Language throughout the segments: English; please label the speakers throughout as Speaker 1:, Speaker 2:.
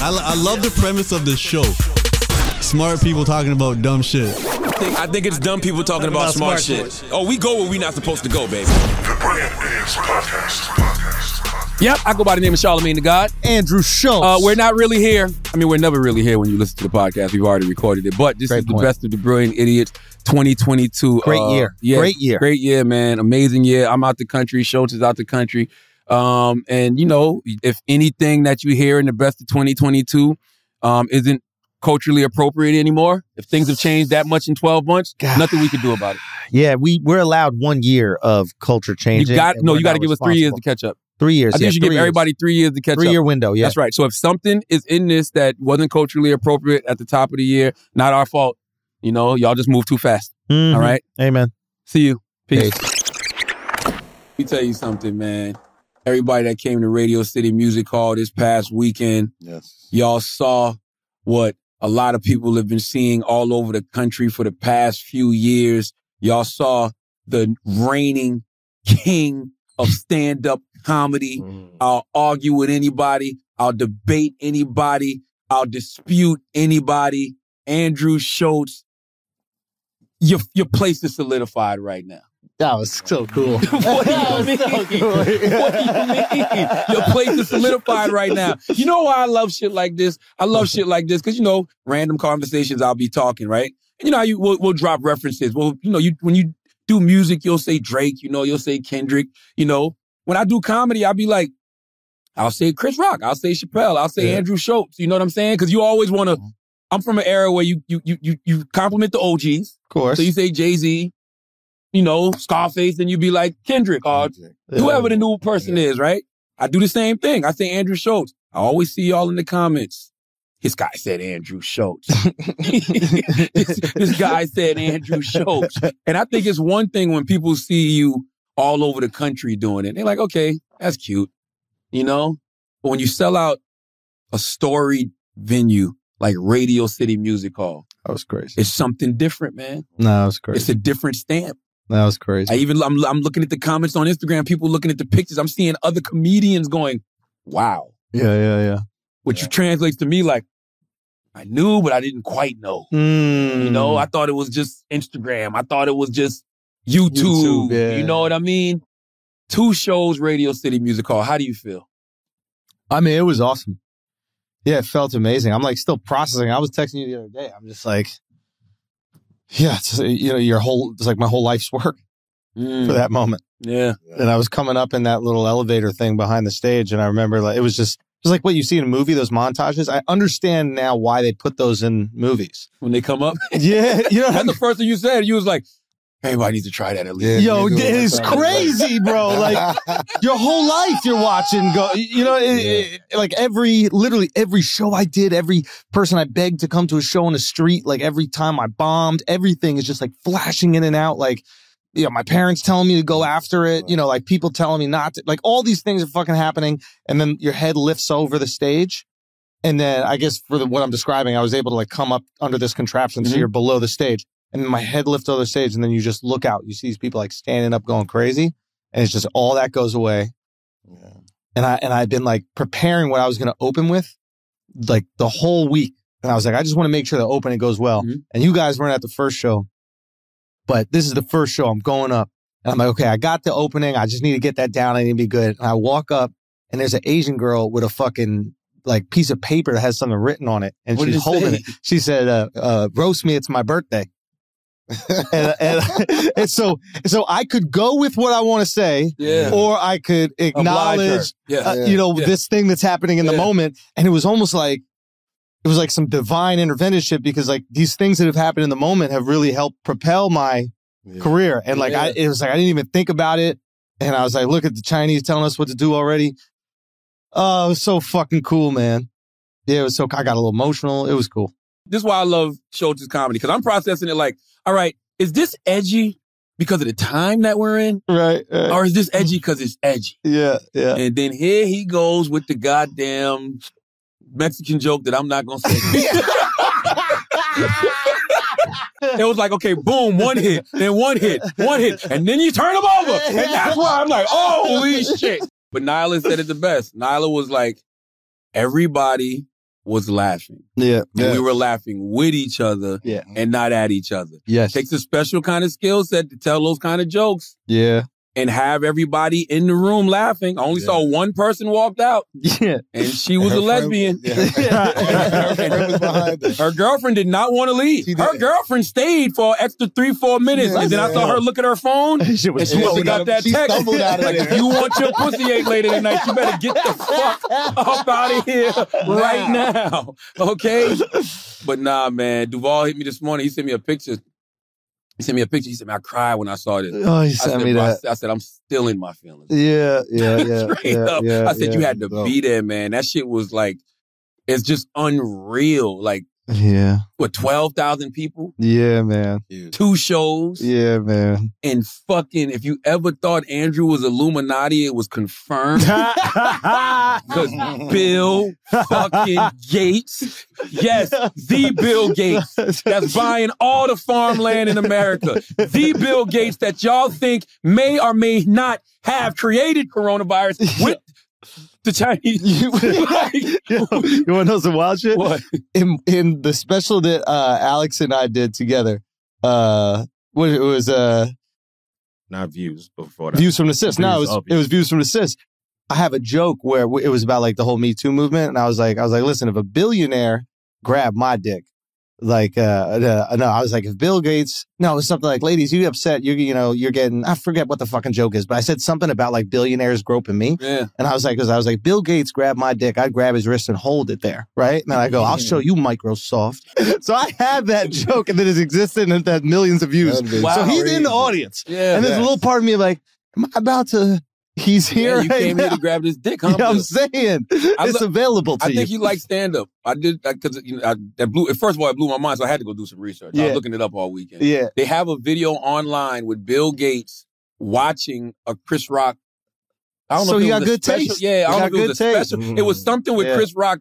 Speaker 1: I, I love the premise of this show. Smart people talking about dumb shit.
Speaker 2: I think, I think it's dumb people talking about, smart, shit. Oh, we go where we not supposed to go, baby.
Speaker 3: The Brand Man's Podcast. Podcast. Podcast.
Speaker 2: Yep, I go by the name of Charlemagne the God.
Speaker 4: Andrew Schultz.
Speaker 2: Uh, we're not really here. I mean, we're never really here when you listen to the podcast. We've already recorded it, but this
Speaker 4: Great
Speaker 2: is the
Speaker 4: point.
Speaker 2: best of the brilliant idiots. 2022.
Speaker 4: Great
Speaker 2: uh,
Speaker 4: year.
Speaker 2: yeah,
Speaker 4: Great year.
Speaker 2: Great year, man. Amazing year. I'm out the country. Schultz is out the country. Um, and you know, if anything that you hear in the best of 2022 um, isn't culturally appropriate anymore, if things have changed that much in 12 months,
Speaker 4: God.
Speaker 2: nothing we can do about it.
Speaker 4: Yeah, we we're allowed one year of culture change.
Speaker 2: You got no. You got to give us three years to catch up.
Speaker 4: three years.
Speaker 2: I think
Speaker 4: yeah,
Speaker 2: you should give
Speaker 4: three years.
Speaker 2: everybody three years to catch
Speaker 4: three
Speaker 2: up.
Speaker 4: year window. Yeah,
Speaker 2: That's right. So if something is in this that wasn't culturally appropriate at the top of the year, not our fault. You know, y'all just move too fast.
Speaker 4: Mhm.
Speaker 2: All right.
Speaker 4: Amen.
Speaker 2: See you. Peace. Let me tell you something, man. Everybody that came to Radio City Music Hall this past weekend,
Speaker 5: Yes.
Speaker 2: y'all saw what a lot of people have been seeing all over the country for the past few years. Y'all saw the reigning king of stand up comedy. I'll argue with anybody. I'll debate anybody. I'll dispute anybody. Andrew Schultz, your your place is solidified right now.
Speaker 4: That was so cool.
Speaker 2: What do you mean? What do you mean? Your place is solidified right now. You know why I love shit like this? I love shit like this because you know random conversations I'll be talking right. And you know how you we'll, we'll drop references. Well, you know you when you do music, you'll say Drake. You know you'll say Kendrick. You know when I do comedy, I'll be like, I'll say Chris Rock. I'll say Chappelle. I'll say
Speaker 4: Yeah. Mm-hmm.
Speaker 2: Andrew Schultz. You know what I'm saying? Because you always want to. I'm from an era where you you you you you compliment the OGs.
Speaker 4: Of course.
Speaker 2: So you say Jay Z, you know, Scarface, and you be like Kendrick or
Speaker 4: Yeah.
Speaker 2: whoever the new person is, right? I do the same thing. I say Andrew Schultz. I always see y'all in the comments. This guy said Andrew Schultz. this, this guy said Andrew Schultz. And I think it's one thing when people see you all over the country doing it. They're like, okay, that's cute. You know? But when you sell out a storied venue like Radio City Music Hall,
Speaker 4: That was crazy.
Speaker 2: it's something different, man.
Speaker 4: No, that was crazy.
Speaker 2: It's a different stamp.
Speaker 4: that was crazy.
Speaker 2: I even I'm, I'm looking at the comments on Instagram. People looking at the pictures. I'm seeing other comedians going, "Wow,"
Speaker 4: yeah, yeah, yeah.
Speaker 2: which translates to me like, "I knew, but I didn't quite know."
Speaker 4: Mm.
Speaker 2: You know, I thought it was just Instagram. I thought it was just YouTube.
Speaker 4: YouTube, yeah.
Speaker 2: You know what I mean? Two shows, Radio City Music Hall. How do you feel?
Speaker 4: I mean, it was awesome. Yeah, it felt amazing. I'm like still processing. I was texting you the other day. I'm just like, yeah, it's, you know, your whole it's like my whole life's work for that moment.
Speaker 2: Mm. Yeah,
Speaker 4: And I was coming up in that little elevator thing behind the stage, and I remember like it was just it was like what you see in a movie, those montages. I understand now why they put those in movies.
Speaker 2: when they come up,
Speaker 4: Yeah, you know,
Speaker 2: that's the first thing you said. You was like, "Everybody needs to try that at least."
Speaker 4: yo, it is crazy, bro. Like your whole life you're watching go you know it, it- like every literally every show i did every person i begged to come to a show on the street like every time i bombed everything is just like flashing in and out like you know my parents telling me to go after it you know like people telling me not to like all these things are fucking happening and then your head lifts over the stage and then i guess for the, what i'm describing i was able to like come up under this contraption
Speaker 2: Mhm.
Speaker 4: so you're below the stage and my head lifts over the stage and then you just look out you see these people like standing up going crazy and it's just all that goes away
Speaker 5: Yeah.
Speaker 4: and I and I've been like preparing what I was going to open with, like the whole week. And I was like, I just want to make sure the opening goes well.
Speaker 2: Mhm.
Speaker 4: And you guys weren't at the first show, but this is the first show. I'm going up, and I'm like, okay, I got the opening. I just need to get that down. I need to be good. And I walk up, and there's an Asian girl with a fucking like piece of paper that has something written on it, and
Speaker 2: What did
Speaker 4: she's
Speaker 2: it say?
Speaker 4: holding it. She said, uh, uh, "Roast me. It's my birthday." and, and, and so, so I could go with what I want to say,
Speaker 2: Yeah.
Speaker 4: or I could
Speaker 2: Oblige her.
Speaker 4: acknowledge
Speaker 2: Yeah.
Speaker 4: uh, you know
Speaker 2: Yeah.
Speaker 4: this thing that's happening in the
Speaker 2: Yeah.
Speaker 4: moment and it was almost like it was like some divine interventionship because like these things that have happened in the moment have really helped propel my
Speaker 5: Yeah.
Speaker 4: career and like I,
Speaker 2: Yeah.
Speaker 4: it was like i didn't even think about it and i was like look at the chinese telling us what to do already oh it was so fucking cool man yeah it was so i got a little emotional it was cool
Speaker 2: this is why I love Schultz's comedy because I'm processing it like, all right, is this edgy because of the time that we're in,
Speaker 4: right
Speaker 2: or is this edgy because it's edgy?
Speaker 4: yeah yeah
Speaker 2: And then here he goes with the goddamn Mexican joke that I'm not gonna say. it was like, okay, boom, one hit, then one hit, one hit, and then you turn him over, and that's why I'm like, holy shit. But Nyla said it the best. Nyla was like, everybody was laughing.
Speaker 4: Yeah.
Speaker 2: And
Speaker 6: Yeah.
Speaker 2: we were laughing with each other
Speaker 4: Yeah.
Speaker 2: and not at each other.
Speaker 4: Yes.
Speaker 2: takes a special kind of skill set to tell those kind of jokes
Speaker 4: Yeah.
Speaker 2: and have everybody in the room laughing. I only
Speaker 6: Yeah.
Speaker 2: saw one person walked out,
Speaker 4: Yeah.
Speaker 2: and she was a
Speaker 6: Her
Speaker 2: lesbian.
Speaker 6: friend- yeah, her friend was behind her.
Speaker 2: Her girlfriend did not want to leave.
Speaker 6: She
Speaker 2: Her
Speaker 6: didn't.
Speaker 2: girlfriend stayed for an extra three, four minutes,
Speaker 6: Yeah.
Speaker 2: and then I saw her look at her phone.
Speaker 4: That shit
Speaker 2: And
Speaker 4: was
Speaker 2: she must have got that
Speaker 6: She
Speaker 2: text.
Speaker 6: stumbled out of
Speaker 2: like,
Speaker 6: there.
Speaker 2: if you want your pussy ate later tonight, you better get the fuck up out of here right now. Okay? But nah, man. Duval hit me this morning. He sent me a picture. He sent me a picture. He said, man, I cried when I saw this.
Speaker 4: Oh, he
Speaker 2: I
Speaker 4: sent
Speaker 2: said,
Speaker 4: me
Speaker 2: "Bro," I
Speaker 4: that.
Speaker 2: said- I said, I'm still in my feelings.
Speaker 4: Yeah, yeah, yeah.
Speaker 2: Straight
Speaker 4: yeah,
Speaker 2: up.
Speaker 4: yeah,
Speaker 2: I said,
Speaker 4: yeah.
Speaker 2: you had to
Speaker 6: No.
Speaker 2: be there, man. That shit was like, it's just unreal. Like,
Speaker 4: Yeah,
Speaker 2: what, 12,000 people?
Speaker 4: yeah, man.
Speaker 2: Two shows?
Speaker 4: Yeah, man.
Speaker 2: And fucking, if you ever thought Andrew was Illuminati, it was confirmed. Because Bill fucking Gates. Yes, the Bill Gates that's buying all the farmland in America. The Bill Gates that y'all think may or may not have created coronavirus with the Chinese.
Speaker 4: you,
Speaker 2: Like,
Speaker 4: Yo, you want to know some wild shit?
Speaker 2: what?
Speaker 4: In in the special that uh, Alex and I did together, uh, what it was uh,
Speaker 6: Not views before
Speaker 4: views from the sis. No, it
Speaker 6: Views
Speaker 4: was
Speaker 6: of
Speaker 4: it was views from the sis. I have a joke where w- it was about like the whole Me Too movement, and I was like, I was like, listen, if a billionaire grabbed my dick, like, uh, uh, no, I was like, if Bill Gates, no, it was something like, ladies, you upset, you you know, you're getting, I forget what the fucking joke is, but I said something about like billionaires groping me,
Speaker 2: Yeah.
Speaker 4: and I was like, because I was like, Bill Gates grabbed my dick, I'd grab his wrist and hold it there, right? And then I go, I'll show you Microsoft. so I had that joke, and then it's existed and it had millions of views.
Speaker 2: Wow.
Speaker 4: so he's in
Speaker 6: Crazy.
Speaker 4: the audience.
Speaker 2: Yeah.
Speaker 4: And
Speaker 2: And
Speaker 4: there's a
Speaker 6: Yeah.
Speaker 4: little part of me like, am I about to? He's here.
Speaker 2: you
Speaker 4: right
Speaker 2: came
Speaker 4: now.
Speaker 2: here to grab this dick, huh?
Speaker 4: You know what I'm
Speaker 2: Bill?
Speaker 4: saying? it's
Speaker 2: lo-
Speaker 4: available to
Speaker 2: I
Speaker 4: you.
Speaker 2: think you like stand up. I did because you know, I, that blew. First of all, it blew my mind, so I had to go do some research. I
Speaker 4: Yeah.
Speaker 2: was looking it up all weekend.
Speaker 4: yeah.
Speaker 2: They have a video online with Bill Gates watching a Chris Rock. I
Speaker 4: So
Speaker 2: if
Speaker 4: he
Speaker 2: it
Speaker 4: got
Speaker 2: was a
Speaker 4: good
Speaker 2: special-
Speaker 4: taste.
Speaker 2: Yeah, I
Speaker 4: He
Speaker 2: don't know
Speaker 4: got
Speaker 2: if it
Speaker 4: good
Speaker 2: was a
Speaker 4: taste.
Speaker 2: special. It was something with
Speaker 4: Yeah.
Speaker 2: Chris Rock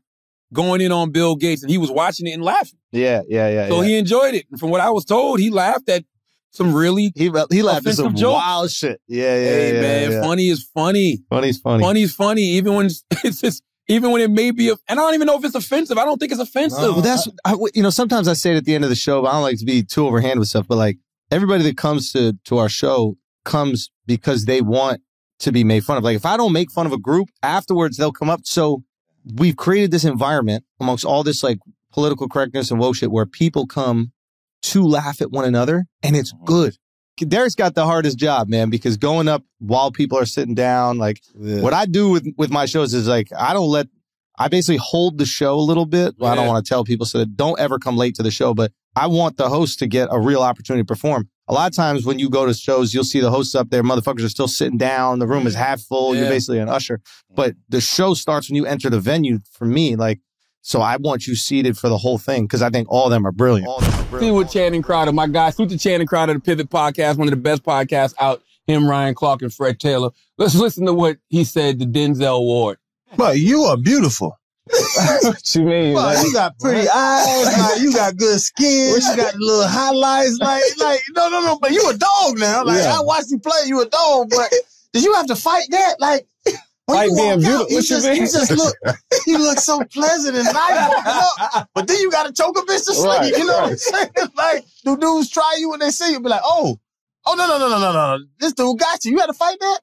Speaker 2: going in on Bill Gates, and he was watching it and laughing.
Speaker 4: Yeah, yeah, yeah.
Speaker 2: So
Speaker 4: yeah.
Speaker 2: he enjoyed it. And from what I was told, he laughed at some really.
Speaker 4: he re- he laughed at
Speaker 2: Offensive
Speaker 4: some
Speaker 2: jokes.
Speaker 4: wild shit. Yeah, yeah,
Speaker 2: hey
Speaker 4: yeah,
Speaker 2: man,
Speaker 4: yeah.
Speaker 2: funny is funny.
Speaker 4: Funny's funny.
Speaker 2: Funny's funny, even when it's, it's just even when it may be. And I don't even know if it's offensive. I don't think it's offensive.
Speaker 4: Well, that's I, you know. Sometimes I say it at the end of the show, but I don't like to be too overhand with stuff. But like everybody that comes to to our show comes because they want to be made fun of. Like if I don't make fun of a group afterwards, they'll come up. So we've created this environment amongst all this like political correctness and woke shit where people come to laugh at one another, and it's
Speaker 2: Mm-hmm.
Speaker 4: good. Derek's got the hardest job, man, because going up while people are sitting down, like what I do with with my shows is like I don't let I basically hold the show a little bit. Well, I don't
Speaker 2: Yeah.
Speaker 4: want to tell people so that don't ever come late to the show, but I want the host to get a real opportunity to perform. A lot of times when you go to shows, you'll see the hosts up there. Motherfuckers are still sitting down. The room is half full. You're
Speaker 2: Mm-hmm. Yeah. Mm-hmm.
Speaker 4: basically an usher. But the show starts when you enter the venue for me. Like, so I want you seated for the whole thing because I think all of them are brilliant.
Speaker 2: See with Channing Crowder, my guy. Salute to Channing Crowder, the Pivot Podcast, one of the best podcasts out. Him, Ryan Clark, and Fred Taylor. Let's listen to what he said to Denzel Ward.
Speaker 7: But you are beautiful.
Speaker 1: What you mean?
Speaker 7: Bro, you got pretty eyes. Like, you got good skin. You got little highlights. Like, like no, no, no. But you a dog now. Like
Speaker 1: Yeah.
Speaker 7: I watched you play. You a dog. But did you have to fight that? Like. When
Speaker 1: Fight
Speaker 7: you
Speaker 1: being
Speaker 7: walk
Speaker 1: beautiful?
Speaker 7: out, you
Speaker 1: What you
Speaker 7: just,
Speaker 1: mean?
Speaker 7: you just look, you look so pleasant and nice walking up, but then you gotta choke a bitch to sleep.
Speaker 1: Right,
Speaker 7: you know what I'm
Speaker 1: right.
Speaker 7: saying? Like, do dudes try you when they see you? Be like, oh, oh no, no, no, no, no, no, this dude got you. You had to fight that,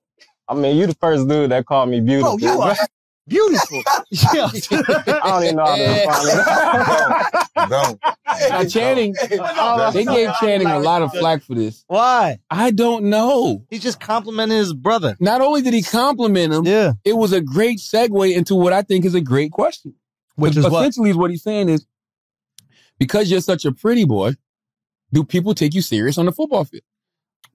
Speaker 1: I mean, you the first dude that called me
Speaker 7: bro.
Speaker 1: beautiful.
Speaker 7: Oh, You are beautiful.
Speaker 4: Yeah.
Speaker 1: I don't even know how to respond.
Speaker 2: Now, Channing, they gave Channing a lot of flack for this.
Speaker 4: Why?
Speaker 2: I don't know.
Speaker 4: He's just complimenting his brother.
Speaker 2: Not only did he compliment him,
Speaker 4: Yeah.
Speaker 2: it was a great segue into what I think is a great question.
Speaker 4: Which is what?
Speaker 2: essentially is what he's saying is because you're such a pretty boy, do people take you serious on the football field?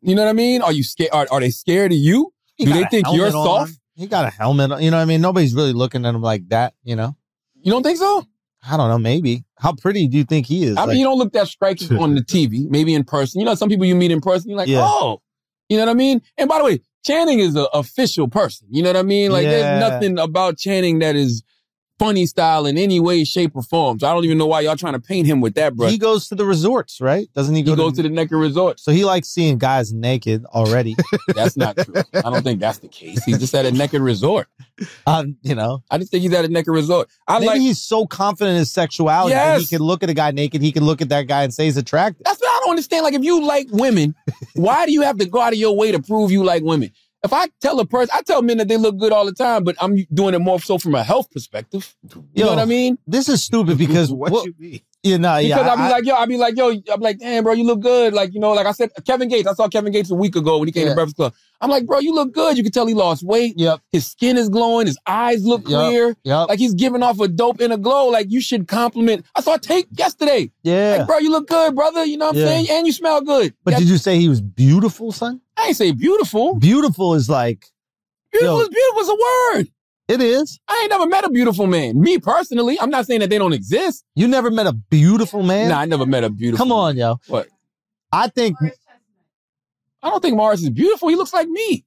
Speaker 2: You know what I mean? Are you scared? Are, are they scared of you?
Speaker 4: He
Speaker 2: do
Speaker 4: got
Speaker 2: they
Speaker 4: a
Speaker 2: think
Speaker 4: helmet
Speaker 2: you're
Speaker 4: on.
Speaker 2: soft?
Speaker 4: He got a helmet. on. You know what I mean? Nobody's really looking at him like that, you know?
Speaker 2: You don't think so?
Speaker 4: I don't know, maybe. How pretty do you think he is?
Speaker 2: I mean,
Speaker 4: Like,
Speaker 2: you don't look that striking on the TV, maybe in person. You know, some people you meet in person, you're like,
Speaker 4: Yeah.
Speaker 2: oh, you know what I mean? And by the way, Channing is an official person. You know what I mean? Like,
Speaker 4: Yeah.
Speaker 2: there's nothing about Channing that is funny style in any way, shape, or form. So I don't even know why y'all trying to paint him with that, bro.
Speaker 4: He
Speaker 2: He,
Speaker 4: goes to the resorts, right? Doesn't he go
Speaker 2: goes to the Necker Resorts.
Speaker 4: So he likes seeing guys naked already.
Speaker 2: That's not true. I don't think that's the case. He's just at a Necker Resort.
Speaker 4: um, you know,
Speaker 2: I just think he's at a Necker Resort. I
Speaker 4: maybe
Speaker 2: like.
Speaker 4: he's so confident in his sexuality that he
Speaker 2: Yes.
Speaker 4: can look at a guy naked. He can look at that guy and say he's attractive.
Speaker 2: That's what I don't understand. Like, if you like women, why do you have to go out of your way to prove you like women? If I tell a person, I tell men that they look good all the time, but I'm doing it more so from a health perspective. You know
Speaker 4: Yo,
Speaker 2: what I mean?
Speaker 4: This is stupid because
Speaker 1: what
Speaker 4: what
Speaker 1: you mean?
Speaker 4: you know,
Speaker 2: Because
Speaker 4: yeah,
Speaker 2: I'll be
Speaker 4: I-
Speaker 2: like, yo, I'll be like, yo, I'm like, damn, bro, you look good. Like, you know, like I said, Kevin Gates, I saw Kevin Gates a week ago when he came
Speaker 4: Yeah.
Speaker 2: to Breakfast Club. I'm like, bro, you look good. You can tell he lost weight.
Speaker 4: Yep.
Speaker 2: His skin is glowing. His eyes look
Speaker 4: Yep.
Speaker 2: clear.
Speaker 4: yep,
Speaker 2: Like he's giving off a dope inner glow. Like you should compliment. I saw Take yesterday.
Speaker 4: yeah.
Speaker 2: Like, bro, you look good, brother. You know what I'm
Speaker 4: Yeah.
Speaker 2: saying? And you smell good.
Speaker 4: but
Speaker 2: Yeah,
Speaker 4: did you say he was beautiful, son?
Speaker 2: I ain't say beautiful.
Speaker 4: Beautiful is like
Speaker 2: Beautiful
Speaker 4: Yo.
Speaker 2: is beautiful is a word.
Speaker 4: it is.
Speaker 2: I ain't never met a beautiful man. Me personally, I'm not saying that they don't exist.
Speaker 4: You never met a beautiful man.
Speaker 2: Nah, I never met a beautiful.
Speaker 4: Come on, yo.
Speaker 2: What?
Speaker 4: I think
Speaker 2: I don't think Mars is beautiful. He looks like me.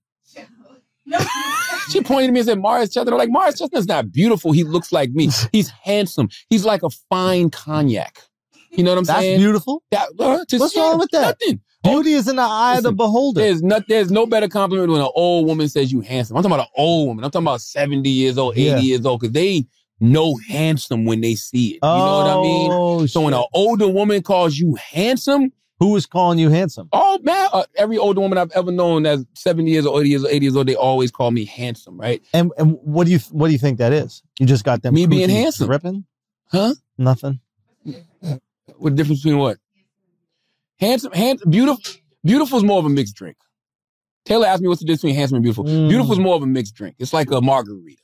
Speaker 2: She pointed at me and said, Mars Chestnut. I'm like, Mars Chestnut's not beautiful. He looks like me. He's handsome. He's like a fine cognac. You know what I'm
Speaker 4: that's
Speaker 2: saying?
Speaker 4: beautiful.
Speaker 2: That- uh, just-
Speaker 4: What's wrong with that?
Speaker 2: Nothing.
Speaker 4: Beauty is in the eye of the
Speaker 2: Listen,
Speaker 4: beholder.
Speaker 2: There's not there's no better compliment when an old woman says you handsome. I'm talking about an old woman. I'm talking about 70 years old, 80
Speaker 4: Yeah.
Speaker 2: years old, because they know handsome when they see it. You know what I mean?
Speaker 4: Oh,
Speaker 2: So when
Speaker 4: shit.
Speaker 2: an older woman calls you handsome,
Speaker 4: who was calling you handsome?
Speaker 2: Oh man, uh, every older woman I've ever known that's 70 years old, 80 years old, 80 years old, they always call me handsome, right?
Speaker 4: And and what do you what do you think that is? You just got them
Speaker 2: Me being
Speaker 4: coochies
Speaker 2: handsome.
Speaker 4: dripping?
Speaker 2: Huh?
Speaker 4: Nothing.
Speaker 2: What the difference between what? Handsome, handsome, beautiful. Beautiful's more of a mixed drink. Taylor asked me what's the difference between handsome and beautiful.
Speaker 4: Mm.
Speaker 2: Beautiful's more of a mixed drink. It's like a margarita.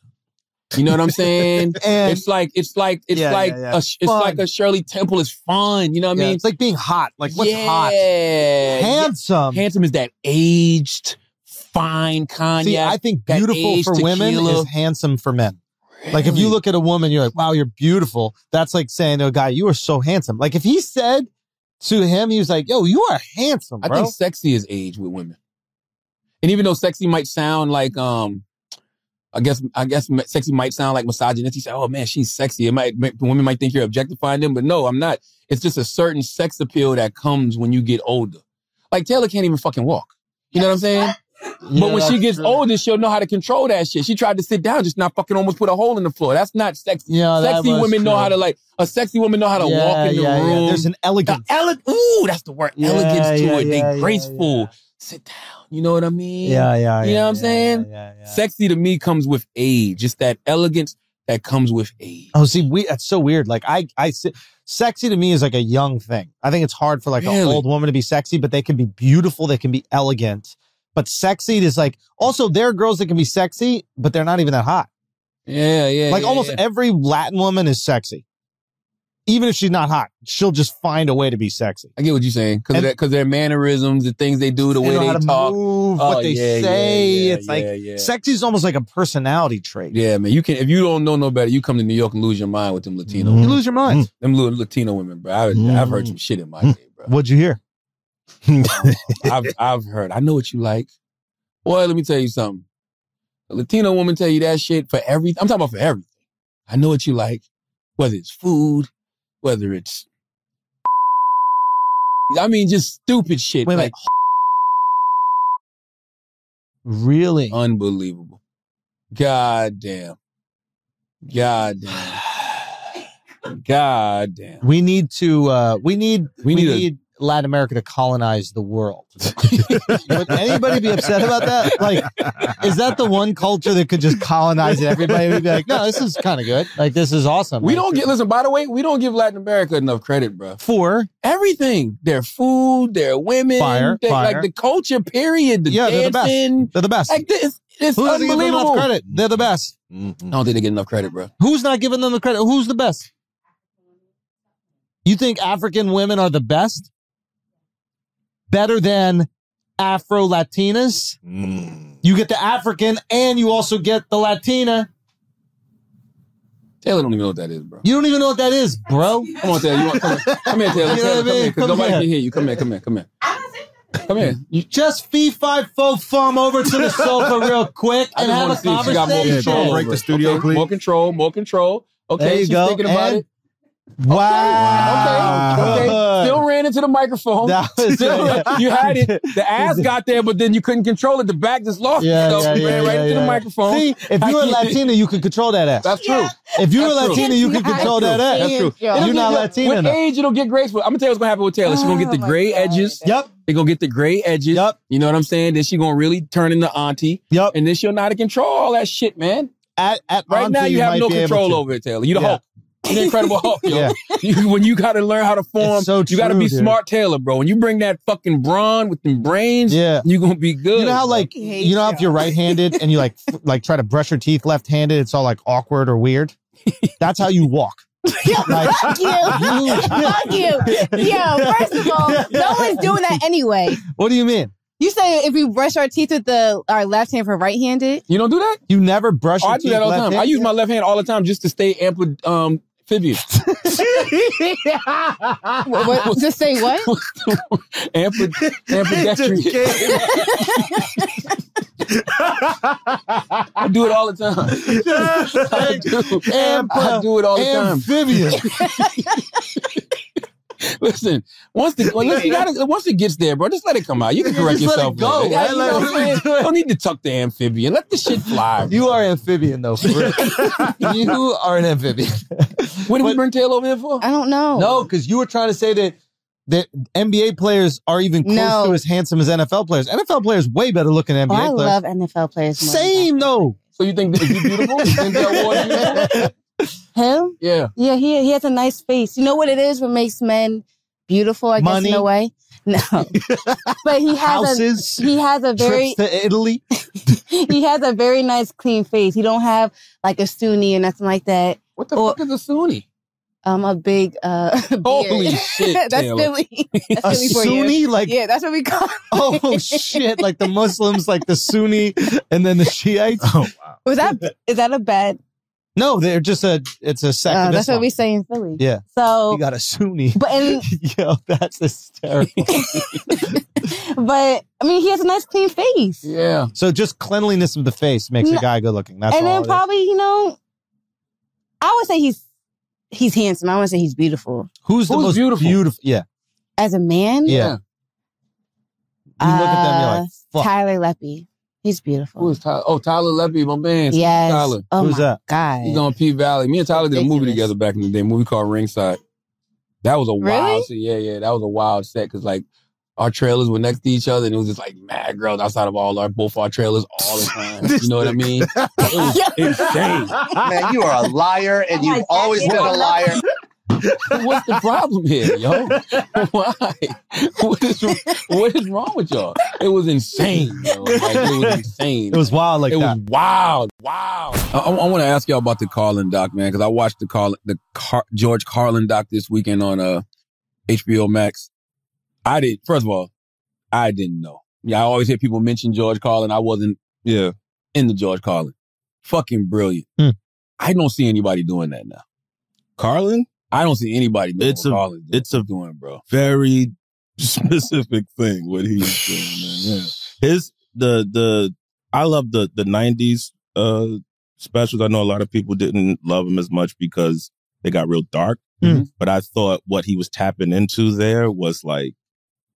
Speaker 2: You know what I'm saying?
Speaker 4: And
Speaker 2: it's like it's like it's
Speaker 4: Yeah,
Speaker 2: like
Speaker 4: yeah, yeah.
Speaker 2: A, it's
Speaker 4: Fun.
Speaker 2: like a Shirley Temple is fun. You know what I
Speaker 4: yeah,
Speaker 2: mean?
Speaker 4: it's like being hot. Like what's
Speaker 2: yeah.
Speaker 4: hot?
Speaker 2: Yeah.
Speaker 4: Handsome.
Speaker 2: Handsome is that aged, fine cognac.
Speaker 4: See, I think
Speaker 2: that
Speaker 4: beautiful
Speaker 2: aged
Speaker 4: for women
Speaker 2: tequila.
Speaker 4: is handsome for men. Like if you
Speaker 2: Really?
Speaker 4: look at a woman, you're like, wow, you're beautiful. That's like saying to a guy, you are so handsome. Like if he said to him, he was like, yo, you are handsome,
Speaker 2: I
Speaker 4: bro.
Speaker 2: think sexy is age with women. And even though sexy might sound like um I guess I guess ma- sexy might sound like misogynistic. You say, "Oh man, she's sexy." It might make, women might think you're objectifying them, but no, I'm not. It's just a certain sex appeal that comes when you get older. Like Taylor can't even fucking walk. You know what I'm saying?
Speaker 4: Yeah,
Speaker 2: but when she
Speaker 4: that's
Speaker 2: gets
Speaker 4: true.
Speaker 2: older, she'll know how to control that shit. She tried to sit down, just not fucking almost put a hole in the floor. That's not sexy.
Speaker 4: yeah, that
Speaker 2: sexy
Speaker 4: was
Speaker 2: women know
Speaker 4: true.
Speaker 2: how to like a sexy woman know how to
Speaker 4: Yeah,
Speaker 2: walk in the
Speaker 4: yeah, yeah.
Speaker 2: room.
Speaker 4: There's an
Speaker 2: The
Speaker 4: elegance.
Speaker 2: elegant, ooh, that's the word.
Speaker 4: Yeah,
Speaker 2: elegance to
Speaker 4: yeah,
Speaker 2: it. They
Speaker 4: yeah, yeah,
Speaker 2: graceful.
Speaker 4: yeah.
Speaker 2: Sit down. You know what I mean?
Speaker 4: Yeah, yeah, yeah.
Speaker 2: You know what I'm
Speaker 4: yeah,
Speaker 2: saying?
Speaker 4: yeah, yeah, yeah.
Speaker 2: Sexy to me comes with age. It's that elegance that comes with age.
Speaker 4: Oh, see, we that's so weird. Like I, I, se- sexy to me is like a young thing. I think it's hard for like an
Speaker 2: Really?
Speaker 4: old woman to be sexy, but they can be beautiful, they can be elegant. But sexy is like also there are girls that can be sexy, but they're not even that hot.
Speaker 2: Yeah, yeah.
Speaker 4: like
Speaker 2: yeah,
Speaker 4: almost
Speaker 2: yeah.
Speaker 4: every Latin woman is sexy, even if she's not hot, she'll just find a way to be sexy.
Speaker 2: I get what you're saying because
Speaker 4: And-
Speaker 2: because their mannerisms, the things they do, the way
Speaker 4: know
Speaker 2: they
Speaker 4: how to
Speaker 2: talk,
Speaker 4: move,
Speaker 2: Oh,
Speaker 4: what they
Speaker 2: yeah, yeah,
Speaker 4: say.
Speaker 2: yeah,
Speaker 4: it's like
Speaker 2: yeah, yeah.
Speaker 4: sexy is almost like a personality trait.
Speaker 2: Yeah, man. You can if you don't know no better, you come to New York and lose your mind with them Latino,
Speaker 4: You
Speaker 2: women.
Speaker 4: lose your mind.
Speaker 2: them little Latino women, bro. I,
Speaker 1: Mm.
Speaker 4: Mm-hmm.
Speaker 2: I've heard some shit in my day, bro.
Speaker 4: Hmm. What'd you hear?
Speaker 2: I've I've heard. I know what you like. Boy, let me tell you something. A Latino woman tell you that shit for everything. I'm talking about for everything. I know what you like, whether it's food, whether it's I mean just stupid shit.
Speaker 4: Wait,
Speaker 2: like
Speaker 4: wait. Really?
Speaker 2: unbelievable. God damn. God damn. God damn.
Speaker 4: We need to. Uh, we need.
Speaker 2: We
Speaker 4: We
Speaker 2: need
Speaker 4: need.
Speaker 2: a-
Speaker 4: Latin America to colonize the world. Would anybody be upset about that? Like, is that the one culture that could just colonize everybody? We'd be like, no, this is kind of good. Like, this is awesome.
Speaker 2: We
Speaker 4: Like,
Speaker 2: don't get listen, by the way, we don't give Latin America enough credit, bruh.
Speaker 4: for
Speaker 2: everything. Their food, their women,
Speaker 4: Fire,
Speaker 2: their-
Speaker 4: fire.
Speaker 2: like the culture. Period. The
Speaker 4: Yeah, they're the best.
Speaker 2: dancing.
Speaker 4: they're the best.
Speaker 2: Like this, it's
Speaker 4: Who doesn't give them enough
Speaker 2: unbelievable. I
Speaker 4: credit? They're the best.
Speaker 2: don't think they get enough credit, bro.
Speaker 4: Who's not giving them the credit? Who's the best? You think African women are the best? Better than Afro Latinas?
Speaker 2: Mm.
Speaker 4: You get the African and you also get the Latina.
Speaker 2: Taylor don't even know what that is, bro.
Speaker 4: You don't even know what that is, bro.
Speaker 2: Come on, Taylor. You want, come, here. come here, Taylor.
Speaker 4: You know what I
Speaker 2: Taylor come
Speaker 4: mean?
Speaker 2: here, 'cause
Speaker 4: Come
Speaker 2: nobody
Speaker 4: here.
Speaker 2: can hear you. Come here, come here, come here. Come here. You,
Speaker 4: Just fee fi fo fum over to the sofa real quick
Speaker 2: I just
Speaker 4: and have
Speaker 2: want
Speaker 4: a
Speaker 2: to see if you got more
Speaker 4: conversation.
Speaker 2: control.
Speaker 1: Break
Speaker 2: over
Speaker 1: the
Speaker 2: it,
Speaker 1: studio,
Speaker 2: okay?
Speaker 1: please.
Speaker 2: More control, more control. Okay,
Speaker 4: There you
Speaker 2: she's
Speaker 4: go.
Speaker 2: thinking about
Speaker 4: And-
Speaker 2: it.
Speaker 4: Wow.
Speaker 2: Okay, okay. Still ran into the microphone.
Speaker 4: That was-
Speaker 2: Still ran- you had it. The ass got there, but then you couldn't control it. The back just lost
Speaker 4: Yeah,
Speaker 2: itself.
Speaker 4: yeah,
Speaker 2: You
Speaker 4: yeah,
Speaker 2: ran right
Speaker 4: yeah,
Speaker 2: into
Speaker 4: yeah.
Speaker 2: the microphone.
Speaker 4: See, if you were Latina, you could control that ass.
Speaker 2: That's true.
Speaker 4: If you were
Speaker 2: That's true.
Speaker 4: Latina, you could control that ass.
Speaker 8: That's true.
Speaker 2: It'll
Speaker 4: You're
Speaker 2: get
Speaker 4: not
Speaker 2: your-
Speaker 4: Latina
Speaker 2: With
Speaker 4: enough.
Speaker 2: age, it'll get graceful. I'm gonna tell you what's gonna happen with Taylor. She's gonna get the
Speaker 8: Oh, my
Speaker 2: gray
Speaker 8: God.
Speaker 2: edges.
Speaker 4: Yep,
Speaker 2: They're gonna get the gray edges.
Speaker 4: Yep.
Speaker 2: You know what I'm saying? Then she gonna really turn into auntie,
Speaker 4: yep.
Speaker 2: and then she'll not control all that shit, man.
Speaker 4: At, at
Speaker 2: Right
Speaker 4: Auntie,
Speaker 2: now, you have
Speaker 4: might
Speaker 2: no
Speaker 4: be able
Speaker 2: control
Speaker 4: to.
Speaker 2: over it, Taylor. You the
Speaker 4: Yeah.
Speaker 2: Hulk. You the Incredible Hulk, yo.
Speaker 4: Yeah.
Speaker 2: You- when you gotta learn how to form,
Speaker 4: It's so
Speaker 2: you gotta
Speaker 4: true,
Speaker 2: be
Speaker 4: dude.
Speaker 2: smart, Taylor, bro. When you bring that fucking brawn with them brains,
Speaker 4: Yeah.
Speaker 2: you gonna be good.
Speaker 4: You know how like
Speaker 8: Hate
Speaker 4: you know how if you're right-handed and you like f- like try to brush your teeth left-handed, it's all like awkward or weird. That's how you walk. Like,
Speaker 8: Fuck you. Fuck you. Yo, first of all, no one's doing that anyway.
Speaker 4: what do you mean?
Speaker 8: You say if we brush our teeth with the our left hand for right handed.
Speaker 2: you don't do that?
Speaker 4: You never brush
Speaker 2: Oh,
Speaker 4: your
Speaker 2: I do
Speaker 4: teeth
Speaker 2: that all the time. I
Speaker 4: left-handed?
Speaker 2: use my left hand all the time just to stay ampli um amphibious.
Speaker 8: What, just say what?
Speaker 2: Ampli- ampidestrian. I do it all the time. I do. I do it all the time.
Speaker 4: amphibious.
Speaker 2: Listen, once the well, listen, you gotta, once it gets there, bro, just let it come out. You can
Speaker 4: Just
Speaker 2: correct
Speaker 4: let it
Speaker 2: yourself.
Speaker 4: go,
Speaker 2: later.
Speaker 4: man.
Speaker 2: you
Speaker 4: Let
Speaker 2: know
Speaker 4: it-
Speaker 2: what I'm saying? Don't need to tuck the amphibian. Let the shit fly. bro.
Speaker 4: You are amphibian though. For real. you are an amphibian.
Speaker 2: what did we bring Taylor over here for?
Speaker 8: I don't know.
Speaker 4: No, because you were trying to say that that NBA players are even close
Speaker 8: No.
Speaker 4: to as handsome as NFL players. NFL players way better looking than
Speaker 8: Oh,
Speaker 4: NBA
Speaker 8: I
Speaker 4: players.
Speaker 8: love NFL players. more
Speaker 4: Same though.
Speaker 2: So you think that you beautiful? You think that award beautiful?
Speaker 8: than him.
Speaker 2: Yeah.
Speaker 8: Yeah, he he has a nice face. You know what it is? What makes men beautiful? I guess
Speaker 4: Money.
Speaker 8: in a way. No, but he has
Speaker 4: Houses,
Speaker 8: a he has a very
Speaker 4: trips to Italy.
Speaker 8: he has a very nice clean face. He don't have like a Sunni or nothing like that.
Speaker 2: What the
Speaker 8: Or-
Speaker 2: fuck is a Sunni?
Speaker 8: Um, a big uh. beard.
Speaker 2: Holy shit,
Speaker 8: that's
Speaker 2: Taylor.
Speaker 8: Philly. That's
Speaker 4: A
Speaker 8: Philly for you.
Speaker 4: Sunni, like
Speaker 8: Yeah, that's what we call.
Speaker 4: oh shit, like the Muslims, like the Sunni, and then the Shiites.
Speaker 2: Oh,
Speaker 8: Was that is that a bad?
Speaker 4: No, they're just a it's a sect.
Speaker 8: Uh,
Speaker 4: of
Speaker 8: that's what
Speaker 4: Islam.
Speaker 8: we say in Philly.
Speaker 4: Yeah.
Speaker 8: So,
Speaker 4: You got a Sunni.
Speaker 8: but and
Speaker 4: Yo, that's hysterical.
Speaker 8: but I mean, he has a nice clean face,
Speaker 2: Yeah.
Speaker 4: so just cleanliness of the face makes a
Speaker 8: No.
Speaker 4: guy good looking. That's
Speaker 8: and
Speaker 4: all.
Speaker 8: then
Speaker 4: it is.
Speaker 8: probably you know, I would say he's he's handsome. I would say he's beautiful
Speaker 4: Who's the
Speaker 2: Who's
Speaker 4: most
Speaker 2: beautiful?
Speaker 4: beautiful? Yeah,
Speaker 8: as a man.
Speaker 4: yeah.
Speaker 2: Yeah.
Speaker 4: You look at them, you're like,
Speaker 8: uh,
Speaker 4: fuck.
Speaker 8: Tyler Leppy. He's
Speaker 2: Who
Speaker 8: beautiful.
Speaker 2: is Tyler? Oh, Tyler Levy, my man.
Speaker 8: Yes.
Speaker 2: Tyler.
Speaker 8: Oh
Speaker 4: Who's
Speaker 8: my
Speaker 4: that?
Speaker 8: god.
Speaker 2: He's on P Valley. Me and Tyler did a movie
Speaker 8: Ridiculous.
Speaker 2: together back in the day. A movie called Ringside. That was a
Speaker 8: Really?
Speaker 2: wild. Set. Yeah, yeah. That was a wild set because like our trailers were next to each other, and it was just like mad girls outside of all our both our trailers all the time. you know what I mean? It was insane.
Speaker 9: Man, you are a liar, and you've always been a liar.
Speaker 2: What's the problem here, yo? Why? What is what is wrong with y'all? It was insane. Yo. Like, it was insane.
Speaker 4: It was wild like
Speaker 2: it
Speaker 4: that.
Speaker 2: was wild, wow. I, I, want to ask y'all about the Carlin doc, man, because I watched the Carl the Car, George Carlin doc this weekend on uh HBO Max. I did. First of all, I didn't know. Yeah, I always hear people mention George Carlin. I wasn't
Speaker 10: Yeah.
Speaker 2: into George Carlin. Fucking brilliant.
Speaker 4: Hmm.
Speaker 2: I don't see anybody doing that now.
Speaker 10: Carlin?
Speaker 2: I don't see anybody doing
Speaker 6: It's
Speaker 2: what
Speaker 6: a-
Speaker 2: Carlin doing-
Speaker 6: it's a-
Speaker 2: doing, bro.
Speaker 6: Very specific thing what he was doing. Man. Yeah. His the the I love the the nineties uh specials. I know a lot of people didn't love him as much because they got real dark.
Speaker 4: Mhm.
Speaker 6: But I thought what he was tapping into there was like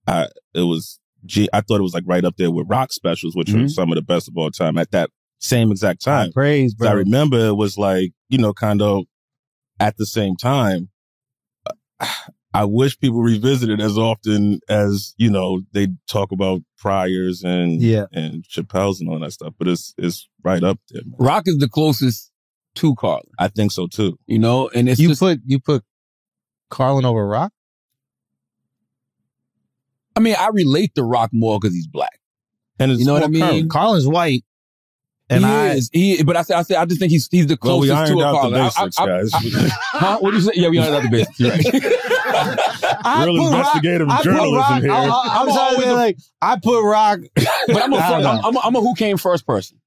Speaker 6: I it was G I thought it was like right up there with rock specials, which
Speaker 4: Mm-hmm.
Speaker 6: are
Speaker 2: Mhm.
Speaker 6: some of the best of all time at that same exact time.
Speaker 4: Praise,
Speaker 6: I
Speaker 4: bro.
Speaker 6: remember it was like, you know, kind of at the same time. I wish people revisited as often as, you know, they talk about priors and
Speaker 4: Yeah.
Speaker 6: and Chappelle's and all that stuff, but it's it's right up there. Man.
Speaker 2: Rock is the closest to Carlin,
Speaker 6: I think so too.
Speaker 2: you know, and it's
Speaker 4: You
Speaker 2: just,
Speaker 4: put you put Carlin over Rock.
Speaker 2: I mean, I relate to Rock more because he's black.
Speaker 6: And it's
Speaker 2: You know what I
Speaker 6: more
Speaker 2: mean?
Speaker 6: current.
Speaker 4: Carlin's white, and
Speaker 2: he
Speaker 4: I
Speaker 2: is. He, but I said, I said, I just think he's he's the
Speaker 6: Well,
Speaker 2: closest to
Speaker 6: we ironed
Speaker 2: a
Speaker 6: out the
Speaker 2: Carlin. I- I-
Speaker 6: basics,
Speaker 2: I-
Speaker 6: guys.
Speaker 2: Huh? What do you say? Yeah, we ironed out the basics. You're right.
Speaker 4: I
Speaker 6: Real
Speaker 4: put Rock-
Speaker 6: investigative
Speaker 4: I put
Speaker 6: journalism
Speaker 4: Rock-
Speaker 6: here.
Speaker 4: I, I, I'm
Speaker 2: I'm
Speaker 4: sorry,
Speaker 2: always
Speaker 4: man,
Speaker 2: a-
Speaker 4: like I put Rock.
Speaker 2: but I'm a,
Speaker 4: I
Speaker 2: fuck,
Speaker 4: don't know.
Speaker 2: I'm, I'm, a, I'm a who came first person.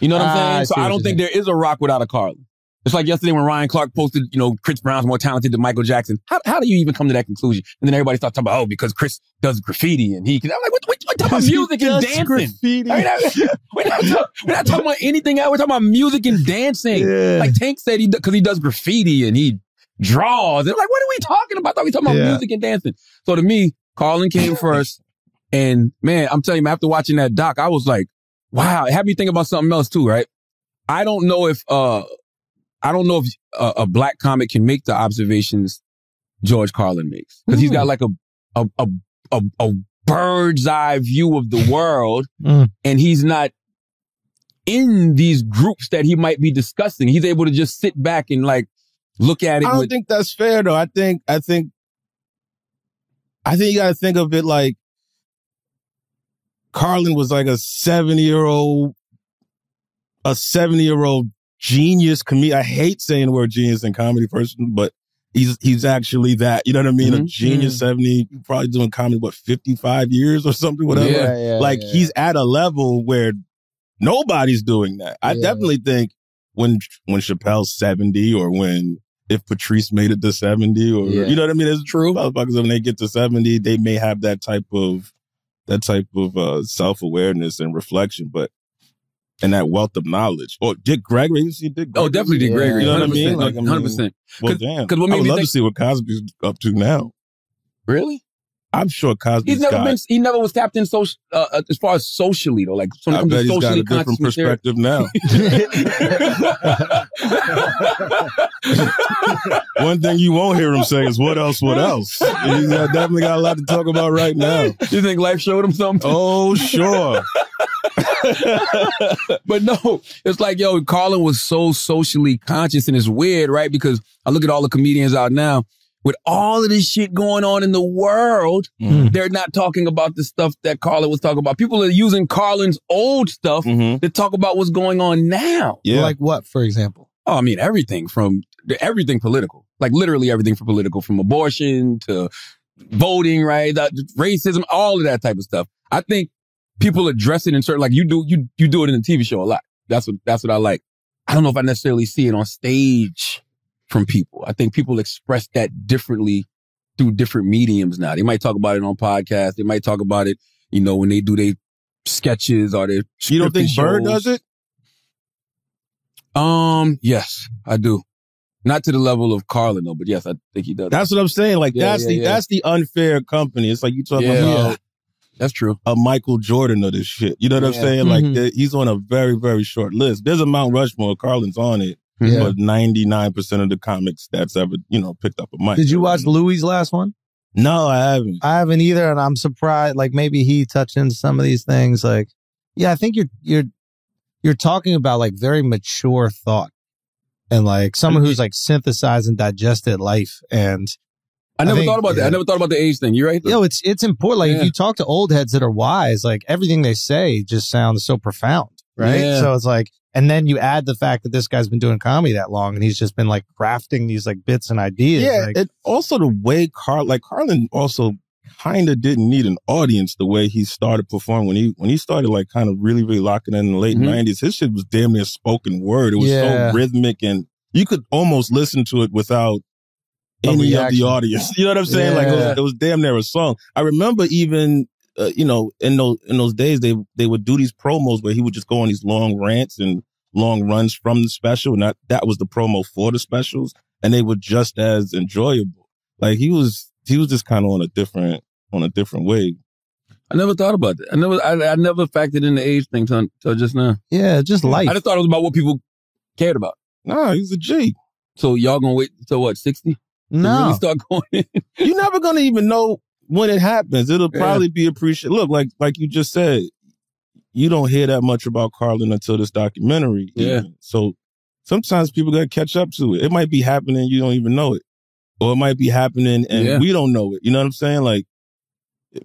Speaker 2: You know what
Speaker 4: Ah,
Speaker 2: I'm
Speaker 4: I
Speaker 2: saying? So
Speaker 4: see what
Speaker 2: I don't
Speaker 4: you
Speaker 2: think there is a Rock without a Carlin. It's like yesterday when Ryan Clark posted, you know, Chris Brown's more talented than Michael Jackson. How, how do you even come to that conclusion? And then everybody starts talking about, oh, because Chris does graffiti and he can. I'm like, what, what, what talking about music and dancing? I mean, I- we're, not talk- we're not talking about anything else. We're talking about music and dancing.
Speaker 3: Yeah.
Speaker 2: Like Tank said, he because he does graffiti and he draws. And like, what are we talking about? I thought we were talking about
Speaker 3: Yeah.
Speaker 2: music and dancing. So to me, Carlin came first. And man, I'm telling you, man, after watching that doc, I was like, wow, it had me think about something else too, right? I don't know if uh I don't know if uh, a, a black comic can make the observations George Carlin makes because he's
Speaker 6: Mm.
Speaker 2: got like a a, a a a bird's eye view of the world, and he's not in these groups that he might be discussing. He's able to just sit back and like look at it.
Speaker 6: I don't
Speaker 2: with-
Speaker 6: think that's fair though. I think I think I think you gotta think of it like Carlin was like a seventy year old a seventy year old genius comedian. I hate saying the word genius in comedy person, but he's he's actually that. You know what I mean?
Speaker 2: Mm-hmm.
Speaker 6: A genius seventy, probably doing comedy what fifty five years or something, whatever.
Speaker 3: Yeah, yeah,
Speaker 6: like
Speaker 3: yeah.
Speaker 6: he's at a level where nobody's doing that. I definitely think when when Chappelle's seventy or when if Patrice made it to seventy or
Speaker 3: Yeah.
Speaker 6: you know what I mean, it's true. Motherfuckers when they get to seventy, they may have that type of that type of uh, self awareness and reflection, but and that wealth of knowledge. Or Dick Gregory, you see Dick? Gregory?
Speaker 2: Oh, definitely Dick Gregory.
Speaker 6: You know what I
Speaker 2: 100%,
Speaker 6: mean? Like, I mean,
Speaker 2: 100%.
Speaker 6: Well,
Speaker 2: 'Cause-
Speaker 6: damn.
Speaker 2: 'cause what
Speaker 6: I
Speaker 2: made
Speaker 6: would
Speaker 2: me
Speaker 6: love
Speaker 2: think-
Speaker 6: to see what Cosby's up to now.
Speaker 2: Really?
Speaker 6: I'm sure Cosby's
Speaker 2: He's never
Speaker 6: got-
Speaker 2: been. He never was tapped in social uh, uh, as far as socially though. Like when it
Speaker 6: I
Speaker 2: comes
Speaker 6: bet
Speaker 2: to
Speaker 6: he's got
Speaker 2: socially
Speaker 6: a different
Speaker 2: conscious material.
Speaker 6: perspective now. One thing you won't hear him say is "What else? What else?" He's got- definitely got a lot to talk about right now.
Speaker 2: You think life showed him something?
Speaker 6: Oh, sure.
Speaker 2: but no, it's like, yo, Carlin was so socially conscious and it's weird, right? Because I look at all the comedians out now with all of this shit going on in the world, they're not talking about the stuff that Carlin was talking about. People are using Carlin's old stuff to talk about what's going on now.
Speaker 4: Like what, for example?
Speaker 2: Oh, I mean everything from everything political, like literally everything from political, from abortion to voting, right? That- racism, all of that type of stuff. I think people address it in certain, like you do, you you do it in the TV show a lot. That's what that's what I like. I don't know if I necessarily see it on stage from people. I think people express that differently through different mediums now. They might talk about it on podcasts. They might talk about it, you know, when they do their sketches or their
Speaker 6: You don't think
Speaker 2: scripted
Speaker 6: Bird
Speaker 2: shows.
Speaker 6: does it?
Speaker 2: Um, yes, I do. Not to the level of Carlin though, but yes, I think he does.
Speaker 6: That's what I'm saying. Like
Speaker 2: Yeah,
Speaker 6: that's
Speaker 2: yeah,
Speaker 6: the
Speaker 2: yeah.
Speaker 6: that's the unfair company. It's like you talking
Speaker 2: Yeah.
Speaker 6: about
Speaker 2: Yeah. that's true.
Speaker 6: A Michael Jordan of this shit. You know what
Speaker 2: Yeah.
Speaker 6: I'm saying? Like
Speaker 2: Mhm.
Speaker 6: th- he's on a very very short list. There's a Mount Rushmore. Carlin's on it,
Speaker 4: Yeah.
Speaker 6: but 99 percent of the comics that's ever you know picked up a mic.
Speaker 4: Did you watch Louis' last one?
Speaker 6: No, I haven't.
Speaker 4: I haven't either, and I'm surprised. Like maybe he touched into some of these things. Like, yeah, I think you're you're you're talking about like very mature thought, and like someone who's like synthesized and digested life. And
Speaker 2: I never
Speaker 4: think-
Speaker 2: thought about that. I never thought about the age thing. You're right.
Speaker 4: Yo, it's it's important. Like if you talk to old heads that are wise, like everything they say just sounds so profound, right?
Speaker 2: Yeah.
Speaker 4: So it's like, and then you add the fact that this guy's been doing comedy that long, and he's just been like crafting these like bits and ideas.
Speaker 6: Yeah,
Speaker 4: like,
Speaker 6: it also the way Carl like Carlin also kind of didn't need an audience the way he started performing when he when he started like kind of really really locking in, in the late
Speaker 3: Mhm.
Speaker 6: 90s his shit was damn near spoken word it was
Speaker 3: Yeah.
Speaker 6: so rhythmic and you could almost listen to it without
Speaker 3: A
Speaker 6: any of
Speaker 3: reaction.
Speaker 6: the audience you know what I'm saying like it
Speaker 3: Yeah.
Speaker 6: was, it was damn near a song I remember even uh, you know in those in those days they they would do these promos where he would just go on these long rants and long runs from the special and that, that was the promo for the specials and they were just as enjoyable like he was he was just kind of on a different on a different wave
Speaker 2: I never thought about that. I never I, I never factored in the age thing till, till just now.
Speaker 4: Yeah, just life.
Speaker 2: I just thought it was about what people cared about.
Speaker 6: Nah, he's a G.
Speaker 2: So y'all gonna wait till what, sixty?
Speaker 6: No.
Speaker 2: Really start going in.
Speaker 6: you're never gonna even know when it happens it'll probably be appreciated look like like you just said you don't hear that much about carlin until this documentary
Speaker 2: Yeah.
Speaker 6: even. so sometimes people gotta catch up to it it might be happening you don't even know it or it might be happening and
Speaker 4: Yeah.
Speaker 6: we don't know it you know what i'm saying like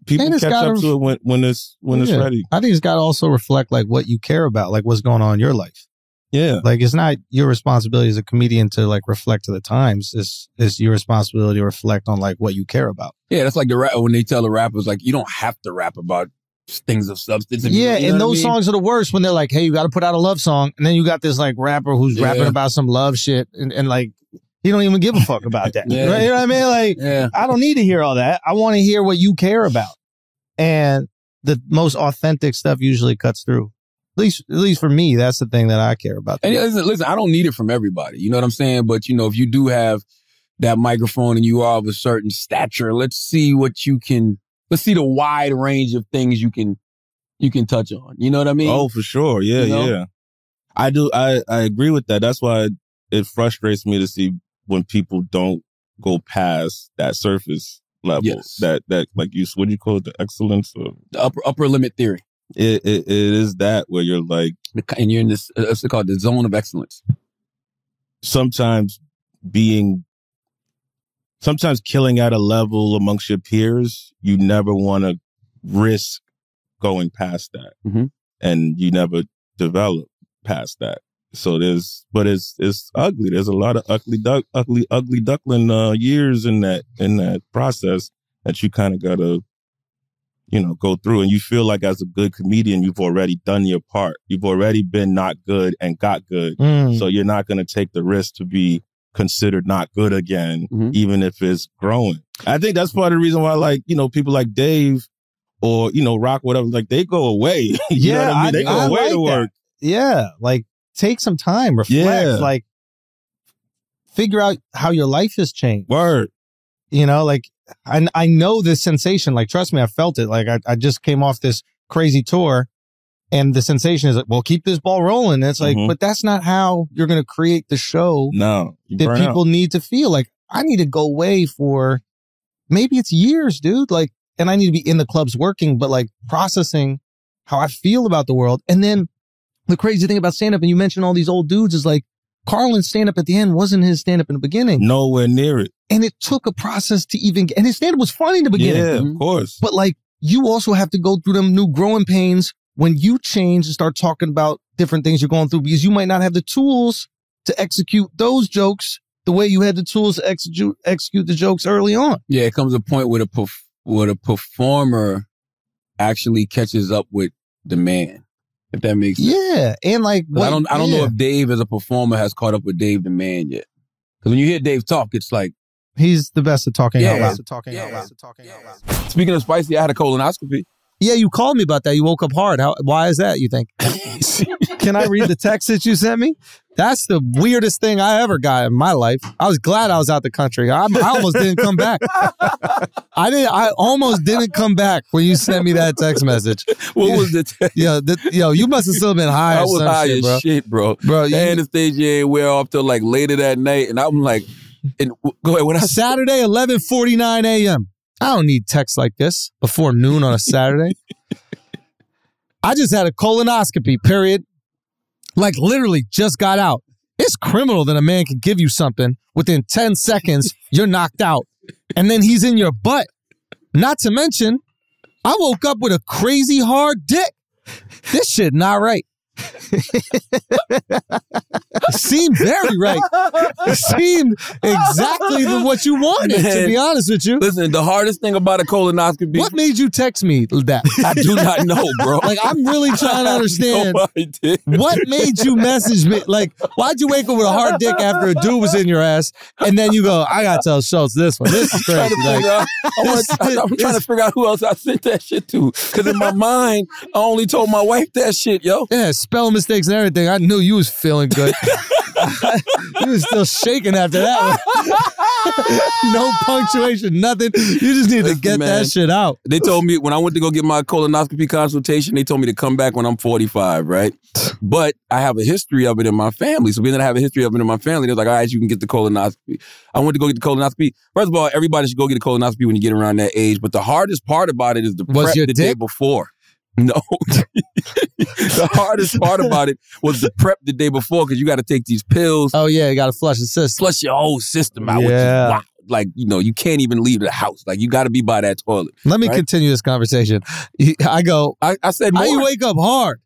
Speaker 6: people
Speaker 4: And
Speaker 6: catch
Speaker 4: it's
Speaker 6: up
Speaker 4: gotta-
Speaker 6: to it when when it's when it's
Speaker 4: Yeah.
Speaker 6: ready
Speaker 4: I think it's got to also reflect like what you care about, like what's going on in your life.
Speaker 6: Yeah,
Speaker 4: like it's not your responsibility as a comedian to like reflect to the times. It's it's your responsibility to reflect on like what you care about.
Speaker 2: Yeah, that's like the rap when they tell the rappers like you don't have to rap about things of substance. if you-
Speaker 4: Yeah,
Speaker 2: you know
Speaker 4: and
Speaker 2: what I
Speaker 4: those
Speaker 2: mean?
Speaker 4: songs are the worst when they're like, "Hey, you got to put out a love song," and then you got this like rapper who's
Speaker 2: Yeah.
Speaker 4: rapping about some love shit, and, and like he don't even give a fuck about that.
Speaker 2: Yeah.
Speaker 4: Right? You know what I mean? Like, I don't need to hear all that. I want to hear what you care about, and the most authentic stuff usually cuts through. At least, at least for me, that's the thing that I care about.
Speaker 2: And yeah, listen, listen, I don't need it from everybody. You know what I'm saying? But you know, if you do have that microphone and you are of a certain stature, let's see what you can. Let's see the wide range of things you can you can touch on. You know what I mean?
Speaker 6: Oh, for sure. Yeah,
Speaker 2: You know?
Speaker 6: yeah. I do. I I agree with that. That's why it frustrates me to see when people don't go past that surface level. That that like you what do you call it? The excellence or
Speaker 2: the upper upper limit theory.
Speaker 6: It it, it is that where you're like
Speaker 2: and you're in this. It's called the zone of excellence.
Speaker 6: Sometimes being. Sometimes killing at a level amongst your peers, you never want to risk going past that.
Speaker 2: Mhm.
Speaker 6: and you never develop past that. So there's, but it's it's ugly. There's a lot of ugly duck, ugly, ugly duckling uh, years in that in that process that you kind of gotta, you know, go through. And you feel like as a good comedian, you've already done your part. You've already been not good and got good.
Speaker 4: Mm.
Speaker 6: So you're not gonna take the risk to be considered not good again, even if it's growing. I think that's part of the reason why, like you know, people like Dave or you know Rock, whatever, like they go away. you know what I mean? They go away
Speaker 4: like
Speaker 6: to
Speaker 4: that.
Speaker 6: work.
Speaker 4: Yeah, like take some time, reflect,
Speaker 6: Yeah.
Speaker 4: like figure out how your life has changed.
Speaker 6: Word.
Speaker 4: You know, like I I know this sensation. Like trust me, I felt it. Like I, I just came off this crazy tour, and the sensation is like, well, keep this ball rolling. And it's like,
Speaker 6: Mhm.
Speaker 4: but that's not how you're going to create the show
Speaker 6: No, you
Speaker 4: that
Speaker 6: burn out.
Speaker 4: people need to feel. Like I need to go away for maybe it's years, dude. Like, and I need to be in the clubs working, but like processing how I feel about the world. And then the crazy thing about stand up, and you mentioned all these old dudes, is like Carlin's stand up at the end wasn't his stand up in the beginning.
Speaker 6: Nowhere near it.
Speaker 4: And it took a process to even get, and his stand up was funny in the beginning.
Speaker 6: Yeah, of course.
Speaker 4: But like, you also have to go through them new growing pains when you change and start talking about different things you're going through because you might not have the tools to execute those jokes the way you had the tools to execute execute the jokes early on.
Speaker 2: Yeah, it comes a point where the perf- where the performer actually catches up with the man, if that makes sense.
Speaker 4: Yeah, and like
Speaker 2: 'Cause I
Speaker 4: what-
Speaker 2: don't I don't
Speaker 4: yeah.
Speaker 2: know if Dave as a performer has caught up with Dave the man yet. Because when you hear Dave talk, it's like
Speaker 4: he's the best at talking
Speaker 2: yeah,
Speaker 4: out loud.
Speaker 2: talking out loud, talking out loud. Speaking of spicy, I had a colonoscopy.
Speaker 4: Yeah, you called me about that. You woke up hard. How? Why is that? You think? Can I read the text that you sent me? That's the weirdest thing I ever got in my life. I was glad I was out the country. I, I almost didn't come back. I did. I almost didn't come back when you sent me that text message.
Speaker 2: What was the text?
Speaker 4: Yo, the, yo, you must have still been high.
Speaker 2: I
Speaker 4: or
Speaker 2: was
Speaker 4: some
Speaker 2: high
Speaker 4: shit,
Speaker 2: as
Speaker 4: bro.
Speaker 2: shit, bro.
Speaker 4: Bro, you-
Speaker 2: and Anastasia ain't wear off till like later that night, and I'm like, and w- go ahead. When I
Speaker 4: Saturday, eleven forty nine a.m. I don't need texts like this before noon on a Saturday. I just had a colonoscopy. Period. Like literally, just got out. It's criminal that a man can give you something within ten seconds. You're knocked out, and then he's in your butt. Not to mention, I woke up with a crazy hard dick. This shit not right. it seemed very right. It seemed exactly the- what you wanted, to
Speaker 2: Man.
Speaker 4: be honest with you.
Speaker 2: Listen, the hardest thing about a colonoscopy.
Speaker 4: What made you text me that?
Speaker 2: I do not know, bro.
Speaker 4: Like, I'm really trying to
Speaker 2: I have
Speaker 4: understand.
Speaker 2: no idea.
Speaker 4: What made you message me? Like, why'd you wake up with a hard dick after a dude was in your ass? And then you go, I gotta tell Schultz this one. This is
Speaker 2: trying
Speaker 4: crazy.
Speaker 2: to
Speaker 4: Like,
Speaker 2: figure out- I wanna- I'm trying to figure out who else I sent that shit to. Because in my mind, I only told my wife that shit, yo.
Speaker 4: yeah, spell mistakes and everything. I knew you was feeling good. you was still shaking after that one. no punctuation, nothing. You just need to get
Speaker 2: man.
Speaker 4: that shit out.
Speaker 2: They told me when I went to go get my colonoscopy consultation, they told me to come back when I'm 45, right? But I have a history of it in my family. So being that I have a history of it in my family, they're like, all right, you can get the colonoscopy. I went to go get the colonoscopy. First of all, everybody should go get a colonoscopy when you get around that age. But the hardest part about it is the
Speaker 4: Was
Speaker 2: prep
Speaker 4: your
Speaker 2: the day
Speaker 4: dick?
Speaker 2: before. No. the hardest part about it was the prep the day before because you got to take these pills,
Speaker 4: Oh yeah, you gotta flush the system.
Speaker 2: flush your whole system out,
Speaker 4: Yeah.
Speaker 2: which is wild. Like, you know, you can't even leave the house. Like, you got to be by that toilet.
Speaker 4: Let me
Speaker 2: right?
Speaker 4: continue this conversation. You- I go,
Speaker 2: I, I said,
Speaker 4: how you
Speaker 2: more.
Speaker 4: wake up hard?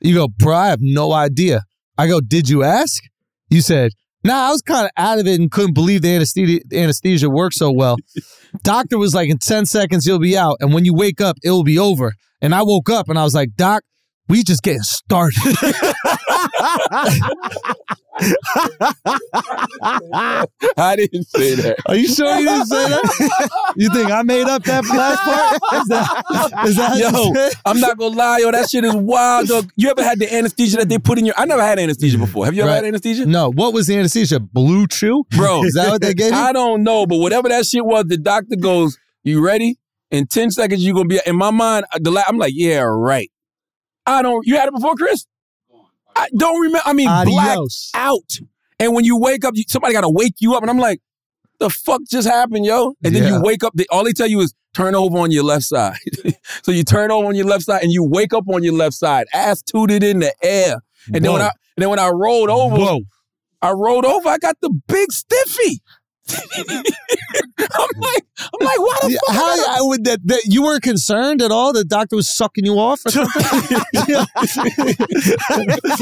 Speaker 4: You go, bro, I have no idea. I go, did you ask? You said, nah, I was kind of out of it and couldn't believe the anesthesia, anesthesia worked so well. Doctor was like, in 10 seconds, you'll be out. And when you wake up, it'll be over. And I woke up and I was like, Doc, we just getting started.
Speaker 2: I didn't say that.
Speaker 4: Are you sure you didn't say that? You think I made up that last part? Is that, is that
Speaker 2: yo? I'm not gonna lie, yo. That shit is wild, dog. You ever had the anesthesia that they put in your? I never had anesthesia before. Have you ever
Speaker 4: Right.
Speaker 2: had anesthesia?
Speaker 4: No. What was the anesthesia? Blue Chew?
Speaker 2: bro.
Speaker 4: Is that what they gave you?
Speaker 2: I don't know, but whatever that shit was, the doctor goes, "You ready? In ten seconds, you gonna be." In my mind, the la- I'm like, "Yeah, right." I don't. You had it before, Chris? I don't remember. I mean, black
Speaker 4: Adios.
Speaker 2: out. And when you wake up, you, somebody gotta wake you up, and I'm like, "The fuck just happened, yo?" And then
Speaker 4: Yeah.
Speaker 2: you wake up. They, all they tell you is turn over on your left side. so you turn over on your left side, and you wake up on your left side, ass tooted in the air. And then when
Speaker 4: Whoa.
Speaker 2: I and then when I rolled over,
Speaker 4: Whoa.
Speaker 2: I rolled over. I got the big stiffy. I'm like, I'm like, why the fuck?
Speaker 4: How I would that, that you weren't concerned at all? The doctor was sucking you off or something? Yo,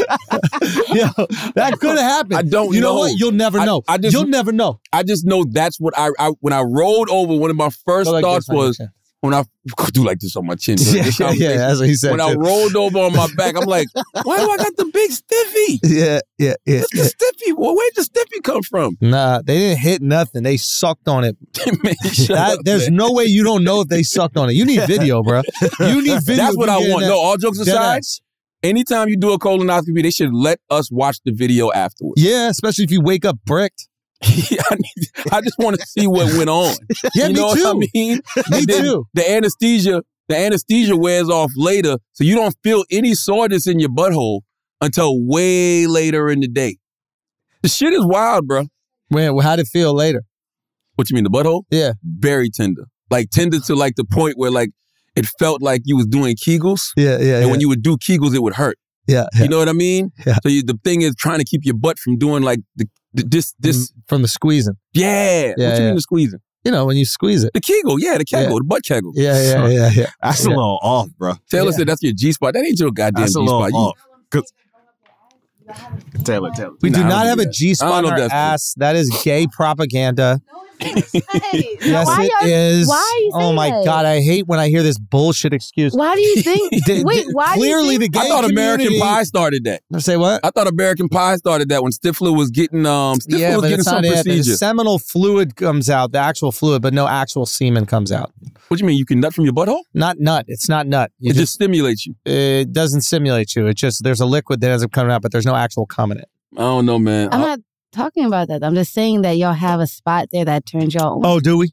Speaker 4: that could have happened.
Speaker 2: I don't
Speaker 4: You know,
Speaker 2: know.
Speaker 4: what? You'll never
Speaker 2: I-
Speaker 4: know.
Speaker 2: I just-
Speaker 4: You'll never know.
Speaker 2: I just know that's what I, I when I rolled over. One of my first
Speaker 4: Go like
Speaker 2: thoughts
Speaker 4: this, honey.
Speaker 2: was when I do like this on my chin.
Speaker 4: Yeah,
Speaker 2: This
Speaker 4: yeah, yeah,
Speaker 2: conversation.
Speaker 4: that's what he said.
Speaker 2: When I
Speaker 4: too.
Speaker 2: rolled over on my back, I'm like, why do I got the big stiffy?
Speaker 4: yeah, yeah, yeah.
Speaker 2: It's the stiffy. Well, where'd the stiffy come from?
Speaker 4: Nah, they didn't hit nothing. They sucked on it.
Speaker 2: Man, shut
Speaker 4: That,
Speaker 2: up,
Speaker 4: there's
Speaker 2: man.
Speaker 4: no way you don't know if they sucked on it. You need video, bro. You need video.
Speaker 2: That's
Speaker 4: of
Speaker 2: what
Speaker 4: you
Speaker 2: I
Speaker 4: getting
Speaker 2: want.
Speaker 4: that-
Speaker 2: No, all jokes
Speaker 4: dead
Speaker 2: aside,
Speaker 4: ass.
Speaker 2: anytime you do a colonoscopy, they should let us watch the video afterwards.
Speaker 4: Yeah, especially if you wake up bricked.
Speaker 2: I, need, I just want to see what went on.
Speaker 4: Yeah,
Speaker 2: you
Speaker 4: me
Speaker 2: know
Speaker 4: too.
Speaker 2: What I mean,
Speaker 4: Me
Speaker 2: And then
Speaker 4: too.
Speaker 2: The anesthesia, the anesthesia wears off later, so you don't feel any soreness in your butthole until way later in the day. The shit is wild, bro.
Speaker 4: Man, well, how'd it feel later?
Speaker 2: What you mean, the butthole?
Speaker 4: Yeah.
Speaker 2: Very tender, like tender to like the point where like it felt like you was doing Kegels,
Speaker 4: Yeah, yeah.
Speaker 2: and
Speaker 4: yeah.
Speaker 2: when you would do Kegels, it would hurt.
Speaker 4: yeah, yeah.
Speaker 2: You know what I mean?
Speaker 4: Yeah.
Speaker 2: So you, the thing is trying to keep your butt from doing like the, the this this
Speaker 4: from the squeezing.
Speaker 2: yeah.
Speaker 4: Yeah,
Speaker 2: what you
Speaker 4: yeah.
Speaker 2: mean the squeezing?
Speaker 4: You know, when you squeeze it.
Speaker 2: The Kegel, yeah, the Kegel, the butt Kegel.
Speaker 4: Yeah, yeah, yeah, yeah.
Speaker 7: That's
Speaker 4: Yeah.
Speaker 7: a little off, bro.
Speaker 2: Taylor
Speaker 4: Yeah.
Speaker 2: said that's your G spot. That ain't your goddamn G
Speaker 7: That's a little
Speaker 2: spot. You,
Speaker 7: off. 'Cause- Taylor, Taylor.
Speaker 4: We
Speaker 2: Nah,
Speaker 4: do
Speaker 2: I don't
Speaker 4: not
Speaker 2: do
Speaker 4: have a
Speaker 2: that.
Speaker 4: G
Speaker 2: I
Speaker 4: spot
Speaker 2: don't
Speaker 4: on
Speaker 2: know
Speaker 4: our
Speaker 2: if that's-
Speaker 4: ass. That is gay propaganda. Yes,
Speaker 8: why
Speaker 4: it
Speaker 8: y'all-
Speaker 4: is.
Speaker 8: why are you
Speaker 4: Oh
Speaker 8: saying
Speaker 4: my
Speaker 8: that?
Speaker 4: god, I hate when I hear this bullshit excuse.
Speaker 8: Why do you think?
Speaker 4: Did-
Speaker 8: wait,
Speaker 4: did-
Speaker 8: why
Speaker 4: clearly
Speaker 8: do you think,
Speaker 4: the
Speaker 2: I
Speaker 4: gay
Speaker 2: thought American
Speaker 4: community-
Speaker 2: Pie started that.
Speaker 4: Say what?
Speaker 2: I thought American Pie started that when Stifler was getting um Stifler
Speaker 4: yeah,
Speaker 2: was
Speaker 4: but
Speaker 2: getting
Speaker 4: it's
Speaker 2: some
Speaker 4: not it. The
Speaker 2: procedure.
Speaker 4: seminal fluid comes out, the actual fluid, but no actual semen comes out.
Speaker 2: What you mean? You can nut from your butthole?
Speaker 4: Not nut. It's not nut. You
Speaker 2: It
Speaker 4: just,
Speaker 2: just stimulates you.
Speaker 4: it doesn't stimulate you. It just there's a liquid that ends up coming out, but there's no actual coming in.
Speaker 2: I don't know, man.
Speaker 8: I'm
Speaker 2: I-
Speaker 8: not talking about that. I'm just saying that y'all have a spot there that turns y'all on.
Speaker 4: Oh, do we?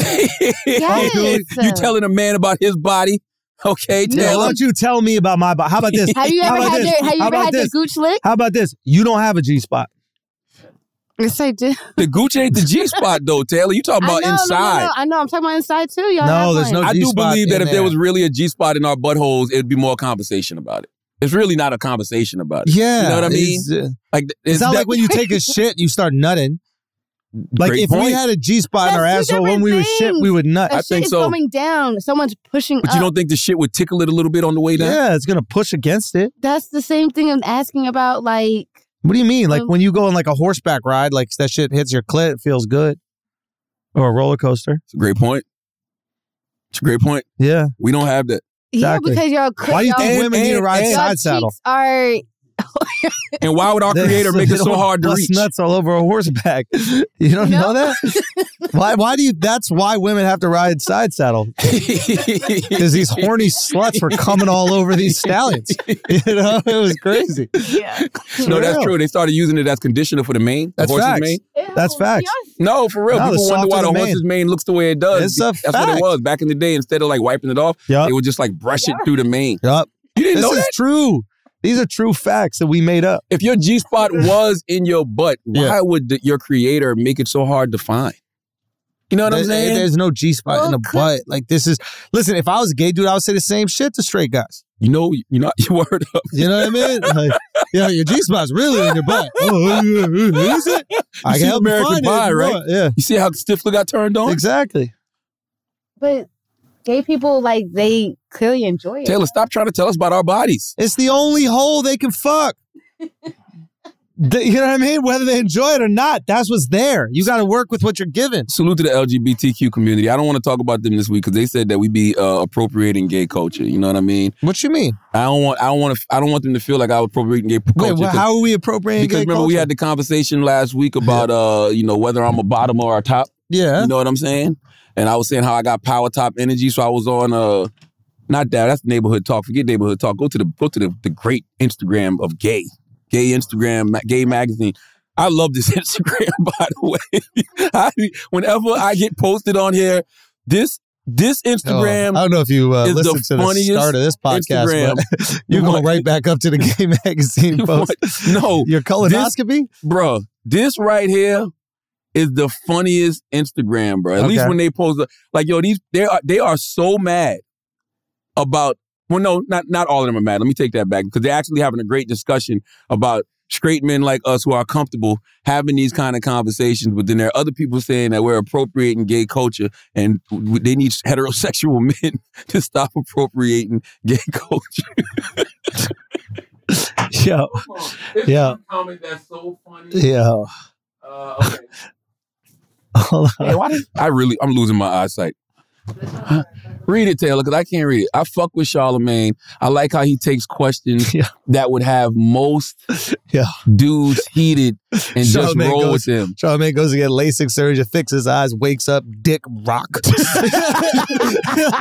Speaker 8: yes.
Speaker 2: you telling a man about his body? Okay,
Speaker 8: No,
Speaker 4: Why
Speaker 2: Taylor.
Speaker 4: don't you tell me about my body? How about this?
Speaker 8: Have you
Speaker 4: How
Speaker 8: ever
Speaker 4: about
Speaker 8: had
Speaker 4: this?
Speaker 8: your Have you
Speaker 4: How
Speaker 8: ever
Speaker 4: about
Speaker 8: had your
Speaker 4: this?
Speaker 8: gooch lick?
Speaker 4: How about this? You don't have a G spot.
Speaker 8: Yes, I do.
Speaker 2: the Gooch ain't the G spot though, Taylor. You talking
Speaker 8: I
Speaker 2: about
Speaker 8: know, no, no,
Speaker 2: inside?
Speaker 8: No, I know. I'm talking about inside too. Y'all
Speaker 4: No,
Speaker 8: have
Speaker 4: there's
Speaker 8: one.
Speaker 4: no-
Speaker 2: I do
Speaker 4: G-spot
Speaker 2: believe that
Speaker 4: in
Speaker 2: if there
Speaker 4: there.
Speaker 2: was really a G spot in our buttholes, it'd be more conversation about it. It's really not a conversation about it.
Speaker 4: Yeah,
Speaker 2: You know what I mean?
Speaker 4: It's, uh,
Speaker 2: Like
Speaker 4: it's not
Speaker 2: that-
Speaker 4: like when you take a shit, you start nutting. Like
Speaker 2: Great
Speaker 4: if we
Speaker 2: point.
Speaker 4: had a G spot in our
Speaker 8: That's two
Speaker 4: asshole when we were
Speaker 8: different
Speaker 4: shit, we would nut.
Speaker 8: That
Speaker 2: I
Speaker 8: shit
Speaker 2: think
Speaker 8: is
Speaker 2: so.
Speaker 8: going down. Someone's pushing
Speaker 2: But
Speaker 8: up.
Speaker 2: you don't think the shit would tickle it a little bit on the way down?
Speaker 4: Yeah, it's gonna push against it.
Speaker 8: That's the same thing I'm asking about. Like,
Speaker 4: What do you mean? Like
Speaker 8: Um,
Speaker 4: when you go on like a horseback ride, like that shit hits your clit, it feels good. Or a roller coaster.
Speaker 2: It's a great point. It's a great point.
Speaker 4: Yeah.
Speaker 2: We don't have that.
Speaker 4: Exactly.
Speaker 8: yeah, because y'all. cra-
Speaker 4: Why do you
Speaker 8: y'all-
Speaker 4: think
Speaker 2: And-
Speaker 4: women need to
Speaker 2: and-
Speaker 4: ride
Speaker 2: and-
Speaker 8: y'all
Speaker 4: side
Speaker 8: cheeks
Speaker 4: saddle?
Speaker 8: Are
Speaker 2: And why would our
Speaker 4: They-
Speaker 2: creator make
Speaker 4: they
Speaker 2: it so
Speaker 4: don't
Speaker 2: hard to
Speaker 4: bust
Speaker 2: reach?
Speaker 4: nuts all over a horseback. You don't know
Speaker 8: No.
Speaker 4: that? why why do you that's why women have to ride side saddle? Because these horny sluts were coming all over these stallions. You know, it was crazy.
Speaker 8: yeah.
Speaker 2: no, that's
Speaker 4: real.
Speaker 2: true. They started using it as conditioner for the mane.
Speaker 4: That's
Speaker 2: the horse's
Speaker 4: facts.
Speaker 2: mane.
Speaker 4: That's facts.
Speaker 2: No, for real.
Speaker 4: No, the
Speaker 2: People wonder why
Speaker 4: softer
Speaker 2: the
Speaker 4: the
Speaker 2: horse's mane looks the way it does.
Speaker 4: It's a
Speaker 2: that's what
Speaker 4: fact.
Speaker 2: it was back in the day. Instead of like wiping it off,
Speaker 4: Yup.
Speaker 2: they would just like brush it through the mane.
Speaker 4: Yup.
Speaker 2: You didn't
Speaker 4: This
Speaker 2: know
Speaker 4: is
Speaker 2: that?
Speaker 4: true. These are true facts that we made up.
Speaker 2: If your G spot was in your butt, why
Speaker 4: Yeah.
Speaker 2: would the, your creator make it so hard to find? You know what I'm
Speaker 4: There-
Speaker 2: saying?
Speaker 4: There's no G spot in the butt. Like this is listen, if I was a gay dude, I would say the same shit to straight guys.
Speaker 2: you know, you know, you word up.
Speaker 4: You know what I mean? Like, you know, your G spot's really in your butt. Oh, yeah, yeah, is it? I
Speaker 2: see
Speaker 4: can help you
Speaker 2: American
Speaker 4: find it if
Speaker 2: Pie,
Speaker 4: you
Speaker 2: right?
Speaker 4: want. Yeah.
Speaker 2: You see how Stifler got turned on?
Speaker 4: Exactly.
Speaker 8: But gay people like they clearly enjoy it.
Speaker 2: Taylor, stop trying to tell us about our bodies.
Speaker 4: It's the only hole they can fuck.
Speaker 1: th- you know what I mean? Whether they enjoy it or not, that's what's there. You got to work with what you're given.
Speaker 2: Salute to the LGBTQ community. I don't want to talk about them this week because they said that we be uh, appropriating gay culture. You know what I mean?
Speaker 1: What you mean?
Speaker 2: I don't want. I don't want. To, I don't want them to feel like I was appropriating gay culture.
Speaker 1: Wait, well,
Speaker 2: 'cause-
Speaker 1: how are we appropriating?
Speaker 2: because
Speaker 1: gay
Speaker 2: remember we
Speaker 1: culture?
Speaker 2: had the conversation last week about uh you know whether I'm a bottom or a top.
Speaker 1: Yeah.
Speaker 2: You know what I'm saying? And I was saying how I got power top energy, so I was on uh not that that's neighborhood talk. Forget neighborhood talk. Go to the go to the, the great Instagram of gay, gay Instagram, ma- gay magazine. I love this Instagram by the way. I, whenever I get posted on here, this this Instagram.
Speaker 1: Oh, I don't know if you uh,
Speaker 2: is the
Speaker 1: listened to the
Speaker 2: funniest
Speaker 1: start of this podcast,
Speaker 2: Instagram.
Speaker 1: but you're going right back up to the gay magazine post.
Speaker 2: no,
Speaker 1: your colonoscopy,
Speaker 2: bro. This right here is the funniest Instagram, bro. At least
Speaker 1: Okay.
Speaker 2: when they post, a- like, yo, these they are they are so mad about. Well, no, not not all of them are mad. Let me take that back because they're actually having a great discussion about straight men like us who are comfortable having these kind of conversations. But then there are other people saying that we're appropriating gay culture and w- they need heterosexual men to stop appropriating gay culture.
Speaker 1: Yo. Yeah.
Speaker 2: comment that's so funny.
Speaker 1: Yo.
Speaker 2: Uh, okay.
Speaker 1: Hold on.
Speaker 2: I really, I'm losing my eyesight. Read it, Taylor, because I can't read it. I fuck with Charlemagne. I like how he takes questions that would have most
Speaker 1: Yeah.
Speaker 2: dudes heated and just
Speaker 1: Charlamagne
Speaker 2: roll with
Speaker 1: goes,
Speaker 2: him.
Speaker 1: Charlamagne goes to get LASIK surgery, fix his eyes, wakes up, dick rock. you're,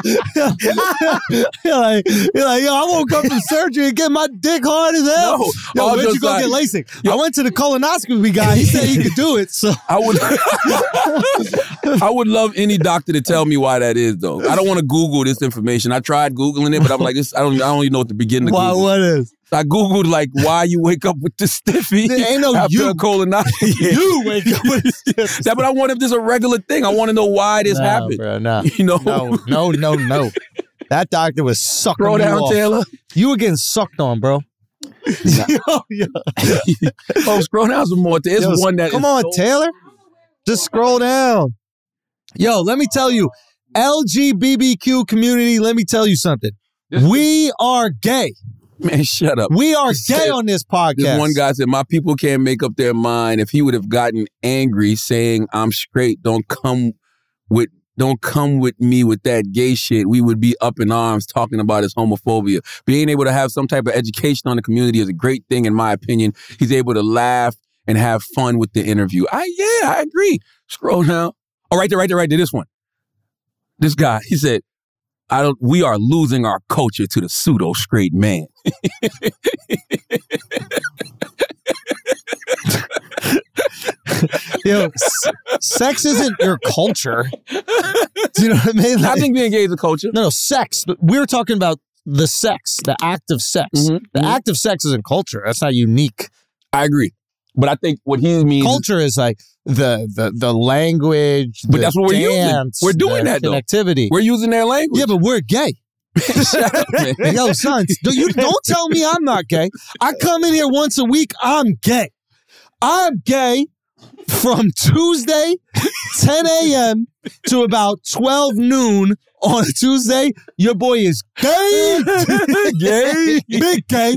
Speaker 1: like, you're like, yo, I woke up from surgery and get my dick hard as hell.
Speaker 2: No,
Speaker 1: yo,
Speaker 2: all
Speaker 1: where'd you
Speaker 2: just
Speaker 1: go
Speaker 2: like-
Speaker 1: get LASIK? I went to the colonoscopy guy. He said he could do it. So
Speaker 2: I would, I would love any doctor to tell me why that is, though. I don't want to Google this information. I tried googling it, but I'm like, this, I don't, I don't even know what to begin to
Speaker 1: why,
Speaker 2: Google.
Speaker 1: what is?
Speaker 2: So I googled like why you wake up with the stiffy.
Speaker 1: There ain't no
Speaker 2: after
Speaker 1: you.
Speaker 2: a colonoscopy.
Speaker 1: You wake up with a stiffy.
Speaker 2: That, but I want if this is a regular thing. I want to know why this
Speaker 1: Nah,
Speaker 2: happened.
Speaker 1: bro, nah.
Speaker 2: You know?
Speaker 1: No, no, no, no. That doctor was sucking
Speaker 2: Throw
Speaker 1: you
Speaker 2: down,
Speaker 1: off.
Speaker 2: Taylor.
Speaker 1: You were getting sucked on, bro.
Speaker 2: Oh, scroll down some more. It's
Speaker 1: Yo,
Speaker 2: one that
Speaker 1: Come
Speaker 2: is
Speaker 1: on,
Speaker 2: so-
Speaker 1: Taylor. Just scroll down. Yo, let me tell you, LGBTQ community, let me tell you something. We are gay.
Speaker 2: Man, shut up.
Speaker 1: We are
Speaker 2: This
Speaker 1: gay
Speaker 2: said-
Speaker 1: on this podcast.
Speaker 2: This one guy said, "My people can't make up their mind." If he would have gotten angry, saying, "I'm straight," don't come with. Don't come with me with that gay shit. We would be up in arms talking about his homophobia. Being able to have some type of education on the community is a great thing, in my opinion. He's able to laugh and have fun with the interview. I yeah, I agree. Scroll down. Oh, right there, right there, right there. This one. This guy. He said, "I don't. We are losing our culture to the pseudo straight man."
Speaker 1: Yo, s- sex isn't your culture. Do you know what I mean?
Speaker 2: I think being gay is a culture.
Speaker 1: No, no, sex. but We're talking about the sex, the act of sex. The act of sex isn't culture. That's not unique.
Speaker 2: Mm-hmm, I agree. But I think what he means
Speaker 1: culture is like the the the language.
Speaker 2: But
Speaker 1: the
Speaker 2: that's what we're using.
Speaker 1: dance,
Speaker 2: We're doing
Speaker 1: the
Speaker 2: that, though.
Speaker 1: connectivity.
Speaker 2: We're using their language.
Speaker 1: Yeah, but we're gay. Yo, sons, do, you don't tell me I'm not gay. I come in here once a week. I'm gay. I'm gay from Tuesday, 10 a.m. to about 12 noon on a Tuesday. Your boy is gay,
Speaker 2: gay,
Speaker 1: big gay,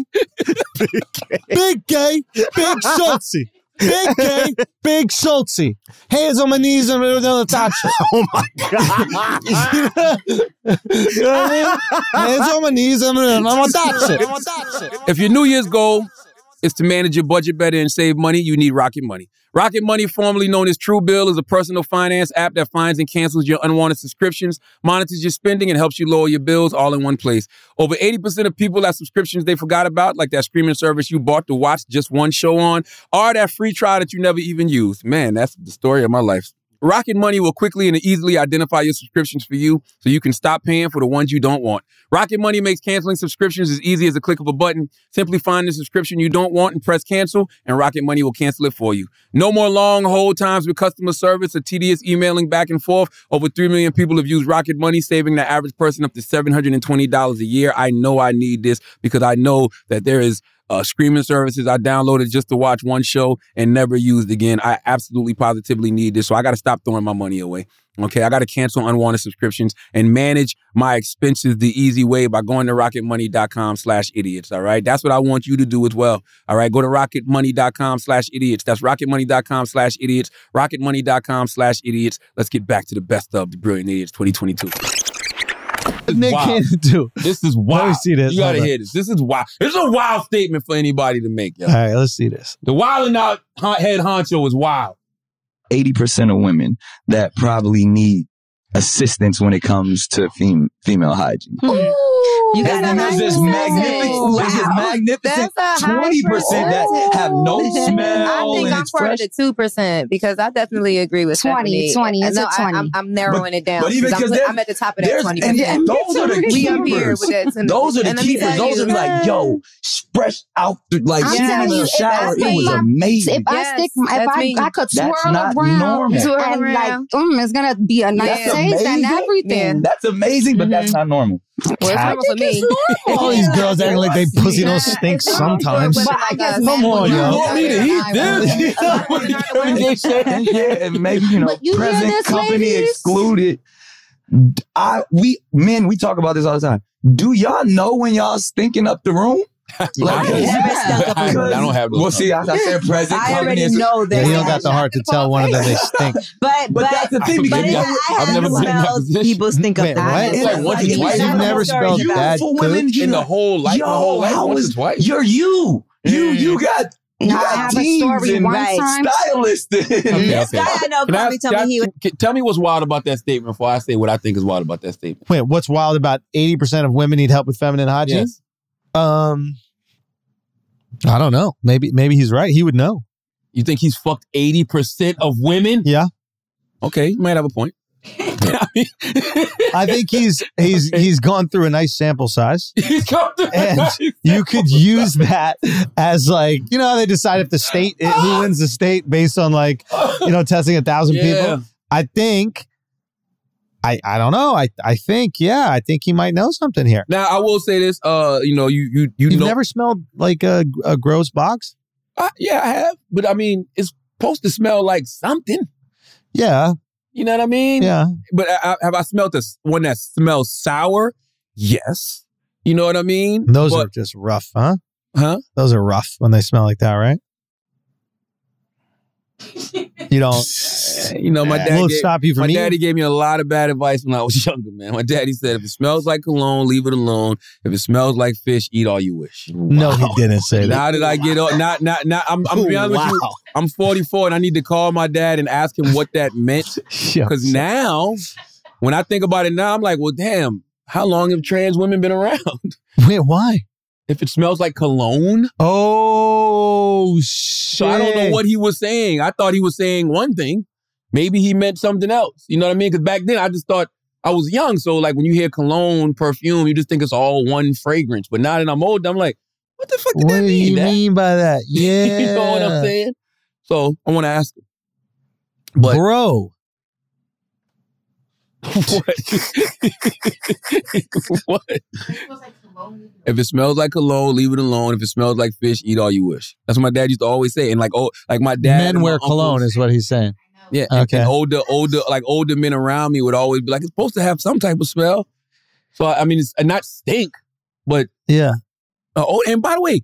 Speaker 1: big gay, big Schultzy. Big gay, big Schultzy. Hands on my knees and the top. Oh my god! you know what I mean? Hands on my knees. I'm gonna, I'm gonna dodge it. I'm gonna dodge it.
Speaker 2: If your New Year's goal is to manage your budget better and save money, you need Rocket Money. Rocket Money, formerly known as Truebill, is a personal finance app that finds and cancels your unwanted subscriptions, monitors your spending, and helps you lower your bills all in one place. Over 80% of people have subscriptions they forgot about, like that streaming service you bought to watch just one show on, or that free trial that you never even used. Man, that's the story of my life. Rocket Money will quickly and easily identify your subscriptions for you so you can stop paying for the ones you don't want. Rocket Money makes canceling subscriptions as easy as a click of a button. Simply find the subscription you don't want and press cancel, and Rocket Money will cancel it for you. No more long hold times with customer service or tedious emailing back and forth. Over 3 million people have used Rocket Money, saving the average person up to $720 a year. I know I need this because I know that there is uh, streaming services I downloaded just to watch one show and never used again. I absolutely positively need this, so I got to stop throwing my money away. Okay, I got to cancel unwanted subscriptions and manage my expenses the easy way by going to rocketmoney.com slash idiots. All right, that's what I want you to do as well. All right, go to rocketmoney.com slash idiots. That's rocketmoney.com slash idiots, rocketmoney.com slash idiots. Let's get back to the best of the brilliant idiots 2022.
Speaker 4: Nick can't do.
Speaker 2: This is wild.
Speaker 4: see this.
Speaker 2: You gotta
Speaker 4: Hold on.
Speaker 2: hear this. This is wild. This is a wild statement for anybody to make. Yo.
Speaker 4: All right, let's see this.
Speaker 2: The wild and out hon- head honcho is wild.
Speaker 1: 80% of women that probably need assistance when it comes to fem- female hygiene.
Speaker 11: You got
Speaker 1: And then there's this magnificent, there's this magnificent
Speaker 7: That's a high
Speaker 1: 20% that
Speaker 7: percentage.
Speaker 1: have no
Speaker 7: I
Speaker 1: smell
Speaker 7: think
Speaker 1: and
Speaker 7: I'm
Speaker 1: it's
Speaker 7: part
Speaker 1: fresh.
Speaker 7: of the two percent because I definitely agree with
Speaker 8: 20,
Speaker 7: Stephanie.
Speaker 8: 20, it's
Speaker 7: No,
Speaker 8: a
Speaker 7: I-
Speaker 8: 20.
Speaker 7: I'm, I'm narrowing
Speaker 8: But-
Speaker 7: it down.
Speaker 8: but even
Speaker 7: 'cause
Speaker 8: 'cause
Speaker 7: I'm, li-
Speaker 8: there's-
Speaker 7: I'm at the top of that
Speaker 8: there's-
Speaker 7: twenty
Speaker 8: and
Speaker 7: percent.
Speaker 8: those are the
Speaker 7: We up here with that. sentiment.
Speaker 1: Those are the
Speaker 7: And let me
Speaker 1: keepers.
Speaker 7: tell
Speaker 1: Those
Speaker 7: you-
Speaker 1: are like, yo, fresh out, the, like,
Speaker 8: I'm
Speaker 1: sitting
Speaker 8: telling
Speaker 1: in
Speaker 8: you,
Speaker 1: the
Speaker 8: if I
Speaker 1: shower,
Speaker 8: put
Speaker 1: it was
Speaker 8: my-
Speaker 1: amazing.
Speaker 8: If I stick, my, if
Speaker 7: that's
Speaker 8: I,
Speaker 7: me.
Speaker 8: I could swirl
Speaker 1: That's not
Speaker 8: around,
Speaker 1: normal.
Speaker 8: and
Speaker 1: Swirl
Speaker 8: like,
Speaker 7: around.
Speaker 8: mm, it's gonna be a nice
Speaker 1: That's
Speaker 8: taste and
Speaker 1: amazing.
Speaker 8: everything.
Speaker 1: Mm-hmm. That's amazing, but that's not normal.
Speaker 7: Well, it's Mm-hmm. normal for me.
Speaker 4: All these girls acting like they pussy don't stink sometimes.
Speaker 7: But I guess
Speaker 4: Come on,
Speaker 7: you
Speaker 4: yo.
Speaker 7: want me to eat
Speaker 1: this? yeah, and maybe you know,
Speaker 7: But you hear
Speaker 1: present
Speaker 7: this,
Speaker 1: company
Speaker 7: ladies?
Speaker 1: excluded. D- I we men we talk about this all the time. Do y'all know when y'all stinking up the room?
Speaker 2: I never stunk up a I- room. I don't have those
Speaker 1: Well, see, I, I said present
Speaker 8: I
Speaker 1: company.
Speaker 8: already
Speaker 1: exclu-
Speaker 8: know that.
Speaker 4: he don't got the heart to tell one of them they stink.
Speaker 8: But, but,
Speaker 1: that's the thing,
Speaker 8: But
Speaker 1: because
Speaker 8: if
Speaker 1: you-
Speaker 8: I
Speaker 1: I've
Speaker 8: have
Speaker 1: never been in that
Speaker 8: smells,
Speaker 2: position.
Speaker 8: people stink of
Speaker 4: Wait,
Speaker 8: that.
Speaker 4: what? It's like
Speaker 8: If
Speaker 4: once or twice.
Speaker 8: have
Speaker 4: You've
Speaker 8: a
Speaker 4: never
Speaker 8: story
Speaker 4: spelled
Speaker 8: about
Speaker 4: that
Speaker 8: it.
Speaker 1: beautiful women
Speaker 2: In the whole life, the whole life,
Speaker 1: how
Speaker 2: once
Speaker 1: is-
Speaker 2: or twice.
Speaker 1: You're you. You you got you
Speaker 8: Nah, I
Speaker 1: got
Speaker 8: have a
Speaker 1: teams
Speaker 8: story
Speaker 1: and
Speaker 8: one time.
Speaker 1: stylists.
Speaker 2: Okay, okay.
Speaker 8: I know
Speaker 2: Can I-
Speaker 8: probably told
Speaker 2: can I-
Speaker 8: me he was.
Speaker 2: can- tell me what's wild about that statement before I say what I think is wild about that statement.
Speaker 4: Wait, what's wild about 80% of women need help with feminine hygiene?
Speaker 2: Yes.
Speaker 4: Um I don't know. Maybe maybe he's right. He would know.
Speaker 2: You think he's fucked eighty percent of women?
Speaker 4: Yeah.
Speaker 2: Okay, you might have a point.
Speaker 4: I think he's he's he's gone through a nice sample size.
Speaker 2: He's come to
Speaker 4: And you could use that as like, you know how they decide if the state who wins the state based on like, you know, testing a thousand
Speaker 2: Yeah.
Speaker 4: people. I think I I don't know. I I think, yeah, I think he might know something here.
Speaker 2: Now I will say this. Uh, you know, you you you
Speaker 4: You've
Speaker 2: know,
Speaker 4: never smelled like a, a gross box?
Speaker 2: I, yeah, I have, but I mean, it's supposed to smell like something.
Speaker 4: Yeah.
Speaker 2: You know what I mean?
Speaker 4: Yeah.
Speaker 2: But I, I, have I smelled this one that smells sour? Yes. You know what I mean?
Speaker 4: Those
Speaker 2: But-
Speaker 4: are just rough, huh?
Speaker 2: Huh?
Speaker 4: Those are rough when they smell like that, right? you don't.
Speaker 2: You know, my
Speaker 4: Yeah.
Speaker 2: dad
Speaker 4: Will it
Speaker 2: gave,
Speaker 4: stop you from
Speaker 2: my
Speaker 4: eating?
Speaker 2: daddy gave me a lot of bad advice when I was younger, man. My daddy said, if it smells like cologne, leave it alone. If it smells like fish, eat all you wish.
Speaker 4: No, he didn't say that. Oh,
Speaker 2: Now that I get up, not not not I'm I'm to be honest with you.
Speaker 4: Wow.
Speaker 2: I'm 44 and I need to call my dad and ask him what that meant.
Speaker 4: Yeah.
Speaker 2: Because now, when I think about it now, I'm like, well, damn, how long have trans women been around?
Speaker 4: Wait, why?
Speaker 2: If it smells like cologne,
Speaker 4: Oh shit!
Speaker 2: so I don't know what he was saying. I thought he was saying one thing. Maybe he meant something else. You know what I mean? Because back then I just thought I was young. So like when you hear cologne, perfume, you just think it's all one fragrance. But now that I'm old, I'm like, what the fuck did
Speaker 4: What
Speaker 2: that
Speaker 4: do
Speaker 2: mean?
Speaker 4: you
Speaker 2: Dad?
Speaker 4: mean by that? Yeah,
Speaker 2: you know what I'm saying? So I want to ask him. But
Speaker 4: bro.
Speaker 2: what? what? If it smells like cologne, leave it alone. If it smells like fish, eat all you wish. That's what my dad used to always say. And like, oh, like my dad. and my
Speaker 4: Men wear
Speaker 2: uncles-
Speaker 4: cologne, is what he's saying.
Speaker 2: Yeah. and-
Speaker 4: Okay.
Speaker 2: And older, older, like older men around me would always be like, it's supposed to have some type of smell. So I mean, it's and not stink, but
Speaker 4: Yeah,
Speaker 2: uh, oh, and by the way,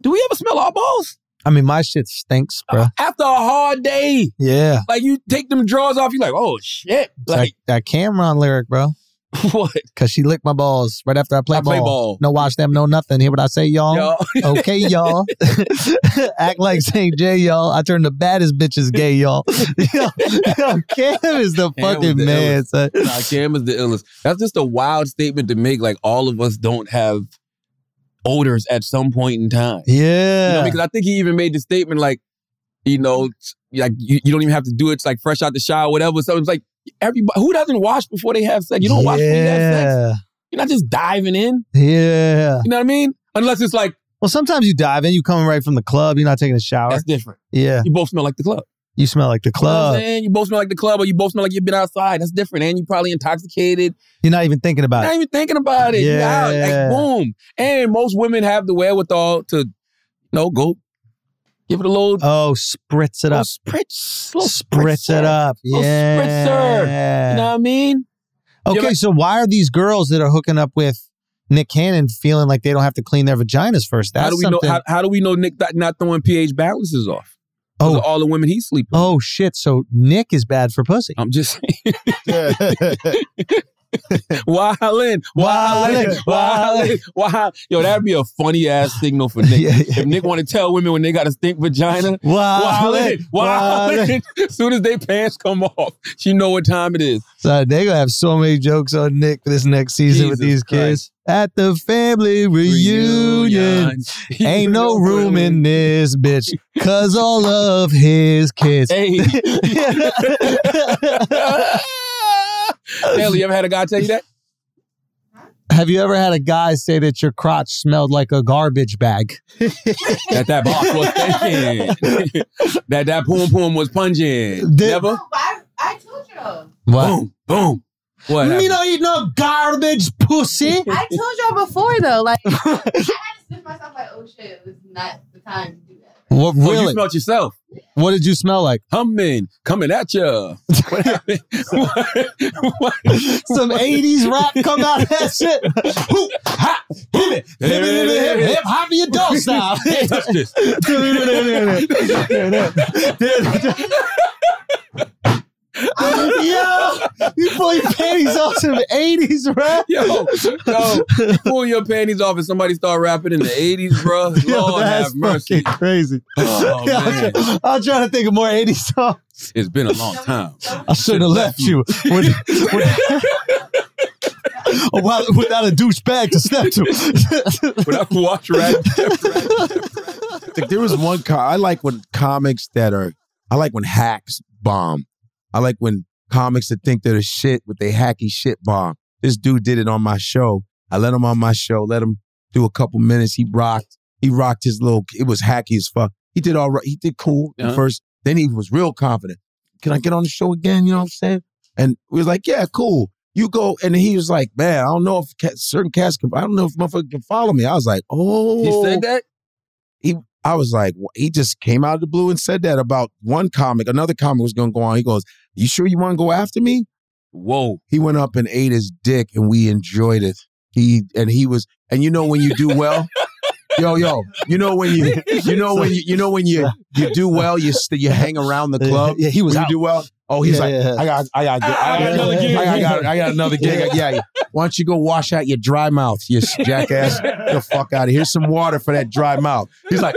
Speaker 2: do we ever smell our balls
Speaker 4: I mean my shit stinks, bro.
Speaker 2: after a hard day?
Speaker 4: Yeah,
Speaker 2: Like you take them drawers off, you're like, oh shit,
Speaker 4: It's
Speaker 2: like
Speaker 4: like that Cameron lyric, bro.
Speaker 2: what?
Speaker 4: Cause she licked my balls right after I played
Speaker 2: I play ball.
Speaker 4: No wash them, no nothing. Hear what I say, y'all?
Speaker 2: Yo.
Speaker 4: okay, y'all. Act like St. J, y'all. I turned the baddest bitches gay, y'all. yo, yo, Cam is the
Speaker 2: Cam was
Speaker 4: fucking
Speaker 2: the
Speaker 4: man.
Speaker 2: illest.
Speaker 4: son.
Speaker 2: Nah, Cam is the illest. That's just a wild statement to make. Like all of us don't have odors at some point in time. You know what I
Speaker 4: Yeah.
Speaker 2: mean? Because I think he even made the statement like, you know, it's- like you, you don't even have to do it. It's like fresh out the shower, whatever. So it's like everybody who doesn't wash before they have sex. You don't wash before you have sex.
Speaker 4: yeah.
Speaker 2: You're not just diving in.
Speaker 4: Yeah.
Speaker 2: You know what I mean? Unless it's like
Speaker 4: Well, sometimes you dive in, you coming right from the club, you're not taking a shower.
Speaker 2: that's different.
Speaker 4: Yeah.
Speaker 2: You both smell like the club.
Speaker 1: You smell like the
Speaker 2: You know what I'm
Speaker 1: club.
Speaker 2: saying? You both smell like the club, or you both smell like you've been outside. That's different, and you probably intoxicated.
Speaker 1: You're not even thinking about
Speaker 2: Not
Speaker 1: it.
Speaker 2: even thinking about it. You out, like,
Speaker 1: Yeah.
Speaker 2: boom. And most women have the wherewithal to, you know, go give it a little
Speaker 1: Oh, spritz it
Speaker 2: Little
Speaker 1: up.
Speaker 2: spritz, little
Speaker 1: Spritz it up.
Speaker 2: Little spritzer.
Speaker 1: Yeah.
Speaker 2: You know what I mean?
Speaker 1: Okay, so why are these girls that are hooking up with Nick Cannon feeling like they don't have to clean their vaginas first? That's
Speaker 2: how do we
Speaker 1: something.
Speaker 2: know? How, how do we know Nick not, not throwing pH balances off?
Speaker 1: Oh.
Speaker 2: Oh, all the women he's sleeping.
Speaker 1: oh shit! So Nick is bad for pussy.
Speaker 2: I'm just wildin', wildin', wildin', wild. Yo, that'd be a funny ass signal for Nick. If Nick want to tell women when they got a stink vagina,
Speaker 1: Wildin',
Speaker 2: wildin', wildin'. As soon as they pants come off, she know what time it is.
Speaker 1: So they gonna have so many jokes on Nick for this next season with
Speaker 2: Jesus
Speaker 1: these kids. At the family reunion, ain't no room in this bitch, cause all of his kids.
Speaker 2: Hey. Taylor, you ever had a guy tell you that?
Speaker 1: Have you ever had a guy say that your crotch smelled like a garbage bag?
Speaker 2: that that boss was thinking. that that poom poom was punching. Never.
Speaker 8: I told you.
Speaker 1: What?
Speaker 2: Boom boom. What?
Speaker 1: Me
Speaker 2: happened?
Speaker 1: don't eat no garbage, pussy.
Speaker 8: I told y'all before though, like I had to sniff myself like, oh shit, it was not the time.
Speaker 1: What
Speaker 2: Oh, you
Speaker 1: really?
Speaker 2: smelled yourself.
Speaker 1: what did you smell like?
Speaker 2: Humming, coming at you.
Speaker 1: Some '80s rap come out of that shit. Hoop, hop, hip it, hip it, hip it, hip it, hip hop your dog style.
Speaker 2: Touch this.
Speaker 1: Yo, you pull your panties off some '80s rap.
Speaker 2: Yo, yo, you pull your panties off and somebody start rapping in the 80s, bro. Lord
Speaker 1: Yo, that's
Speaker 2: have mercy.
Speaker 1: fucking crazy.
Speaker 2: Oh,
Speaker 1: Yo,
Speaker 2: man.
Speaker 1: I'm, try- I'm trying to think of more '80s songs.
Speaker 2: It's been a long time.
Speaker 1: I should have left you with, with- without- without a douchebag to step to.
Speaker 2: When I watch rap,
Speaker 3: Like, there was one. Co- I like when comics that are. I like when hacks bomb. I like when comics that think they're the shit with they hacky shit bomb. This dude did it on my show. I let him on my show. Let him do a couple minutes. He rocked. He rocked his little. It was hacky as fuck. He did all right. He did cool at
Speaker 2: Uh-huh.
Speaker 3: first. Then he was real confident. Can I get on the show again? You know what I'm saying? And we was like, yeah, cool. You go. And he was like, man, I don't know if cat, certain cats can. I don't know if motherfucker can follow me. I was like, oh,
Speaker 2: he said that?
Speaker 3: he I was like, wh- he just came out of the blue and said that about one comic. Another comic was gonna go on. He goes, You sure you wanna go after me?
Speaker 2: Whoa.
Speaker 3: He went up and ate his dick and we enjoyed it. He and he was and you know when you do well? Yo, yo, you know when you you know when you you know when you you do well, you st- you hang around the club.
Speaker 1: Yeah, he was
Speaker 3: When you
Speaker 1: out.
Speaker 3: do well. Oh, he's
Speaker 1: Yeah,
Speaker 3: like,
Speaker 1: yeah.
Speaker 3: I got I got I got another gig. I got I got another gig. Yeah, yeah. Why don't you go wash out your dry mouth, you jackass? Get the fuck out of here. Here's some water for that dry mouth. He's like,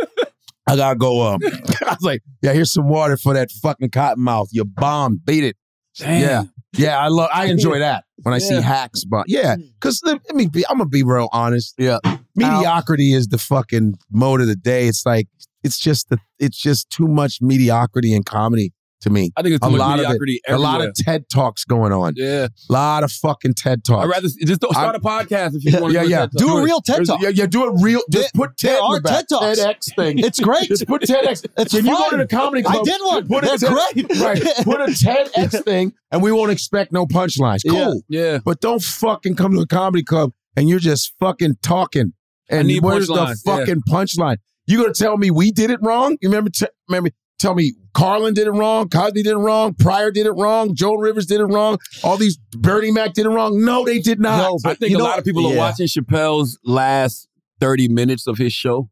Speaker 3: I gotta go. Um, I was like, yeah, here's some water for that fucking cotton mouth. You bomb, beat it.
Speaker 2: Damn.
Speaker 3: Yeah, yeah, I love, I enjoy that when I see
Speaker 2: Yeah. Hmm.
Speaker 3: hacks, but yeah, because let, let me be, I'm gonna be real honest. Yeah, mediocrity is the fucking mode of the day. It's like it's just the, it's just too much mediocrity in comedy to me.
Speaker 2: I think it's too
Speaker 3: a
Speaker 2: much
Speaker 3: lot
Speaker 2: mediocrity
Speaker 3: of it, a lot
Speaker 2: everywhere.
Speaker 3: of TED talks going on.
Speaker 2: Yeah.
Speaker 3: A lot of fucking TED talks.
Speaker 2: I'd rather just don't start a podcast if you want
Speaker 3: Yeah,
Speaker 2: to
Speaker 3: yeah.
Speaker 1: Do a real TED Talk.
Speaker 3: Yeah, yeah. Do a real. Just
Speaker 1: There-
Speaker 3: put TED.
Speaker 1: there
Speaker 3: in the
Speaker 1: are
Speaker 3: back.
Speaker 1: TED Talks.
Speaker 3: TEDx thing.
Speaker 1: It's great.
Speaker 3: Just put TEDx.
Speaker 1: It's
Speaker 3: When you go
Speaker 1: fun.
Speaker 3: to the comedy
Speaker 1: I
Speaker 3: club,
Speaker 1: did one.
Speaker 3: Put a
Speaker 1: They're great.
Speaker 3: Right. Put a TEDx thing, and we won't expect no punchlines. Cool.
Speaker 2: Yeah.
Speaker 3: But don't fucking come to a comedy club and you're just fucking talking. And
Speaker 2: need
Speaker 3: where's
Speaker 2: punchlines,
Speaker 3: the
Speaker 2: yeah.
Speaker 3: fucking punchline? You gonna tell me we did it wrong? You remember? T- remember? Tell me Carlin did it wrong, Cosby did it wrong, Pryor did it wrong, Joan Rivers did it wrong, all these Bernie Mac did it wrong. No, they did not.
Speaker 1: No,
Speaker 2: I think a lot of people are
Speaker 3: Yeah.
Speaker 2: watching Chappelle's last 30 minutes of his show.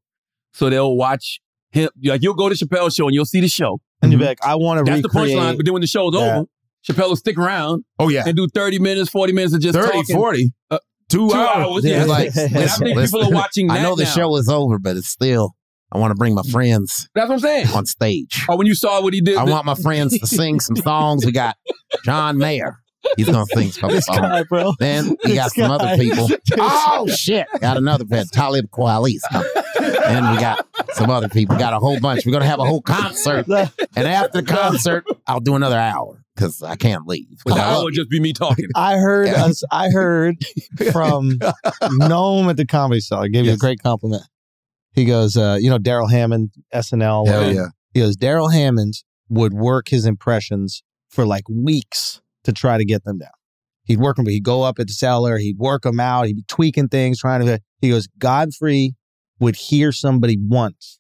Speaker 2: So they'll watch him. Like, you'll go to Chappelle's show and you'll see the show.
Speaker 1: And you're like, I want to
Speaker 2: That's the
Speaker 1: recreate.
Speaker 2: punchline. But then when the show's
Speaker 1: that.
Speaker 2: over, Chappelle will stick around
Speaker 3: Oh yeah,
Speaker 2: and do 30 minutes, 40 minutes of just
Speaker 3: 30,
Speaker 2: talking.
Speaker 3: 40.
Speaker 2: Uh,
Speaker 3: two,
Speaker 2: two
Speaker 3: hours.
Speaker 2: hours, yeah.
Speaker 3: It's like,
Speaker 2: And I
Speaker 3: listen,
Speaker 2: think
Speaker 3: listen.
Speaker 2: people are watching
Speaker 3: I
Speaker 2: that
Speaker 3: know the
Speaker 2: now.
Speaker 3: show is over, but it's still. I want to bring my friends
Speaker 2: That's what I'm saying.
Speaker 3: on stage.
Speaker 2: Or when you saw what he did.
Speaker 3: I
Speaker 2: the-
Speaker 3: want my friends to sing some songs. We got John Mayer. He's gonna sing some
Speaker 1: This
Speaker 3: songs.
Speaker 1: guy, bro.
Speaker 3: Then we got
Speaker 1: This
Speaker 3: some other
Speaker 1: guy.
Speaker 3: people.
Speaker 1: This
Speaker 3: Oh shit! Got another band, Talib Kweli's coming. Then we got some other people. Got a whole bunch. We're gonna have a whole concert. And after the concert, I'll do another hour because I can't leave.
Speaker 2: But
Speaker 3: 'Cause
Speaker 2: the
Speaker 3: I
Speaker 2: hour
Speaker 3: love
Speaker 2: would just be me talking.
Speaker 1: Uh, I heard us. I heard from Gnome at the Comedy Cell. I gave you a great compliment. He goes, uh, you know, Daryl Hammond, SNL.
Speaker 3: Hell
Speaker 1: whatever.
Speaker 3: yeah.
Speaker 1: He goes, Daryl Hammond would work his impressions for like weeks to try to get them down. He'd work them, but he'd go up at the cellar, he'd work them out, he'd be tweaking things, trying to. He goes, Godfrey would hear somebody once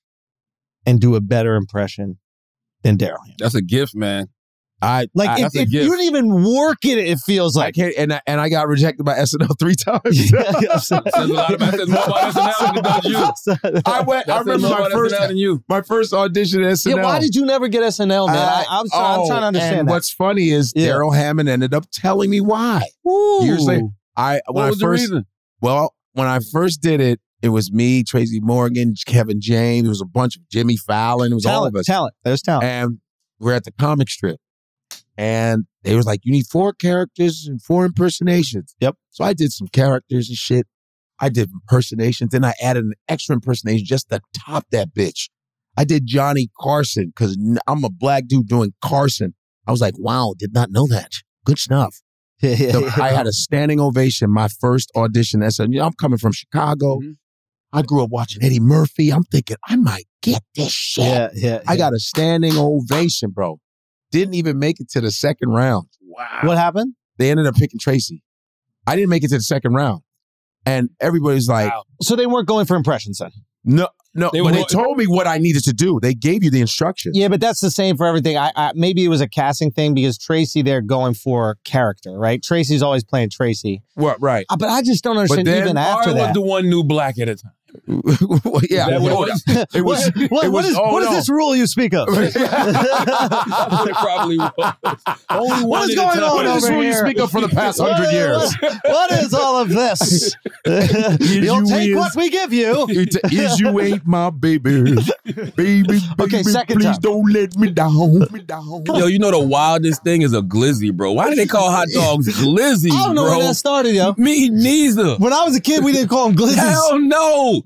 Speaker 1: and do a better impression than Daryl.
Speaker 2: That's a gift, man.
Speaker 3: I
Speaker 1: Like,
Speaker 3: I,
Speaker 1: if, if you didn't even work at it, it feels
Speaker 3: I
Speaker 1: like.
Speaker 3: can't, and I, and I got rejected by SNL three times.
Speaker 2: There's a lot of says more about SNL than it does you.
Speaker 3: I went. I
Speaker 2: That says
Speaker 3: remember
Speaker 2: more
Speaker 3: my
Speaker 2: about
Speaker 3: first
Speaker 2: SNL than you.
Speaker 3: my first audition at SNL.
Speaker 1: Yeah, why did you never get SNL, man? I, I'm, sorry, I'm
Speaker 3: oh,
Speaker 1: trying to
Speaker 3: and
Speaker 1: understand that.
Speaker 3: What's funny is
Speaker 1: Yeah.
Speaker 3: Daryl Hammond ended up telling me why. Years later, I when
Speaker 2: What
Speaker 3: I
Speaker 2: was the
Speaker 3: first
Speaker 2: reason?
Speaker 3: well when I first did it, it was me, Tracy Morgan, Kevin James. It was a bunch of Jimmy Fallon. It was all of
Speaker 1: Talent,
Speaker 3: us.
Speaker 1: talent. There's talent.
Speaker 3: And we're at the comic strip, and they was like, "You need four characters and four impersonations." Yep. So I did some characters and shit. I did impersonations, then I added an extra impersonation just to top that bitch. I did Johnny Carson because I'm a black dude doing Carson. I was like, wow, did not know that. Good stuff. The- I had a standing ovation my first audition. That's you know, I'm coming from Chicago. I grew up watching Eddie Murphy. I'm thinking I might get this shit.
Speaker 1: Yeah, yeah.
Speaker 3: I got a standing ovation, bro. Didn't even make it to the second round.
Speaker 1: What happened?
Speaker 3: They ended up picking Tracy. I didn't make it to the second round, and everybody's like,
Speaker 1: So they weren't going for impressions then.
Speaker 3: "No, no."
Speaker 2: They
Speaker 3: but
Speaker 2: were-
Speaker 3: they told me what I needed to do. They gave you the instructions.
Speaker 1: Yeah, but that's the same for everything. I, I maybe it was a casting thing because Tracy they're going for character, right? Tracy's always playing Tracy.
Speaker 3: What? Right.
Speaker 1: Uh, But I just don't understand
Speaker 3: then
Speaker 1: even after
Speaker 2: Ari was
Speaker 1: that.
Speaker 2: the one new black at a time.
Speaker 3: Well, yeah.
Speaker 2: That
Speaker 3: well,
Speaker 2: was-
Speaker 3: it was.
Speaker 1: what, what-
Speaker 3: it
Speaker 1: what
Speaker 3: was.
Speaker 1: is,
Speaker 3: oh,
Speaker 1: what is
Speaker 3: no.
Speaker 1: this rule you speak of?
Speaker 2: That's what it probably was. Only one
Speaker 1: What is
Speaker 2: at a
Speaker 1: going
Speaker 2: time.
Speaker 1: on
Speaker 3: What is this
Speaker 1: over
Speaker 3: rule you
Speaker 1: here?
Speaker 3: speak of for the past
Speaker 1: What
Speaker 3: hundred
Speaker 1: is-
Speaker 3: years?
Speaker 1: What is all of this? You'll
Speaker 3: you
Speaker 1: take
Speaker 3: is.
Speaker 1: what we give you.
Speaker 3: It is you ain't my baby, baby. baby
Speaker 1: Okay, second
Speaker 3: please
Speaker 1: time.
Speaker 3: don't let me down, me down.
Speaker 2: Yo, you know the wildest thing is a glizzy, bro. Why do they call hot dogs glizzy,
Speaker 1: I don't know
Speaker 2: bro?
Speaker 1: where that started, yo.
Speaker 2: Me neither.
Speaker 1: When I was a kid, we didn't call them glizzies.
Speaker 2: Hell no.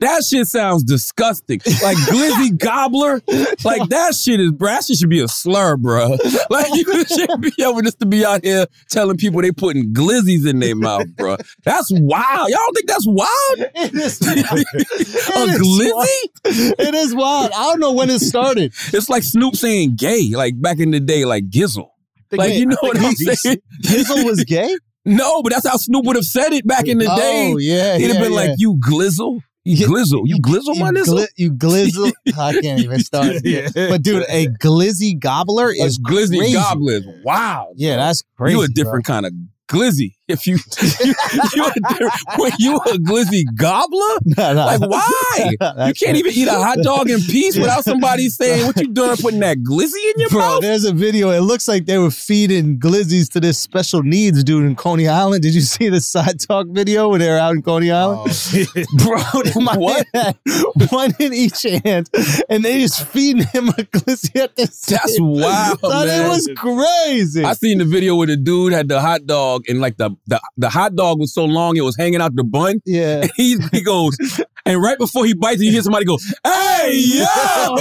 Speaker 2: That shit sounds disgusting. Like glizzy gobbler. Like that shit is, bruh, that shit should be a slur, bro. Like you should be able just to be out here telling people they putting glizzies in their mouth, bro. That's wild. Y'all think that's wild?
Speaker 1: It is,
Speaker 2: A
Speaker 1: It is
Speaker 2: glizzy?
Speaker 1: it is wild. I don't know when it started.
Speaker 2: It's like Snoop saying gay, like back in the day, like gizzle. Like you know what I'm saying?
Speaker 1: Gizzle was gay?
Speaker 2: No, but that's how Snoop would have said it back in the day.
Speaker 1: Oh, yeah.
Speaker 2: He'd have
Speaker 1: yeah,
Speaker 2: been
Speaker 1: yeah.
Speaker 2: like, "You glizzle, you
Speaker 1: Yeah.
Speaker 2: glizzle, you glizzle,
Speaker 1: you,
Speaker 2: my nizzle."
Speaker 1: gli- you glizzle. I can't even start. But dude, a glizzy gobbler
Speaker 2: A
Speaker 1: is
Speaker 2: glizzy
Speaker 1: crazy.
Speaker 2: goblin. Wow.
Speaker 1: Yeah, that's crazy.
Speaker 2: you a different kind of glizzy. If you you, you, a, different- wait, you a glizzy gobbler?
Speaker 1: bro. No, no.
Speaker 2: Like why? You
Speaker 1: That's
Speaker 2: can't even eat a hot dog in peace without somebody saying, "What you doing? Putting that glizzy in your
Speaker 1: Bro,
Speaker 2: mouth?"
Speaker 1: there's a video. It looks like they were feeding glizzies to this special needs dude in Coney Island. Did you see the side talk video when they were out in Coney Island? Bro, my
Speaker 2: Oh, What?
Speaker 1: man had one in each hand, and they just feeding him a glizzy at the same
Speaker 2: That's wild,
Speaker 1: Son,
Speaker 2: man.
Speaker 1: It was crazy.
Speaker 2: I seen the video where the dude had the hot dog and like the the, the hot dog was so long it was hanging out the bun.
Speaker 1: yeah.
Speaker 2: He, he goes, and right before he bites, you hear somebody go, "Hey yo!"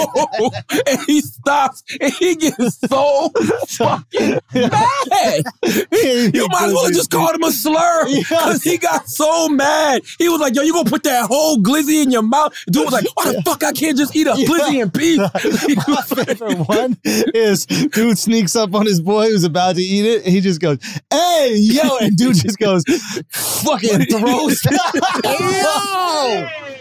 Speaker 2: and he stops, and he gets so fucking mad. You might as well have just called him a slur because he got so mad. He was like, "Yo, you gonna put that whole glizzy in your mouth?" Dude was like, "Why the fuck I can't just eat a glizzy in peace?"
Speaker 1: My favorite one is dude sneaks up on his boy who's about to eat it. And he just goes, "Hey, yo!" And dude just goes, "Fucking throws."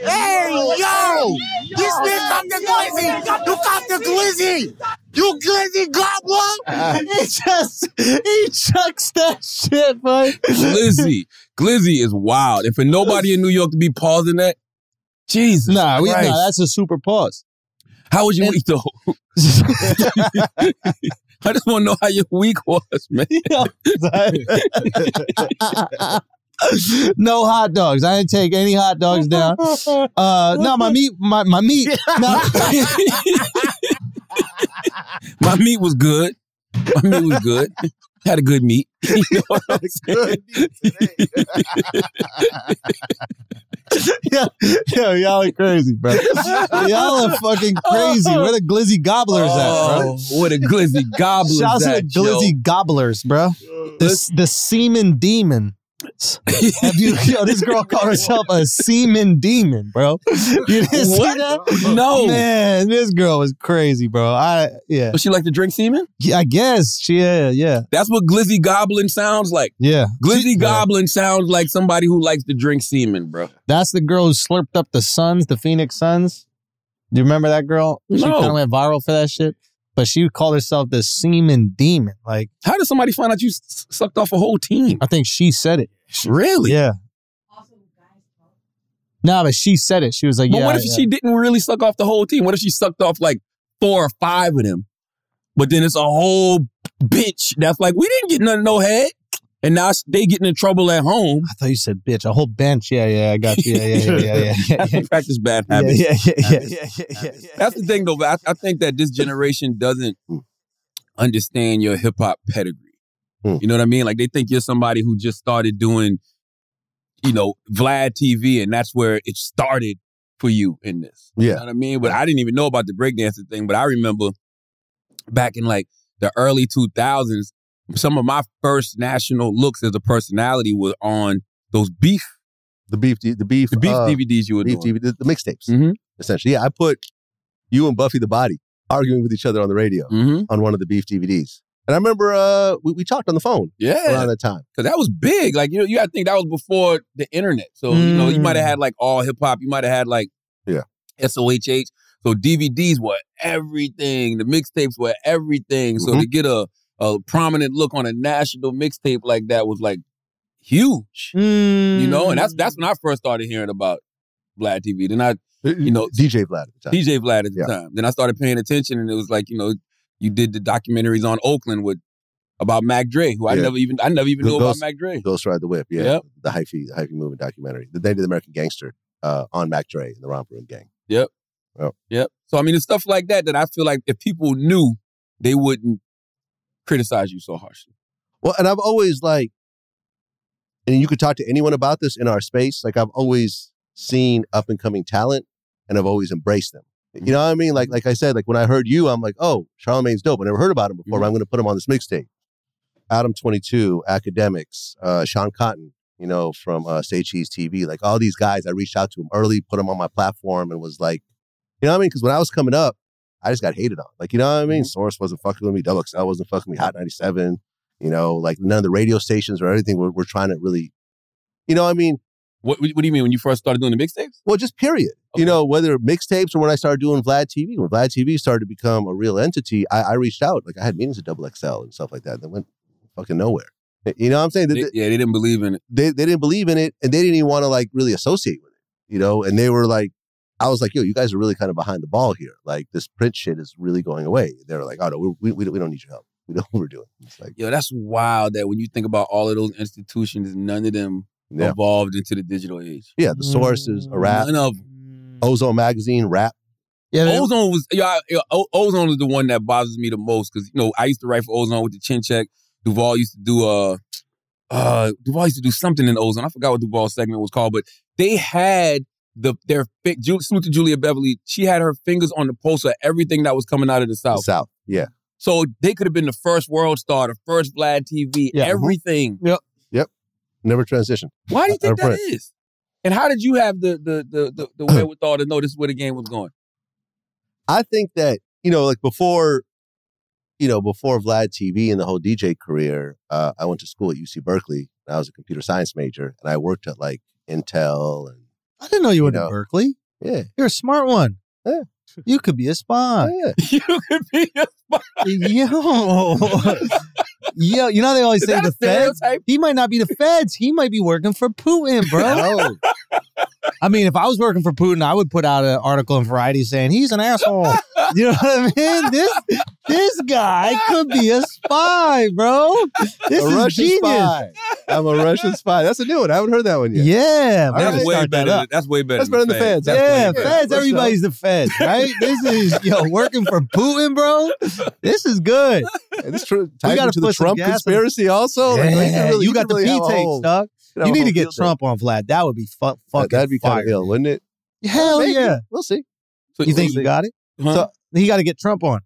Speaker 7: Yo! Hey, yo! This nigga got the glizzy! You got the glizzy! You glizzy got one?
Speaker 1: he just he chucks that shit, boy.
Speaker 2: glizzy, glizzy is wild, and for nobody in New York to be pausing that, Jesus,
Speaker 1: Nah, we, nah,
Speaker 2: Christ.
Speaker 1: that's a super pause.
Speaker 2: how was your
Speaker 1: and-
Speaker 2: week though? I just want to know how your week was, man.
Speaker 1: no hot dogs. I didn't take any hot dogs down. Uh, no, my meat, my, my meat. No,
Speaker 2: My meat was good. My meat was good. Had a good meat. You know what I'm saying?
Speaker 1: yo, yo, y'all are crazy, bro. Y'all are fucking crazy. Where the glizzy gobblers at,
Speaker 2: Oh,
Speaker 1: bro?
Speaker 2: what a glizzy gobbler!
Speaker 1: Shouts to the glizzy gobblers, bro. The, the semen demon.
Speaker 4: demons. Have you, yo, this girl called herself a semen demon, bro. You didn't see
Speaker 2: What?
Speaker 4: that?
Speaker 2: No.
Speaker 4: Man, this girl is crazy, bro. I yeah.
Speaker 2: Does she like to drink semen?
Speaker 4: Yeah, I guess. She yeah, yeah.
Speaker 2: That's what Glizzy Goblin sounds like.
Speaker 4: Yeah.
Speaker 2: Glizzy Goblin sounds like somebody who likes to drink semen, bro.
Speaker 4: That's the girl who slurped up the Suns, the Phoenix Suns. Do you remember that girl? She
Speaker 2: No.
Speaker 4: kind of went viral for that shit. But she called herself the semen demon. Like,
Speaker 2: how did somebody find out you s- sucked off a whole team?
Speaker 4: I think she said it.
Speaker 2: Really?
Speaker 4: Yeah. No, but she said it. She was like,
Speaker 2: But
Speaker 4: yeah.
Speaker 2: what if
Speaker 4: yeah.
Speaker 2: she didn't really suck off the whole team? What if she sucked off like four or five of them? But then it's a whole bitch that's like, we didn't get none no head. And now s- they getting in trouble at home.
Speaker 4: I thought you said bitch. A whole bench. Yeah, yeah, I got you. Yeah, yeah, yeah, yeah, yeah, yeah.
Speaker 2: That's the practice bad
Speaker 4: Yeah,
Speaker 2: habits.
Speaker 4: yeah, yeah, yeah,
Speaker 2: Habits.
Speaker 4: yeah, yeah, yeah, yeah.
Speaker 2: That's the thing, though. I, I think that this generation doesn't understand your hip hop pedigree. You know what I mean? Like they think you're somebody who just started doing, you know, Vlad TV, and that's where it started for you in this. You
Speaker 3: Yeah.
Speaker 2: know what I mean? But I didn't even know about the breakdancing thing, but I remember back in like the early 2000s, some of my first national looks as a personality was on those beef.
Speaker 9: The beef, the beef,
Speaker 2: the beef
Speaker 9: uh,
Speaker 2: DVDs you were
Speaker 9: beef
Speaker 2: doing. Mm-hmm.
Speaker 9: DVD, the, the mixtapes, essentially. Yeah, I put you and Buffy the Body arguing with each other on the radio
Speaker 2: Mm-hmm.
Speaker 9: on one of the beef DVDs. And I remember uh, we, we talked on the phone
Speaker 2: Yeah.
Speaker 9: around that time.
Speaker 2: Cause that was big. Like you know, you gotta think that was before the internet. So you know, you
Speaker 9: Mm.
Speaker 2: might have had like all hip hop. You might have had like
Speaker 9: Yeah.
Speaker 2: SOHH. So DVDs were everything. The mixtapes were everything. So
Speaker 9: Mm-hmm.
Speaker 2: to get a a prominent look on a national mixtape like that was like huge. You know, and
Speaker 1: Mm.
Speaker 2: that's that's when I first started hearing about Vlad TV. Then I, you know,
Speaker 9: DJ Uh, Vlad at the time.
Speaker 2: DJ Vlad at the
Speaker 9: Yeah.
Speaker 2: time. Then I started paying attention, and it was like you know, you did the documentaries on Oakland with about Mac Dre, who I
Speaker 9: Yeah.
Speaker 2: never even I never even
Speaker 9: The
Speaker 2: knew about
Speaker 9: Ghost-
Speaker 2: Mac Dre.
Speaker 9: Ghost Ride the Whip, yeah.
Speaker 2: Yep.
Speaker 9: The hyphy, the hyphy movement documentary. The Native American Gangster uh, on Mac Dre and the Romper Room Gang.
Speaker 2: Yep.
Speaker 9: Yep.
Speaker 2: Yep. So I mean, it's stuff like that that I feel like if people knew, they wouldn't criticize you so harshly.
Speaker 9: Well, and I've always like, and you could talk to anyone about this in our space. Like I've always seen up and coming talent, and I've always embraced them. You know what I mean? Like like I said, like when I heard you, I'm like, oh, Charlemagne's dope. I never heard about him before. But I'm going to put him on this mixtape. Adam Twenty Two, Academics, uh, Sean Cotton, you know from uh, Say Cheese TV. Like all these guys, I reached out to them early, put them on my platform, and was like, you know what I mean? Because when I was coming up, I just got hated on. Like you know what I mean? Source wasn't fucking with me. Double XL wasn't fucking with me. Hot ninety seven. You know, like none of the radio stations or anything were, were trying to really, you know, what I mean,
Speaker 2: What What do you mean when you first started doing the mixtapes?
Speaker 9: Well, just period. You know, whether mixtapes or when I started doing Vlad TV, when Vlad TV started to become a real entity, I, I reached out. Like I had meetings at Double XL and stuff like that. That went fucking nowhere. You know what I'm saying? They-
Speaker 2: yeah, they didn't believe in it.
Speaker 9: They they didn't believe in it, and they didn't even want to like really associate with it. You know, and they were like, I was like, yo, you guys are really kind of behind the ball here. Like this print shit is really going away. They were like, oh no, we we, we, don't, we don't need your help. We know what we're doing. It's like,
Speaker 2: Yo, that's wild. That when you think about all of those institutions, none of them
Speaker 9: Yeah.
Speaker 2: evolved into the digital age.
Speaker 9: yeah, the source is a rap.
Speaker 2: None of
Speaker 9: Ozone magazine rap.
Speaker 2: Ozone was yeah, yeah, O- Ozone is the one that bothers me the most because you know I used to write for Ozone with the chin check. Duval used to do uh uh Duval used to do something in Ozone. I forgot what Duval's segment was called, but they had the their fi- Ju- salute to Julia Beverly. She had her fingers on the pulse of everything that was coming out of the South.
Speaker 9: South, yeah.
Speaker 2: So they could have been the first world star, the first Vlad TV, everything.
Speaker 4: Yep.
Speaker 9: Yep. Never transitioned.
Speaker 2: Why do you
Speaker 9: Out
Speaker 2: think
Speaker 9: of
Speaker 2: that
Speaker 9: print.
Speaker 2: is? And how did you have the the the the, the wherewithal to know this is where the game was going?
Speaker 9: I think that you know, like before, you know, before Vlad TV and the whole DJ career, uh, I went to school at UC Berkeley. And I was a computer science major, and I worked at like Intel and
Speaker 4: I didn't know you went to Berkeley.
Speaker 9: Yeah.
Speaker 4: You're a smart one.
Speaker 9: Yeah.
Speaker 4: You could be a spy.
Speaker 9: Yeah.
Speaker 2: You could be a spy.
Speaker 4: Yo. Yo, you know they always
Speaker 7: Is
Speaker 4: say
Speaker 7: that a
Speaker 4: the feds.
Speaker 7: stereotype?
Speaker 4: He might not be the feds. He might be working for Putin, bro. I mean, if I was working for Putin, I would put out an article in Variety saying he's an asshole. You know what I mean? This this guy could be a spy, bro. This
Speaker 9: a
Speaker 4: is
Speaker 9: Russian
Speaker 4: genius.
Speaker 9: spy. I'm a Russian spy. That's a new one. I haven't heard that one yet.
Speaker 4: Yeah,
Speaker 9: All right.
Speaker 2: That's way better. than- that's way better.
Speaker 9: That's better than the feds. That's
Speaker 4: yeah,
Speaker 9: way better.
Speaker 4: feds.
Speaker 9: For sure.
Speaker 4: Everybody's the feds, right? this is yo working for Putin, bro. This is good.
Speaker 9: This true.
Speaker 4: We
Speaker 9: ties
Speaker 4: got
Speaker 9: into the Trump conspiracy also. Like, like,
Speaker 4: Yeah,
Speaker 9: you really-
Speaker 4: you,
Speaker 9: you
Speaker 4: got
Speaker 9: could really
Speaker 4: the
Speaker 9: have
Speaker 4: P
Speaker 9: a whole-
Speaker 4: takes, dog.
Speaker 9: could have
Speaker 4: You
Speaker 9: a
Speaker 4: need to
Speaker 9: whole
Speaker 4: get
Speaker 9: field day.
Speaker 4: Trump on Vlad. That would be fu- fucking.
Speaker 9: That'd be kind
Speaker 4: fire.
Speaker 9: of ill, wouldn't it?
Speaker 4: Hell
Speaker 9: Maybe.
Speaker 4: yeah.
Speaker 9: We'll see.
Speaker 4: you think he got it?
Speaker 2: Huh?
Speaker 4: he got to get Trump on.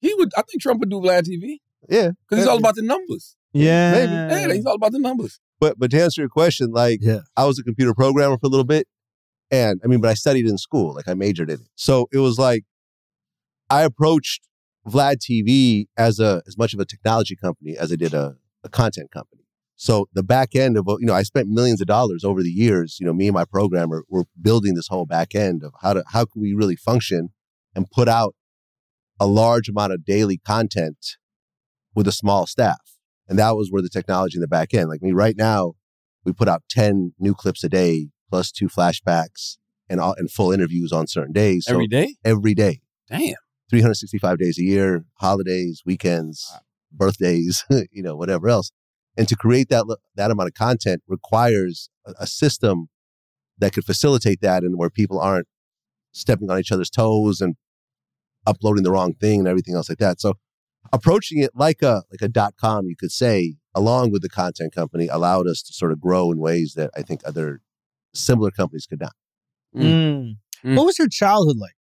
Speaker 2: He would. I think Trump would do Vlad TV.
Speaker 9: Yeah,
Speaker 2: because he's all about the numbers.
Speaker 4: Yeah.
Speaker 2: Yeah, he's all about the numbers.
Speaker 9: But but to answer your question, like I was a computer programmer for a little bit, and I mean, but I studied in school, like I majored in it. So it was like I approached Vlad TV as a as much of a technology company as I did a, a content company. So the back end of you know I spent millions of dollars over the years. You know, me and my programmer were building this whole back end of how to how can we really function and put out a large amount of daily content with a small staff. And that was where the technology in the back end, like me right now, we put out 10 new clips a day plus two flashbacks and all, and full interviews on certain days.
Speaker 12: Every day?
Speaker 9: Every day.
Speaker 12: Damn.
Speaker 9: 365 days a year, holidays, weekends, birthdays, you know, whatever else. And to create that lo- that amount of content requires a, a system that could facilitate that and where people aren't stepping on each other's toes and uploading the wrong thing and everything else like that. So approaching it like a like a dot com, you could say, along with the content company, allowed us to sort of grow in ways that I think other similar companies could not.
Speaker 4: Mm. What was your childhood like?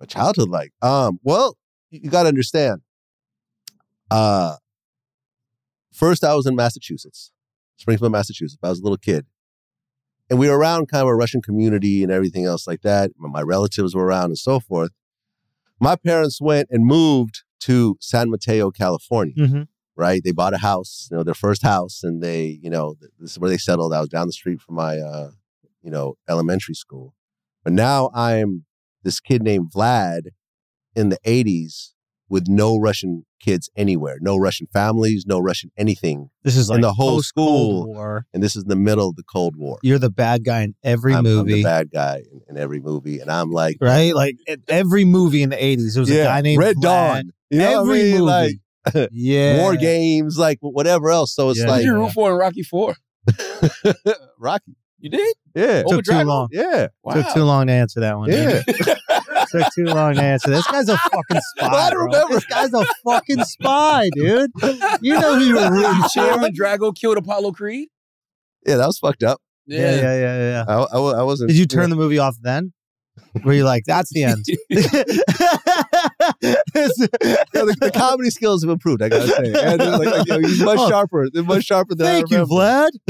Speaker 9: My childhood like? Um, well, you you gotta understand. Uh first I was in Massachusetts, Springfield, Massachusetts. I was a little kid. And we were around kind of a Russian community and everything else like that. My- My relatives were around and so forth. My parents went and moved to San Mateo, California. right? They bought a house, you know, their first house, and they, you know, th- this is where they settled. I was down the street from my, uh, you know, elementary school. But now I'm this kid named Vlad in the 80s with no Russian kids anywhere, no Russian families, no Russian anything.
Speaker 4: This is like
Speaker 9: in the whole
Speaker 4: post-Cold
Speaker 9: school.
Speaker 4: War.
Speaker 9: And this is in the middle of the Cold War.
Speaker 4: You're the bad guy in every
Speaker 9: I'm, I'm the
Speaker 4: movie,
Speaker 9: bad guy in, in every movie. And I'm like,
Speaker 4: right? Like at every movie in the '80s, there was a guy named
Speaker 9: Red
Speaker 4: Vlad.
Speaker 9: Dawn. You know what I
Speaker 4: every
Speaker 9: mean?
Speaker 4: movie.
Speaker 9: Like,
Speaker 4: yeah.
Speaker 9: War games, like whatever else. So it's
Speaker 4: Yeah.
Speaker 9: like
Speaker 4: Who'd you
Speaker 2: root for in Rocky Four?
Speaker 9: Rocky.
Speaker 2: You did?
Speaker 9: Yeah.
Speaker 4: Took too long.
Speaker 9: Yeah.
Speaker 4: Took too long to answer that one.
Speaker 9: Yeah.
Speaker 4: Took too long to answer. This guy's a fucking spy.
Speaker 9: I
Speaker 4: bro.
Speaker 9: remember.
Speaker 4: This guy's a fucking spy, dude. You know who you were rooting for.
Speaker 2: Chairman Drago killed Apollo Creed.
Speaker 9: Yeah, that was fucked up.
Speaker 4: Yeah, yeah, yeah, yeah. yeah.
Speaker 9: I, I, wa- I wasn't.
Speaker 4: Did you turn the movie off then? Were you like, that's the end?
Speaker 9: Yeah, the, the comedy skills have improved. I gotta say, and they're like, like, yo, he's much
Speaker 4: Oh.
Speaker 9: sharper. They're much sharper than
Speaker 4: Thank
Speaker 9: I
Speaker 4: you,
Speaker 9: remember.
Speaker 4: Vlad.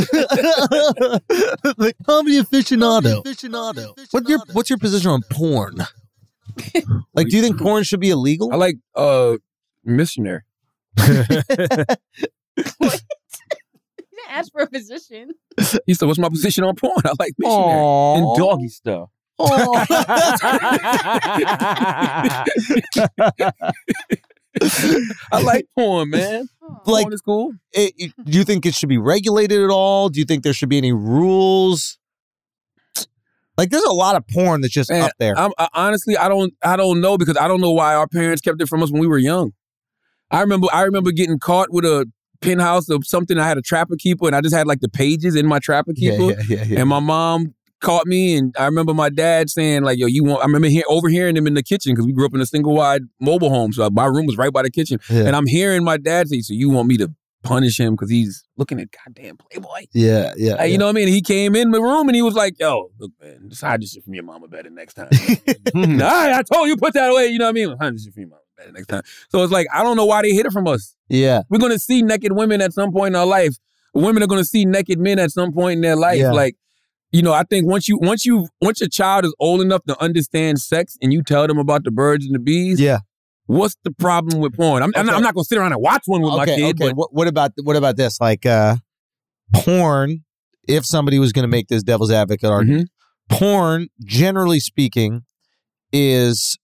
Speaker 4: the comedy aficionado. What's your What's your position on porn? like, do you think porn should be illegal?
Speaker 2: I like uh missionary.
Speaker 8: You didn't ask for a position.
Speaker 2: He said, "What's my position on porn? I like missionary and doggy stuff."
Speaker 4: Oh.
Speaker 2: I like porn, man.
Speaker 4: like porn
Speaker 2: is cool.
Speaker 4: It, it- do you think it should be regulated at all? Do you think there should be any rules? Like, there's a lot of porn that's just
Speaker 2: Man,
Speaker 4: up there.
Speaker 2: I'm, I, honestly, I don't, I don't know because I don't know why our parents kept it from us when we were young. I remember, I remember getting caught with a penthouse of something. I had a trapper keeper, and I just had like the pages in my trapper keeper.
Speaker 4: yeah,
Speaker 2: And my mom caught me, and I remember my dad saying, like, yo, you want, I remember hear, overhearing him in the kitchen because we grew up in a single wide mobile home. So my room was right by the kitchen.
Speaker 4: Yeah.
Speaker 2: And I'm hearing my dad say, so you want me to punish him because he's looking at goddamn Playboy?
Speaker 4: yeah, yeah.
Speaker 2: Like, You know what I mean? He came in the room and he was like, yo, look, man, just hide this shit from your mama better next time. All right, I told you, put that away. You know what I mean? Hide this shit from your mama better next time. So it's like, I don't know why they hid it from us.
Speaker 4: yeah.
Speaker 2: We're gonna see naked women at some point in our life. Women are gonna see naked men at some point in their life.
Speaker 4: Yeah.
Speaker 2: Like, you know, I think once you once you once your child is old enough to understand sex and you tell them about the birds and the bees,
Speaker 4: Yeah.
Speaker 2: what's the problem with porn? I'm, I'm, not, I'm not gonna sit around and watch one with my
Speaker 4: okay,
Speaker 2: kid,
Speaker 4: okay.
Speaker 2: but
Speaker 4: what, what about what about this? Like uh porn, if somebody was gonna make this devil's
Speaker 2: Mm-hmm.
Speaker 4: advocate argument, porn, generally speaking, is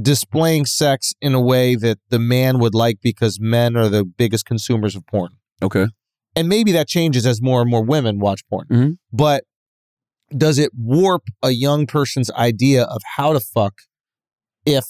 Speaker 4: displaying sex in a way that the man would like because men are the biggest consumers of porn.
Speaker 2: Okay.
Speaker 4: And maybe that changes as more and more women watch porn.
Speaker 2: Mm-hmm.
Speaker 4: But does it warp a young person's idea of how to fuck if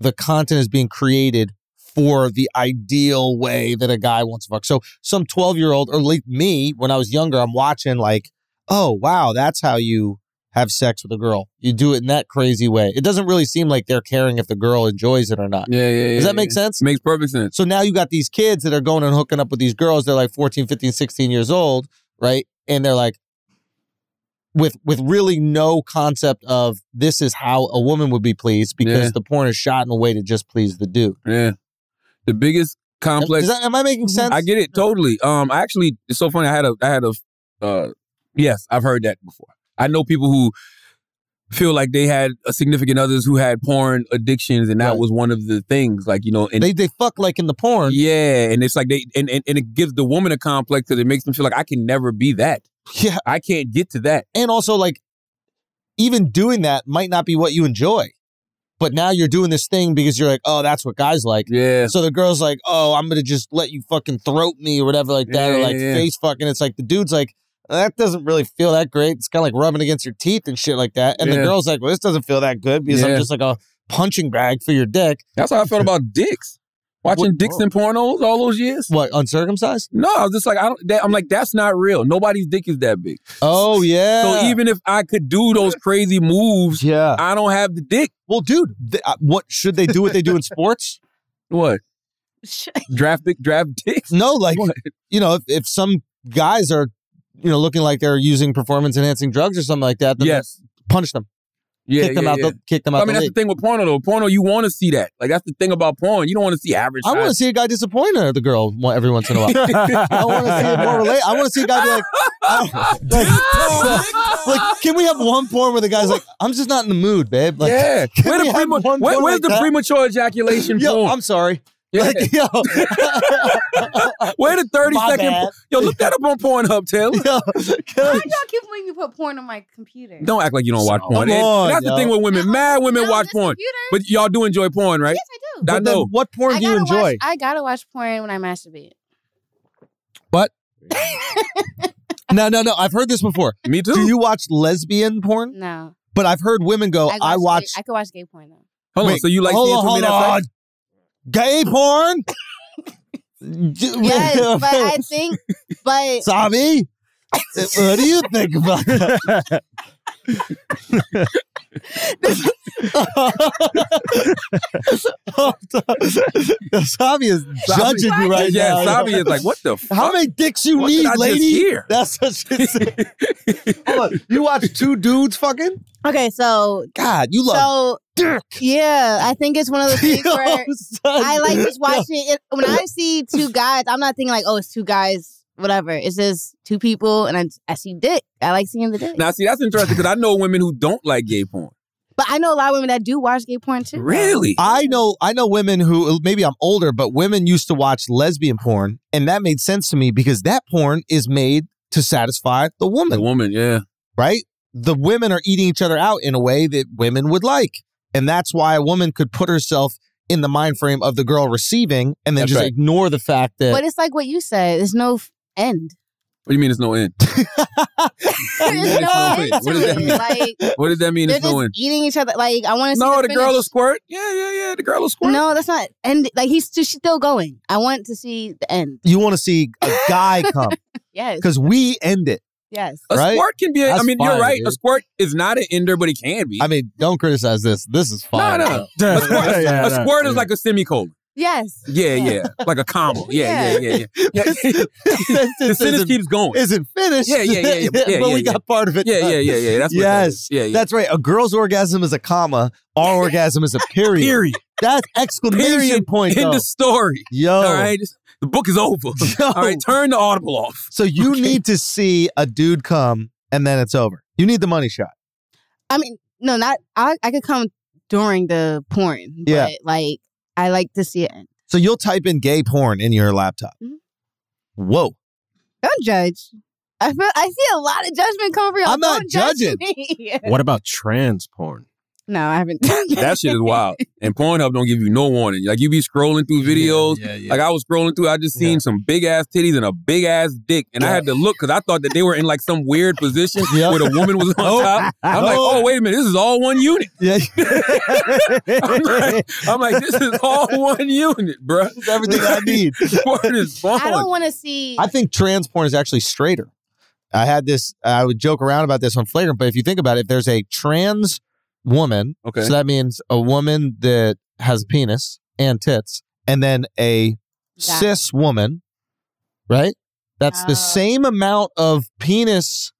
Speaker 4: the content is being created for the ideal way that a guy wants to fuck. So some 12 year old or like me when I was younger, I'm watching like, oh wow, that's how you have sex with a girl. You do it in that crazy way. It doesn't really seem like they're caring if the girl enjoys it or not.
Speaker 2: Yeah, yeah,
Speaker 4: Does
Speaker 2: yeah,
Speaker 4: that make
Speaker 2: yeah.
Speaker 4: sense?
Speaker 2: Makes perfect sense.
Speaker 4: So now you got these kids that are going and hooking up with these girls. They're like 14, 15, 16 years old, right? And they're like, with with really no concept of this is how a woman would be pleased because
Speaker 2: Yeah.
Speaker 4: the porn is shot in a way to just please the dude.
Speaker 2: Yeah. The biggest complex. Mm-hmm.
Speaker 4: Is that- am I making sense?
Speaker 2: I get it totally. Um, I actually, it's so funny. I had a, I had a, uh, yes, I've heard that before. I know people who feel like they had a significant others who had porn addictions, and that was one of the things. Like you know, and
Speaker 4: they they fuck like in the porn.
Speaker 2: Yeah, and it's like they and and, and it gives the woman a complex because it makes them feel like I can never be that.
Speaker 4: Yeah,
Speaker 2: I can't get to that.
Speaker 4: And also, like, even doing that might not be what you enjoy. But now you're doing this thing because you're like, oh, that's what guys like.
Speaker 2: Yeah.
Speaker 4: So the girl's like, oh, I'm gonna just let you fucking throat me or whatever like that,
Speaker 2: Yeah,
Speaker 4: or
Speaker 2: yeah,
Speaker 4: like
Speaker 2: yeah.
Speaker 4: face fucking. It's like the dude's like, that doesn't really feel that great. It's kind of like rubbing against your teeth and shit like that. And the
Speaker 2: Yeah.
Speaker 4: girl's like, well, this doesn't feel that good because
Speaker 2: Yeah.
Speaker 4: I'm just like a punching bag for your dick.
Speaker 2: That's how I felt about dicks. Watching
Speaker 4: What-
Speaker 2: dicks and pornos all those years.
Speaker 4: What uncircumcised?
Speaker 2: No, I was just like I don't. That, I'm like that's not real. Nobody's dick is that big.
Speaker 4: Oh yeah.
Speaker 2: So even if I could do those crazy moves,
Speaker 4: yeah,
Speaker 2: I don't have the dick.
Speaker 4: Well, dude, th- uh, what should they do? What they do in sports?
Speaker 2: What? draft dick, draft dicks?
Speaker 4: No, like you know, if, if some guys are you know looking like they're using performance enhancing drugs or something like that, then
Speaker 2: Yes.
Speaker 4: punch them.
Speaker 2: Yeah,
Speaker 4: kick them
Speaker 2: yeah,
Speaker 4: out.
Speaker 2: yeah.
Speaker 4: The, kick them
Speaker 2: But
Speaker 4: out.
Speaker 2: I mean,
Speaker 4: the
Speaker 2: that's
Speaker 4: league.
Speaker 2: the thing with porno though. Porno, you want to see that. Like that's the thing about porn. You don't want to see average.
Speaker 4: I want to
Speaker 2: size.
Speaker 4: see a guy disappoint her, the girl one- every once in a while. I want to see it more relate. I want to see a guy be like, oh, like, so- like, can we have one porn where the guy's like, I'm just not in the mood, babe. Like,
Speaker 2: Yeah.
Speaker 4: can
Speaker 2: Where the
Speaker 4: we have
Speaker 2: prema-
Speaker 4: one
Speaker 2: where-
Speaker 4: porn
Speaker 2: where's
Speaker 4: like
Speaker 2: the
Speaker 4: that?
Speaker 2: premature ejaculation
Speaker 4: Yo,
Speaker 2: porn?
Speaker 4: I'm sorry.
Speaker 2: Yeah.
Speaker 4: Like, yo,
Speaker 2: Where the 30
Speaker 4: uh, My
Speaker 2: second?
Speaker 4: bad.
Speaker 2: Yo, look that up on Pornhub, Taylor.
Speaker 8: Why do y'all keep letting me put porn on my computer?
Speaker 2: Don't act like you don't watch porn.
Speaker 4: come
Speaker 2: And
Speaker 4: on,
Speaker 2: that's
Speaker 4: yo.
Speaker 2: the thing with women. Mad women
Speaker 8: no,
Speaker 2: watch
Speaker 8: this
Speaker 2: porn.
Speaker 8: computer-
Speaker 2: But y'all do enjoy porn, right?
Speaker 8: Yes, I do.
Speaker 2: I
Speaker 4: But then
Speaker 2: know.
Speaker 4: what porn
Speaker 8: I
Speaker 4: do you
Speaker 8: gotta
Speaker 4: enjoy?
Speaker 8: Watch, I gotta watch porn when I masturbate.
Speaker 4: But no, no, no. I've heard this before.
Speaker 2: Me too.
Speaker 4: Do you watch lesbian porn?
Speaker 8: No,
Speaker 4: But I've heard women go, Oh, I,
Speaker 8: gay-
Speaker 4: watch.
Speaker 8: I could watch gay porn though.
Speaker 2: Hold on,
Speaker 4: Wait,
Speaker 2: so you like
Speaker 4: hold
Speaker 2: seeing
Speaker 4: on,
Speaker 2: two men
Speaker 4: hold
Speaker 2: have
Speaker 4: on.
Speaker 2: sex?
Speaker 4: Gay porn?
Speaker 8: Yes, but I think, but
Speaker 4: Sabi, what do you think about that? Sabi is judging you right
Speaker 2: yeah,
Speaker 4: now. yo.
Speaker 2: Sabi is like, what the fuck?
Speaker 4: How many dicks you
Speaker 2: What did
Speaker 4: need,
Speaker 2: I just
Speaker 4: lady?
Speaker 2: hear?
Speaker 4: That's what she said. Hold on, you watch two dudes fucking?
Speaker 8: okay, so
Speaker 4: God, you love
Speaker 8: so yeah, I think it's one of those things where I like just watching it. When I see two guys, I'm not thinking like, oh, it's two guys, whatever. It's just two people, and I, I see dick. I like seeing the dick.
Speaker 2: Now, see, that's interesting because I know women who don't like gay porn.
Speaker 8: But I know a lot of women that do watch gay porn too.
Speaker 2: Really?
Speaker 4: I know I know women who maybe I'm older, but women used to watch lesbian porn, and that made sense to me because that porn is made to satisfy the woman.
Speaker 2: The woman, yeah.
Speaker 4: right? The women are eating each other out in a way that women would like. And that's why a woman could put herself in the mind frame of the girl receiving and then
Speaker 2: That's
Speaker 4: just
Speaker 2: right.
Speaker 4: ignore the fact that
Speaker 8: But it's like what you said. There's no f- end.
Speaker 2: What do you mean it's no end?
Speaker 8: There's no
Speaker 2: What
Speaker 8: end
Speaker 2: does
Speaker 8: to
Speaker 2: that
Speaker 8: it.
Speaker 2: mean?
Speaker 8: Like
Speaker 2: What does that mean
Speaker 8: they're
Speaker 2: it's no
Speaker 8: just
Speaker 2: end?
Speaker 8: eating each other. Like I want to see.
Speaker 2: No, the girl
Speaker 8: finish.
Speaker 2: will squirt. Yeah, yeah, yeah. The girl will squirt.
Speaker 8: No, that's not end. Like he's she's still going. I want to see the end.
Speaker 4: you want to see a guy come
Speaker 8: Yes.
Speaker 4: because we end it.
Speaker 8: Yes.
Speaker 2: A
Speaker 4: Right?
Speaker 2: squirt can be. A, I
Speaker 4: That's
Speaker 2: mean,
Speaker 4: fine,
Speaker 2: you're right. A
Speaker 4: dude.
Speaker 2: squirt is not an ender, but it can be.
Speaker 4: I mean, don't criticize this. This is
Speaker 2: no,
Speaker 4: fine.
Speaker 2: no. A squirt, a
Speaker 3: Yeah, no,
Speaker 2: squirt is
Speaker 3: yeah.
Speaker 2: like a semicolon.
Speaker 8: Yes.
Speaker 2: Yeah, yeah. Like a comma. Yeah, yeah, yeah, yeah. yeah. the
Speaker 4: This
Speaker 2: sentence
Speaker 4: isn't-
Speaker 2: keeps going.
Speaker 4: Isn't finished.
Speaker 2: Yeah, yeah, yeah, yeah,
Speaker 4: but
Speaker 2: yeah,
Speaker 4: we
Speaker 2: yeah,
Speaker 4: got part of it.
Speaker 2: Yeah,
Speaker 4: done.
Speaker 2: yeah, yeah, yeah. That's what that
Speaker 4: yes.
Speaker 2: is. Yeah, yeah.
Speaker 4: That's right. A girl's orgasm is a comma. Our orgasm is a period.
Speaker 2: Period.
Speaker 4: That's exclamation
Speaker 2: Period.
Speaker 4: point.
Speaker 2: End
Speaker 4: though.
Speaker 2: of story.
Speaker 4: Yo.
Speaker 2: All right. The book is over.
Speaker 4: Yo.
Speaker 2: All right. Turn the audible off.
Speaker 4: So you need to see a dude come and then it's over. You need the money shot.
Speaker 8: I mean, no, not I. I could come during the porn.
Speaker 4: Yeah.
Speaker 8: But, like I like to see it end.
Speaker 4: So you'll type in gay porn in your laptop.
Speaker 8: Mhm.
Speaker 4: Whoa.
Speaker 8: Don't judge. I feel I see a lot of judgment coming from you.
Speaker 4: I'm not
Speaker 8: Don't judge
Speaker 4: judging.
Speaker 8: me.
Speaker 13: What about trans porn?
Speaker 8: no, I haven't. done that.
Speaker 2: That shit is wild. And Pornhub don't give you no warning. Like you be scrolling through videos.
Speaker 13: Yeah, yeah, yeah.
Speaker 2: Like I was scrolling through, I just seen some big ass titties and a big ass dick, and I had to look because I thought that they were in like some weird position
Speaker 4: Yep.
Speaker 2: where the woman was on top. I'm like,
Speaker 4: Nope.
Speaker 2: oh wait a minute, this is all one unit.
Speaker 4: Yeah.
Speaker 2: I'm like, I'm like, this is all one unit, bruh.
Speaker 4: That's everything I need.
Speaker 2: Porn is fun.
Speaker 8: I don't want to see.
Speaker 4: I think trans porn is actually straighter. I had this, I would joke around about this on Flagrant, but if you think about it, if there's a trans woman,
Speaker 2: Okay.
Speaker 4: so that means a woman that has a penis and tits, and then a
Speaker 8: That.
Speaker 4: cis woman, right? That's
Speaker 8: Oh.
Speaker 4: the same amount of penis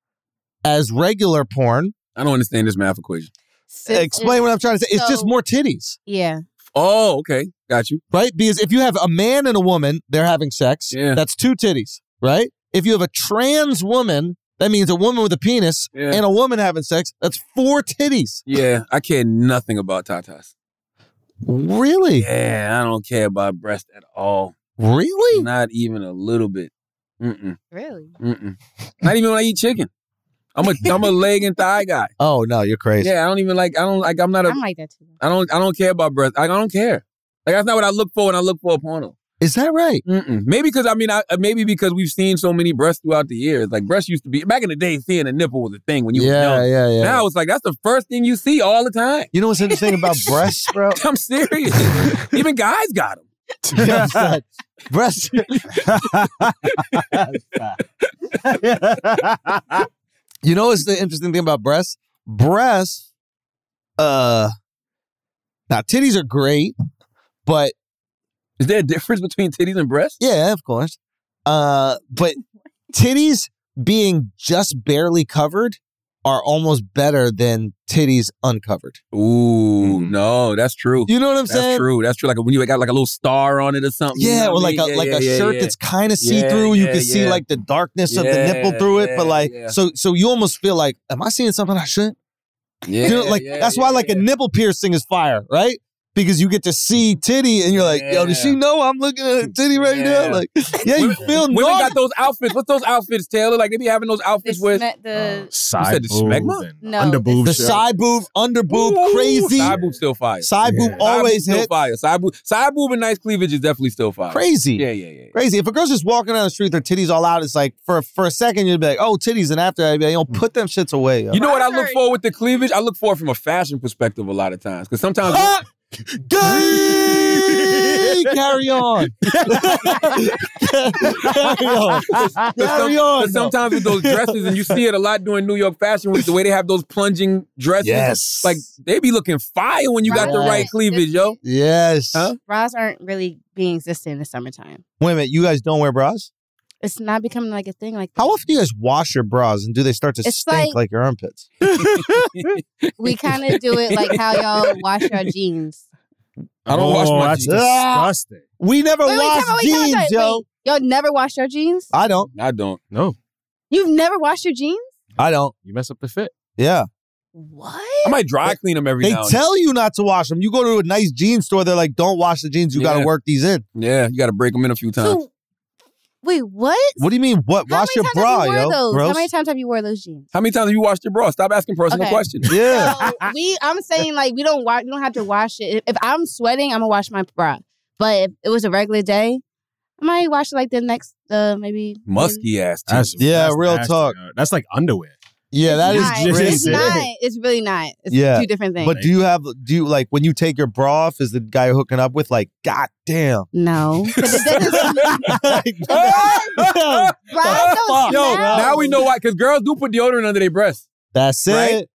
Speaker 4: as regular porn.
Speaker 2: I don't understand this math equation.
Speaker 8: cis-
Speaker 4: Explain what I'm trying to say. It's just
Speaker 8: so-
Speaker 4: more titties.
Speaker 8: Yeah.
Speaker 2: Oh, okay. Got you.
Speaker 4: Right? Because if you have a man and a woman, they're having sex.
Speaker 2: Yeah.
Speaker 4: That's two titties, right? If you have a trans woman, that means a woman with a penis
Speaker 2: Yeah.
Speaker 4: and a woman having sex. That's four titties.
Speaker 2: Yeah, I care nothing about tatas.
Speaker 4: Really?
Speaker 2: Yeah, I don't care about breast at all.
Speaker 4: Really?
Speaker 2: Not even a little bit. Mm-mm.
Speaker 8: Really?
Speaker 2: Mm-mm. Not even when I eat chicken. I'm a I'm a leg and thigh guy.
Speaker 4: Oh no, you're crazy.
Speaker 2: Yeah, I don't even like I don't like I'm not a
Speaker 8: I'm like that too.
Speaker 2: I don't I don't care about breast. I, I don't care. Like that's not what I look for when I look for a porno.
Speaker 4: Is that right?
Speaker 2: Mm-mm. Maybe because I mean, I, maybe because we've seen so many breasts throughout the years. Like breasts used to be back in the day, seeing a nipple was a thing when you
Speaker 4: Yeah,
Speaker 2: were young.
Speaker 4: yeah, yeah.
Speaker 2: Now it's like that's the first thing you see all the time.
Speaker 4: You know what's interesting about breasts, bro?
Speaker 2: I'm serious. Even guys got them.
Speaker 4: Yes, that- breasts. you know what's the interesting thing about breasts? Breasts, uh, now titties are great, but
Speaker 2: Is there a difference between titties and breasts?
Speaker 4: Yeah, of course. Uh, but titties being just barely covered are almost better than titties uncovered.
Speaker 2: Ooh, no, that's true.
Speaker 4: Mm. You know what I'm
Speaker 2: that's
Speaker 4: saying?
Speaker 2: true. That's true. Like when you got like a little star on it or something. you
Speaker 4: Yeah,
Speaker 2: know
Speaker 4: or
Speaker 2: what I
Speaker 4: like a
Speaker 2: mean? Yeah,
Speaker 4: like
Speaker 2: yeah,
Speaker 4: a
Speaker 2: yeah,
Speaker 4: shirt
Speaker 2: yeah.
Speaker 4: that's kind of see
Speaker 2: Yeah,
Speaker 4: through. you
Speaker 2: yeah,
Speaker 4: can see
Speaker 2: yeah.
Speaker 4: like the darkness of the nipple
Speaker 2: Yeah,
Speaker 4: through it, but
Speaker 2: yeah,
Speaker 4: like
Speaker 2: yeah.
Speaker 4: so so you almost feel like, am I seeing something I shouldn't?
Speaker 2: Yeah,
Speaker 4: you know, like
Speaker 2: yeah, Mm-hmm.
Speaker 4: that's why like a nipple piercing is fire, right? Because you get to see titty and you're like, yo, does she know I'm looking at a titty right
Speaker 2: Yeah.
Speaker 4: now? Like, yeah, you feel
Speaker 2: Women
Speaker 4: naughty.
Speaker 2: got those outfits. What's those outfits, Taylor? Like they be having those outfits where it's-
Speaker 8: Met the
Speaker 2: you said the smegma?
Speaker 8: no.
Speaker 4: The side boob, under boob, crazy.
Speaker 2: Side boob still fire.
Speaker 4: Side boob always
Speaker 2: still
Speaker 4: hit.
Speaker 2: fire. Side boob, side boob and nice cleavage is definitely still fire.
Speaker 4: Crazy.
Speaker 2: Yeah, yeah, yeah.
Speaker 4: Crazy. If a girl's just walking down the street, their titties all out, it's like for for a second you'd be like, oh, titties, and after I'd be like, yo, put them shits away. Yo.
Speaker 2: Mm. You know what I look for with the cleavage? I look for it from a fashion perspective a lot of times because sometimes
Speaker 4: Gay! Carry on. Carry on. Carry on.
Speaker 2: Because sometimes with those dresses, and you see it a lot during New York Fashion Week, the way they have those plunging dresses.
Speaker 4: Yes.
Speaker 2: Like they be looking fire when you got the
Speaker 8: Right.
Speaker 2: right cleavage, yo.
Speaker 4: Yes.
Speaker 8: Bras aren't really being existed in the summertime.
Speaker 4: Wait a minute. You guys don't wear bras?
Speaker 8: It's not becoming like a thing. Like
Speaker 4: How often do you guys wash your bras and do they start to
Speaker 8: It's
Speaker 4: stink like,
Speaker 8: like-
Speaker 4: your armpits?
Speaker 8: we kind of do it like how y'all wash your jeans.
Speaker 2: I don't
Speaker 4: Oh,
Speaker 2: wash my
Speaker 13: that's
Speaker 2: jeans.
Speaker 13: disgusting.
Speaker 4: We never
Speaker 8: Wait, wait,
Speaker 4: wash
Speaker 8: time out, wait, time out,
Speaker 4: jeans,
Speaker 8: wait.
Speaker 4: yo.
Speaker 8: Y'all never wash your jeans?
Speaker 4: I don't.
Speaker 2: I don't.
Speaker 13: No,
Speaker 8: You've never washed your jeans?
Speaker 4: I don't.
Speaker 13: you mess up the fit.
Speaker 4: Yeah.
Speaker 8: What?
Speaker 2: I might dry clean them every
Speaker 4: They
Speaker 2: now and then.
Speaker 4: tell you not to wash them. You go to a nice jean store, they're like, don't wash the jeans. You got
Speaker 2: Yeah.
Speaker 4: to work these in.
Speaker 2: Yeah, you got to break them in a few times.
Speaker 8: So, wait, what?
Speaker 4: What do you mean? What?
Speaker 8: How
Speaker 4: wash your
Speaker 8: many times
Speaker 4: bra,
Speaker 8: have you wore
Speaker 4: Oh, yo.
Speaker 8: those? How
Speaker 4: gross.
Speaker 8: many times have you wore those jeans?
Speaker 2: How many times have you washed your bra? Stop asking personal
Speaker 8: Okay.
Speaker 2: questions.
Speaker 4: yeah.
Speaker 8: So we, I'm saying like we don't wash. We don't have to wash it. If, if I'm sweating, I'm gonna wash my bra. But if it was a regular day, I might wash it like the next, uh, maybe
Speaker 2: Musky ass. too.
Speaker 4: Yeah, real talk.
Speaker 13: yo. That's like underwear.
Speaker 4: Yeah, that
Speaker 8: Not.
Speaker 4: is
Speaker 8: It's
Speaker 4: crazy.
Speaker 8: not. It's really not. It's
Speaker 4: Yeah.
Speaker 8: two different things.
Speaker 4: But do you have do you like when you take your bra off? Is the guy you're hooking up with like, God damn?
Speaker 8: no, 'Cause it doesn't-
Speaker 4: Like,
Speaker 8: bras don't
Speaker 4: Fuck.
Speaker 2: Yo,
Speaker 8: smell.
Speaker 2: now we know why. Because girls do put deodorant under their breasts.
Speaker 4: that's it.
Speaker 2: Right?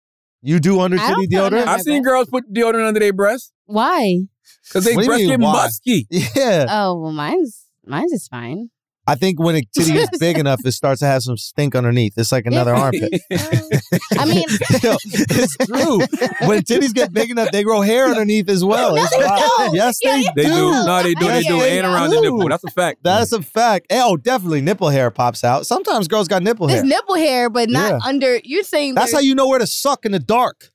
Speaker 4: You do under
Speaker 8: I don't
Speaker 4: titty
Speaker 8: feel
Speaker 4: deodorant?
Speaker 8: nothing.
Speaker 2: I've seen girls put deodorant under their breasts
Speaker 8: why.
Speaker 2: because they
Speaker 4: What do you
Speaker 2: breasts
Speaker 4: mean,
Speaker 2: get
Speaker 4: why?
Speaker 2: musky.
Speaker 4: Yeah,
Speaker 8: Oh well, mine's mine's is fine.
Speaker 4: I think when a titty is big enough, it starts to have some stink underneath. It's like another
Speaker 8: Yeah.
Speaker 4: armpit.
Speaker 8: I mean,
Speaker 4: Yo, it's true. When titties get big enough, they grow hair underneth as well. It's wild. Yes,
Speaker 8: Yeah,
Speaker 4: they,
Speaker 8: yeah,
Speaker 2: They
Speaker 4: do.
Speaker 2: do.
Speaker 8: Dude.
Speaker 2: No, they do. They
Speaker 4: Yes,
Speaker 2: do.
Speaker 4: they
Speaker 2: And around the
Speaker 4: do.
Speaker 2: nipple. That's a fact.
Speaker 4: That's a fact. Eh, Oh, definitely nipple hair pops out. Sometimes girls got nipple
Speaker 8: it's
Speaker 4: hair.
Speaker 8: nipple hair, but not
Speaker 4: Yeah.
Speaker 8: under. You're saying
Speaker 4: That's
Speaker 8: there's-
Speaker 4: how you know where to suck in the dark.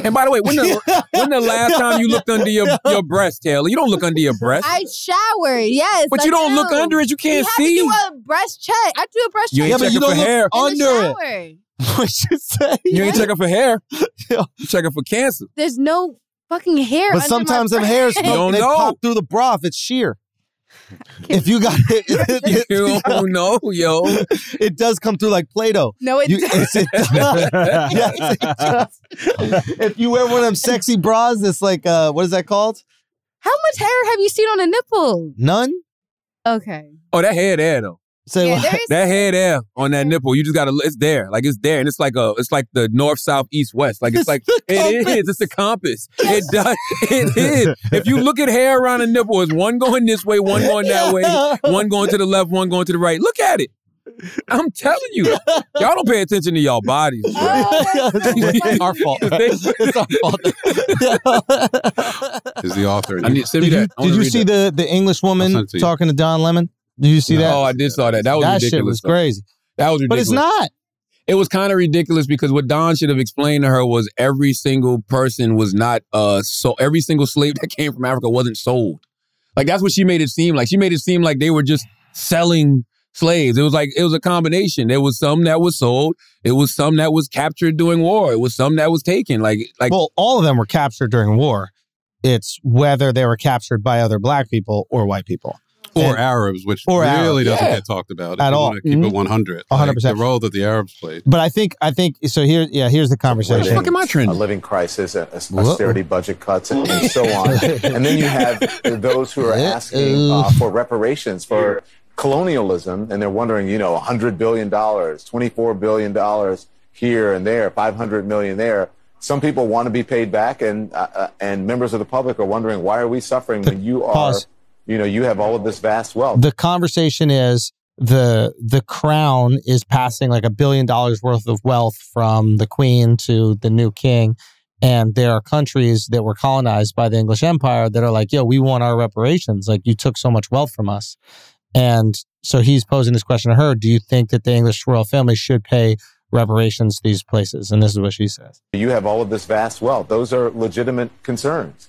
Speaker 2: And by the way, when the when the last time you looked under your, your breast, Taylor? You don't look under your breast.
Speaker 8: I shower. Yes,
Speaker 2: but
Speaker 8: I
Speaker 2: you don't
Speaker 8: do.
Speaker 2: look under it. You
Speaker 8: You
Speaker 2: can't
Speaker 8: have
Speaker 2: see.
Speaker 8: to do a breast check. I do a breast
Speaker 2: You
Speaker 8: check.
Speaker 2: ain't
Speaker 4: Yeah, but
Speaker 2: checking
Speaker 4: you
Speaker 2: for
Speaker 4: don't look
Speaker 2: hair.
Speaker 8: in the
Speaker 4: under it.
Speaker 8: shower.
Speaker 4: What you say?
Speaker 2: You ain't checking for hair.
Speaker 4: Yeah.
Speaker 2: You checking for cancer.
Speaker 8: There's no fucking hair.
Speaker 4: But
Speaker 8: under
Speaker 4: sometimes
Speaker 8: my
Speaker 4: them hairs
Speaker 8: breast.
Speaker 2: You don't
Speaker 4: pop, they
Speaker 2: know.
Speaker 4: pop through the bra if it's sheer. If you got it,
Speaker 2: You don't know, yo.
Speaker 4: it does come through like Play-Doh.
Speaker 8: No, it
Speaker 4: You,
Speaker 8: doesn't.
Speaker 4: it's, it yes, it does. If you wear one of them sexy bras, it's like uh, what is that called?
Speaker 8: How much hair have you seen on a nipple?
Speaker 4: None.
Speaker 8: Okay.
Speaker 2: Oh, that hair there though.
Speaker 4: Say
Speaker 8: yeah,
Speaker 4: what?
Speaker 8: there is.
Speaker 2: That hair there on that nipple. You just gotta. It's there. Like it's there, and it's like a. It's like the north, south, east, west. Like it's like it is. It's a compass. It does. It is. If you look at hair around a nipple, it's one going this way, one going that way, one going to the left, one going to the right. Look at it. I'm telling you, y'all don't pay attention to y'all bodies.
Speaker 8: Oh,
Speaker 2: bro.
Speaker 14: our fault.
Speaker 2: it's
Speaker 14: our fault.
Speaker 1: Is the author?
Speaker 2: I need send me
Speaker 4: Did you,
Speaker 2: that. I wanna
Speaker 4: did you
Speaker 2: read
Speaker 4: see
Speaker 2: that.
Speaker 4: the, the English
Speaker 2: I'll send
Speaker 4: woman
Speaker 2: it to you.
Speaker 4: talking to Don Lemon? Did you see that?
Speaker 2: Oh, I did saw that. That was
Speaker 4: that
Speaker 2: ridiculous.
Speaker 4: shit was
Speaker 2: though.
Speaker 4: crazy.
Speaker 2: That was
Speaker 4: But
Speaker 2: ridiculous.
Speaker 4: it's not.
Speaker 2: It was kind of ridiculous because what Don should have explained to her was every single person was not uh so every single slave that came from Africa wasn't sold. Like that's what she made it seem like. She made it seem like they were just selling slaves. It was like it was a combination. There was some that was sold. It was some that was captured during war. It was some that was taken. Like like
Speaker 4: well, all of them were captured during war. It's whether they were captured by other black people or white people.
Speaker 13: or
Speaker 4: And-
Speaker 13: Arabs, which
Speaker 4: or
Speaker 13: really
Speaker 4: Arabs.
Speaker 13: doesn't
Speaker 4: Yeah.
Speaker 13: get talked about if
Speaker 4: At
Speaker 13: you
Speaker 4: all.
Speaker 13: wanna Keep
Speaker 4: Mhm.
Speaker 13: it one hundred.
Speaker 4: 100%.
Speaker 13: The role that the Arabs played.
Speaker 4: But I think I think so. Here, yeah, here's the
Speaker 15: Where
Speaker 4: conversation.
Speaker 15: they- A living crisis, a- a-
Speaker 4: Whoa.
Speaker 15: austerity budget cuts, and, and so on. and then you have those who are asking
Speaker 4: Uh-oh.
Speaker 15: uh, for reparations for colonialism, and they're wondering, you know, $100 billion, $24 billion here and there, $500 million there. Some people want to be paid back, and, uh, uh, and members of the public are wondering, why are we suffering when you are,
Speaker 4: Pause.
Speaker 15: you know, you have all of this vast wealth?
Speaker 4: The conversation is the the crown is passing like a billion dollars worth of wealth from the queen to the new king, and there are countries that were colonized by the English Empire that are like, yo, we want our reparations. Like you took so much wealth from us, and so he's posing this question to her: Do you think that the English royal family should pay reparations to these places? And this is what she says.
Speaker 15: You have all of this vast wealth. Those are legitimate concerns.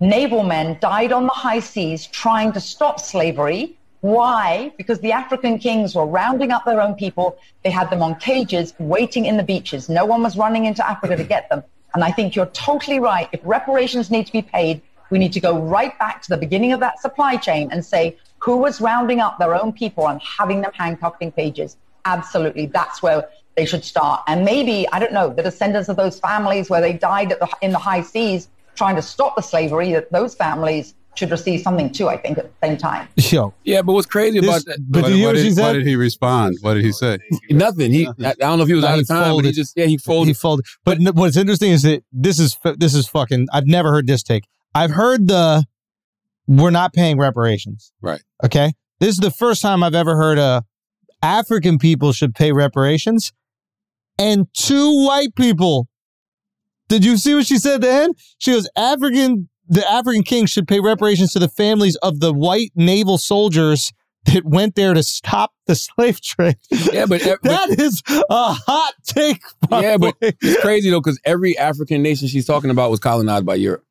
Speaker 16: naval men died on the high seas trying to stop slavery. Why? Because the African kings were rounding up their own people. They had them on cages waiting in the beaches. No one was running into Africa to get them. And I think you're totally right. If reparations need to be paid, we need to go right back to the beginning of that supply chain and say who was rounding up their own people and having them handcuffed in cages. Absolutely. That's where they should start. And maybe, I don't know, the descendants of those families where they died at the, in the high seas trying to stop the slavery, that those families should receive something too, I think, at the same time.
Speaker 4: Yo,
Speaker 2: Yeah, but what's crazy
Speaker 13: This-
Speaker 2: about that?
Speaker 13: but What- do you what hear what did- she said? what did he respond? What did he say?
Speaker 2: Nothing. He. I I don't know if he was
Speaker 4: No,
Speaker 2: out
Speaker 4: he
Speaker 2: of time. But he
Speaker 4: folded.
Speaker 2: just yeah. He folded.
Speaker 4: He folded. But, n- what's interesting is that this is f- this is fucking. I've never heard this take. I've heard the we're not paying reparations.
Speaker 13: Right.
Speaker 4: Okay. This is the first time I've ever heard a African people should pay reparations, and two white people. Did you see what she said at the end? She goes, African. The African king should pay reparations to the families of the white naval soldiers that went there to stop the slave trade.
Speaker 2: Yeah, but
Speaker 4: that is a hot take. by
Speaker 2: yeah,
Speaker 4: the
Speaker 2: but it's crazy though because every African nation she's talking about was colonized by Europe.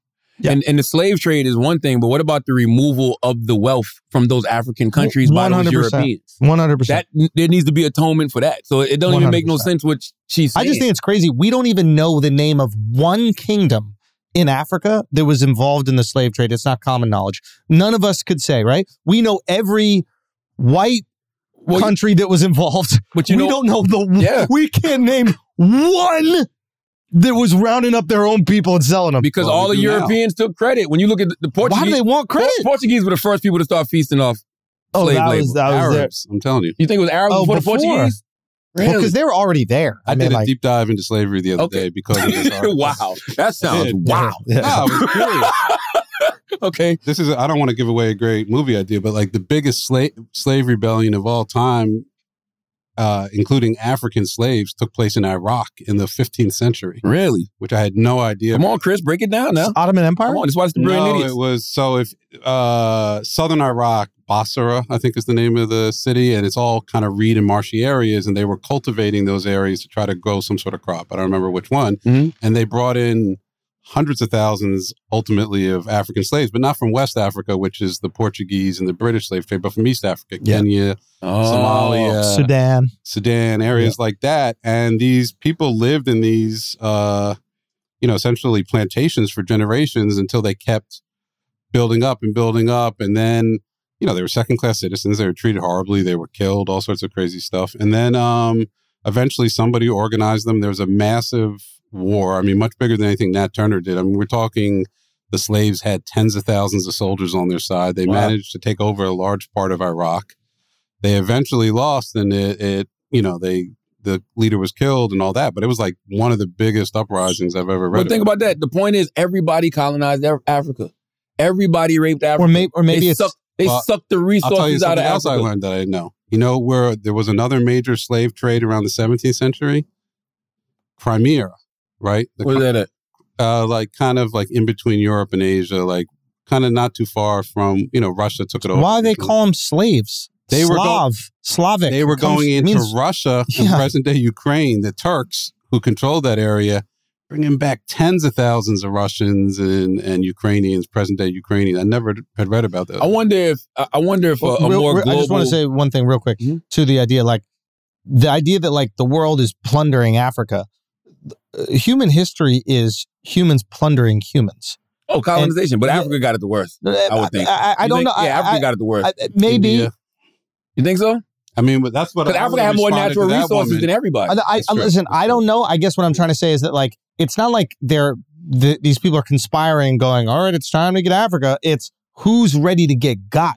Speaker 2: And, and the slave trade is one thing, but what about the removal of the wealth from those African countries by those Europeans?
Speaker 4: One hundred percent.
Speaker 2: That there needs to be atonement for that. So it doesn't even make no sense what she's
Speaker 4: I
Speaker 2: saying.
Speaker 4: just think it's crazy. We don't even know the name of one kingdom in Africa that was involved in the slave trade. It's not common knowledge. None of us could say, right? We know every white country that was involved, but
Speaker 2: you
Speaker 4: we
Speaker 2: know-
Speaker 4: don't know the.
Speaker 2: Yeah.
Speaker 4: We can't name one that was rounding up their own people and selling them
Speaker 2: because all the Europeans took credit. When you look at the, the Portuguese,
Speaker 4: they want
Speaker 2: Por-
Speaker 4: credit?
Speaker 2: Portuguese were the first people to start feasting off
Speaker 4: Oh,
Speaker 2: slave
Speaker 4: that
Speaker 2: labor.
Speaker 4: was- that was their-
Speaker 13: Arabs. I'm telling you.
Speaker 2: You think it was Arabs
Speaker 4: Oh,
Speaker 2: before,
Speaker 4: before.
Speaker 2: the Portuguese?
Speaker 4: because they were already there.
Speaker 13: I,
Speaker 4: mean,
Speaker 13: did a
Speaker 4: like-
Speaker 13: deep dive into slavery the other day because of this article.
Speaker 2: wow, that sounds wow.
Speaker 13: No, I was curious.
Speaker 2: okay,
Speaker 13: this is. I don't want to give away a great movie idea, but like the biggest slave slave rebellion of all time, uh, including African slaves, took place in Iraq in the 15th century.
Speaker 2: Really?
Speaker 13: Which I had no idea.
Speaker 2: Come on, Chris, break it down now.
Speaker 4: Ottoman Empire.
Speaker 2: Come on, just watch the Brilliant
Speaker 13: no,
Speaker 2: Idiots.
Speaker 13: it was so if uh, southern Iraq, Basra, I think is the name of the city, and it's all kind of reed and marshy areas, and they were cultivating those areas to try to grow some sort of crop. I don't remember which one,
Speaker 2: Mm-hmm.
Speaker 13: and they brought in hundreds of thousands ultimately of African slaves, but not from West Africa, which is the Portuguese and the British slave trade, but from East Africa,
Speaker 4: Yeah.
Speaker 13: Kenya,
Speaker 2: Oh,
Speaker 13: Somalia,
Speaker 4: Sudan.
Speaker 13: Sudan, areas like that. And these people lived in these, uh, you know, essentially plantations for generations until they kept building up and building up. And then, you know, they were second class citizens. They were treated horribly. They were killed, all sorts of crazy stuff. And then um, Eventually, somebody organized them. There was a massive war. I mean, much bigger than anything Nat Turner did. I mean, we're talking the slaves had tens of thousands of soldiers on their side. They
Speaker 17: Wow.
Speaker 13: managed to take over a large part of Iraq. They eventually lost, and it, it you know they the leader was killed and all that. But it was like one of the biggest uprisings I've ever read.
Speaker 2: But think
Speaker 13: about
Speaker 2: about that. The point is, everybody colonized Af- Africa. Everybody raped Africa.
Speaker 13: Or may- or maybe
Speaker 2: they
Speaker 13: it's-
Speaker 2: sucked, they
Speaker 13: Well,
Speaker 2: sucked the
Speaker 13: I'll tell you
Speaker 2: resources out
Speaker 13: something
Speaker 2: of
Speaker 13: else I
Speaker 2: Africa.
Speaker 13: learned that I didn't know. You know where there was another major slave trade around the 17th century? Crimea, right? The,
Speaker 2: Where's that at?
Speaker 13: Uh, like kind of like in between Europe and Asia, like kind of not too far from you know Russia took it over.
Speaker 4: Why they call them slaves?
Speaker 13: They were go-
Speaker 4: Slav, Slavic.
Speaker 13: They were
Speaker 4: comes-
Speaker 13: going into
Speaker 4: means-
Speaker 13: Russia and present day Ukraine, the Turks who controlled that area, bringing back tens of thousands of Russians and, and Ukrainians, present day Ukrainians. I never had read about that.
Speaker 2: I wonder if I I wonder if a, a
Speaker 4: Real-
Speaker 2: more global.
Speaker 4: real-
Speaker 2: Mm-hmm.
Speaker 4: I just want to say one thing real quick to the idea, like the idea that like the world is plundering Africa. Uh, Human history is humans plundering humans.
Speaker 2: oh, colonization, but Africa got it the worst. I would think.
Speaker 4: Uh, I- I
Speaker 2: You
Speaker 4: don't
Speaker 2: think- Yeah,
Speaker 4: know. I-
Speaker 2: Africa
Speaker 4: I-
Speaker 2: got it the worst.
Speaker 4: I- uh, maybe. India.
Speaker 2: You think so?
Speaker 13: I mean, but that's what.
Speaker 2: Because
Speaker 13: I
Speaker 2: Africa
Speaker 13: really
Speaker 2: had more
Speaker 13: responded to
Speaker 2: natural
Speaker 13: that
Speaker 2: resources
Speaker 13: woman.
Speaker 2: than everybody.
Speaker 4: I, I, listen, I don't know. I guess what I'm trying to say is that like it's not like they're th- these people are conspiring, going, "All right, it's time to get Africa." It's who's ready to get got.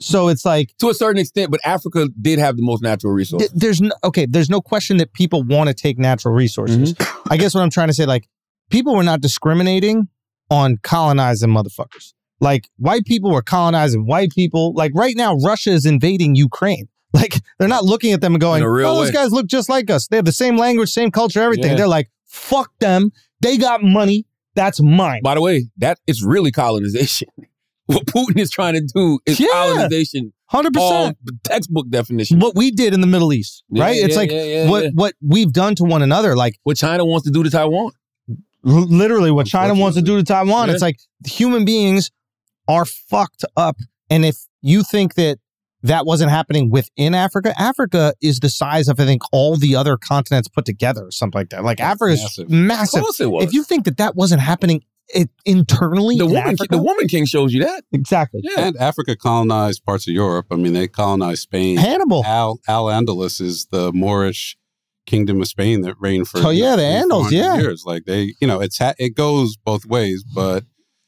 Speaker 4: So it's like
Speaker 2: to a certain extent, but Africa did have the most natural resources.
Speaker 4: th- there's no, okay, there's no question that people want to take natural resources.
Speaker 2: Mm-hmm.
Speaker 4: I guess what I'm trying to say, like, people were not discriminating on colonizing motherfuckers. Like, white people were colonizing white people. Like, right now, Russia is invading Ukraine. Like, they're not looking at them and going,
Speaker 2: In a real
Speaker 4: oh,
Speaker 2: way.
Speaker 4: those guys look just like us. They have the same language, same culture, everything.
Speaker 2: Yeah.
Speaker 4: They're like, fuck them. They got money. That's mine.
Speaker 2: By the way, that is really colonization. What Putin is trying to do is colonization.
Speaker 4: 100%.
Speaker 2: all textbook definition.
Speaker 4: What we did in the Middle East,
Speaker 2: Yeah,
Speaker 4: right? it's
Speaker 2: yeah,
Speaker 4: like
Speaker 2: yeah, yeah,
Speaker 4: what
Speaker 2: yeah.
Speaker 4: what we've done to one another. Like
Speaker 2: what China wants to do to Taiwan.
Speaker 4: literally, what China wants to do to Taiwan. It's like human beings are fucked up, and if you think that that wasn't happening within Africa, Africa is the size of I think all the other continents put together, or something like that. Like Africa is
Speaker 2: massive.
Speaker 4: massive.
Speaker 2: Of course it was.
Speaker 4: If you think that that wasn't happening it, internally,
Speaker 2: The
Speaker 4: in
Speaker 2: woman,
Speaker 4: Africa-
Speaker 2: the woman king shows you that.
Speaker 4: exactly.
Speaker 13: And Africa colonized parts of Europe. I mean, they colonized Spain.
Speaker 4: Hannibal.
Speaker 13: Al Al Andalus is the Moorish kingdom of Spain that reigned for.
Speaker 4: Oh, yeah, the Andals,
Speaker 13: 400
Speaker 4: yeah.
Speaker 13: years. Like they, you know, it's ha- it goes both ways, but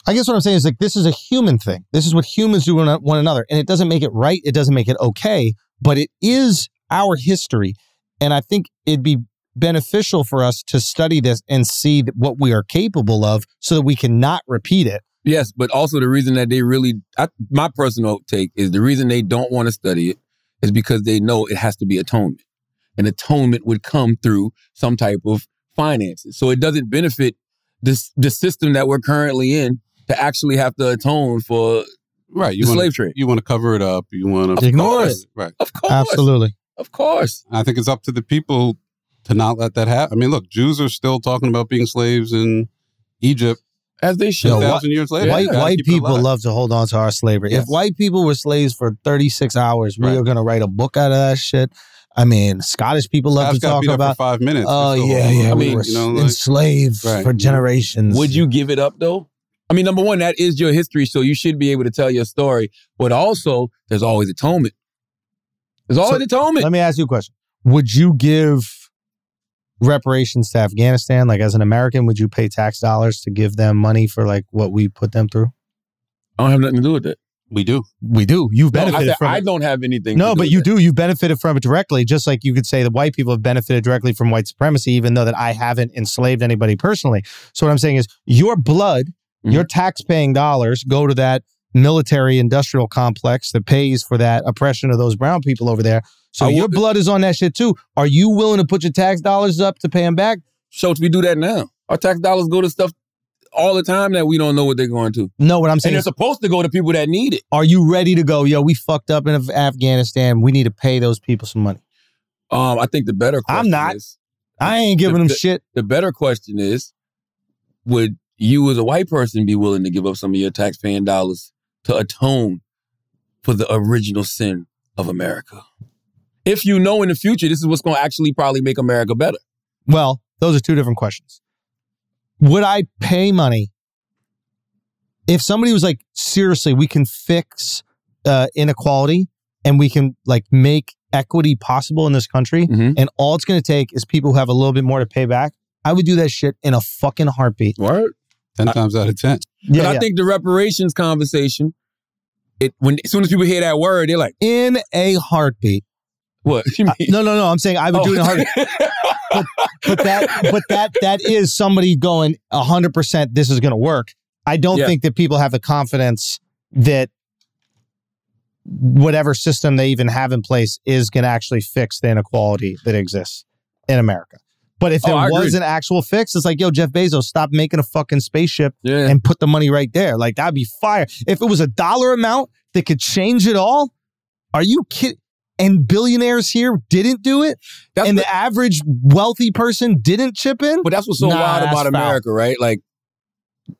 Speaker 4: I guess what I'm saying is like this is a human thing. This is what humans do to one another, and it doesn't make it right. It doesn't make it okay, but it is our history, and I think it'd be beneficial for us to study this and see that what we are capable of, so that we cannot repeat it.
Speaker 2: Yes, but also the reason that they really, I, my personal take is the reason they don't want to study it is because they know it has to be atonement. And atonement would come through some type of finances. So it doesn't benefit this the system that we're currently in to actually have to atone for
Speaker 13: right you
Speaker 2: the
Speaker 13: wanna,
Speaker 2: slave trade.
Speaker 13: You want to cover it up. You want to
Speaker 4: Ignore it.
Speaker 13: Right.
Speaker 2: Of course.
Speaker 4: Absolutely.
Speaker 2: Of course.
Speaker 13: I think it's up to the people to not let that happen. I mean, look, Jews are still talking about being slaves in Egypt
Speaker 2: as they
Speaker 4: Yo,
Speaker 13: should. Thousand
Speaker 4: whi-
Speaker 13: years later,
Speaker 4: white
Speaker 13: You gotta
Speaker 4: white
Speaker 13: keep it
Speaker 4: people
Speaker 13: alive.
Speaker 4: love to hold on to our slavery.
Speaker 13: Yes.
Speaker 4: If white people were slaves for 36 hours, we are going to write a book out of that shit. I mean, Scottish people love
Speaker 13: Scott's
Speaker 4: to
Speaker 13: got
Speaker 4: talk
Speaker 13: beat up for
Speaker 4: about
Speaker 13: five minutes.
Speaker 4: Oh
Speaker 13: It's still-
Speaker 4: yeah, yeah.
Speaker 13: I
Speaker 4: we
Speaker 13: mean,
Speaker 4: were
Speaker 13: you know, like-
Speaker 4: enslaved
Speaker 13: Right.
Speaker 4: for generations.
Speaker 2: Would you give it up though? I mean, number one, that is your history, so you should be able to tell your story. But also, there's always atonement. There's always atonement.
Speaker 4: Let me ask you a question. Would you give reparations to Afghanistan? Like as an American, would you pay tax dollars to give them money for like what we put them through?
Speaker 2: I don't have nothing to do with it.
Speaker 13: We do.
Speaker 4: We do. You've
Speaker 2: No, I,
Speaker 4: benefited
Speaker 2: said
Speaker 4: from
Speaker 2: I
Speaker 4: it.
Speaker 2: don't have anything. to
Speaker 4: No,
Speaker 2: do
Speaker 4: but
Speaker 2: with
Speaker 4: you
Speaker 2: that.
Speaker 4: do. You've benefited from it directly, just like you could say that white people have benefited directly from white supremacy, even though that I haven't enslaved anybody personally. So what I'm saying is your blood,
Speaker 2: Mm-hmm.
Speaker 4: your tax-paying dollars go to that military industrial complex that pays for that oppression of those brown people over there. So
Speaker 2: I
Speaker 4: your blood is on that shit too. Are you willing to put your tax dollars up to pay them back?
Speaker 2: So we do that now. Our tax dollars go to stuff all the time that we don't know what they're going to.
Speaker 4: No, what I'm
Speaker 2: And
Speaker 4: saying
Speaker 2: they're
Speaker 4: is,
Speaker 2: supposed to go to people that need it.
Speaker 4: are you ready to go? Yo, we fucked up in Af- Afghanistan. We need to pay those people some money.
Speaker 2: Um, I think the better question I'm not. is
Speaker 4: I ain't giving them shit.
Speaker 2: The better question is, would you as a white person be willing to give up some of your tax paying dollars to atone for the original sin of America? If you know in the future this is what's gonna actually probably make America better.
Speaker 4: Well, those are two different questions. Would I pay money if somebody was like, seriously, we can fix uh, inequality and we can like make equity possible in this country,
Speaker 13: Mm-hmm.
Speaker 4: and all it's going to take is people who have a little bit more to pay back. I would do that shit in a fucking heartbeat.
Speaker 2: Word.
Speaker 13: Ten times out of ten.
Speaker 2: But
Speaker 4: Yeah,
Speaker 2: I
Speaker 4: yeah.
Speaker 2: think the reparations conversation, it when as soon as people hear that word, they're like,
Speaker 4: in a heartbeat. Uh,
Speaker 2: What?
Speaker 4: no, no, no. I'm saying I would do it in a heartbeat. but, but that, but that, that is somebody going 100. percent This is going to work. I don't
Speaker 2: Yeah.
Speaker 4: think that people have the confidence that whatever system they even have in place is going to actually fix the inequality that exists in America. But if
Speaker 2: Oh,
Speaker 4: there
Speaker 2: I
Speaker 4: was
Speaker 2: agree.
Speaker 4: an actual fix, it's like, yo, Jeff Bezos, stop making a fucking spaceship
Speaker 2: Yeah.
Speaker 4: and put the money right there. Like that'd be fire. If it was a dollar amount that could change it all, are you kidding? And billionaires here didn't do it, and the average wealthy person didn't chip in.
Speaker 2: But that's what's so wild about America, right? Like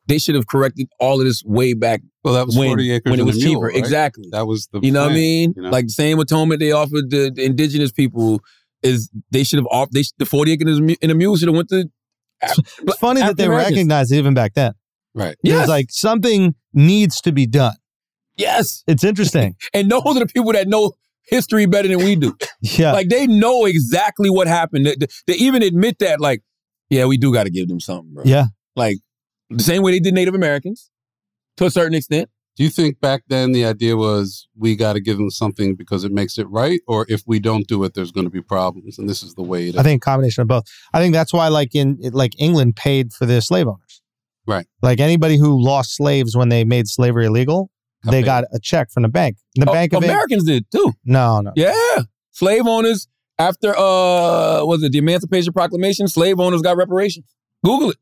Speaker 2: they should have corrected all of this way back.
Speaker 13: Well, that was
Speaker 2: when,
Speaker 13: 40 acres
Speaker 2: when it
Speaker 13: and a
Speaker 2: was
Speaker 13: mule,
Speaker 2: cheaper.
Speaker 13: right?
Speaker 2: Exactly.
Speaker 13: That was the
Speaker 2: you know what I
Speaker 13: plan,
Speaker 2: mean?
Speaker 13: you know?
Speaker 2: Like the same atonement they offered the, the indigenous people is they should have off they sh- the forty acres and a mule should have went to.
Speaker 4: It's funny that they
Speaker 2: African-Americans.
Speaker 4: recognized it even back then.
Speaker 13: Right.
Speaker 4: It
Speaker 2: Yes.
Speaker 4: was like something needs to be done.
Speaker 2: Yes.
Speaker 4: It's interesting.
Speaker 2: and those are the people that know history better than we do.
Speaker 4: yeah.
Speaker 2: Like they know exactly what happened. They, they- they even admit that, like, yeah, we do got to give them something, bro.
Speaker 4: Yeah.
Speaker 2: Like the same way they did Native Americans to a certain extent.
Speaker 13: Do you think back then the idea was we got to give them something because it makes it right, or if we don't do it, there's going to be problems, and this is the way it is?
Speaker 4: I think a combination of both. I think that's why, like in like England, paid for their slave owners.
Speaker 13: Right.
Speaker 4: Like anybody who lost slaves when they made slavery illegal, they
Speaker 2: paid.
Speaker 4: got a check from the bank. The
Speaker 2: Oh,
Speaker 4: Bank of Eng-
Speaker 2: Americans did too.
Speaker 4: No, no.
Speaker 2: Yeah. Slave owners after uh was it the Emancipation Proclamation? Slave owners got reparations. Google it.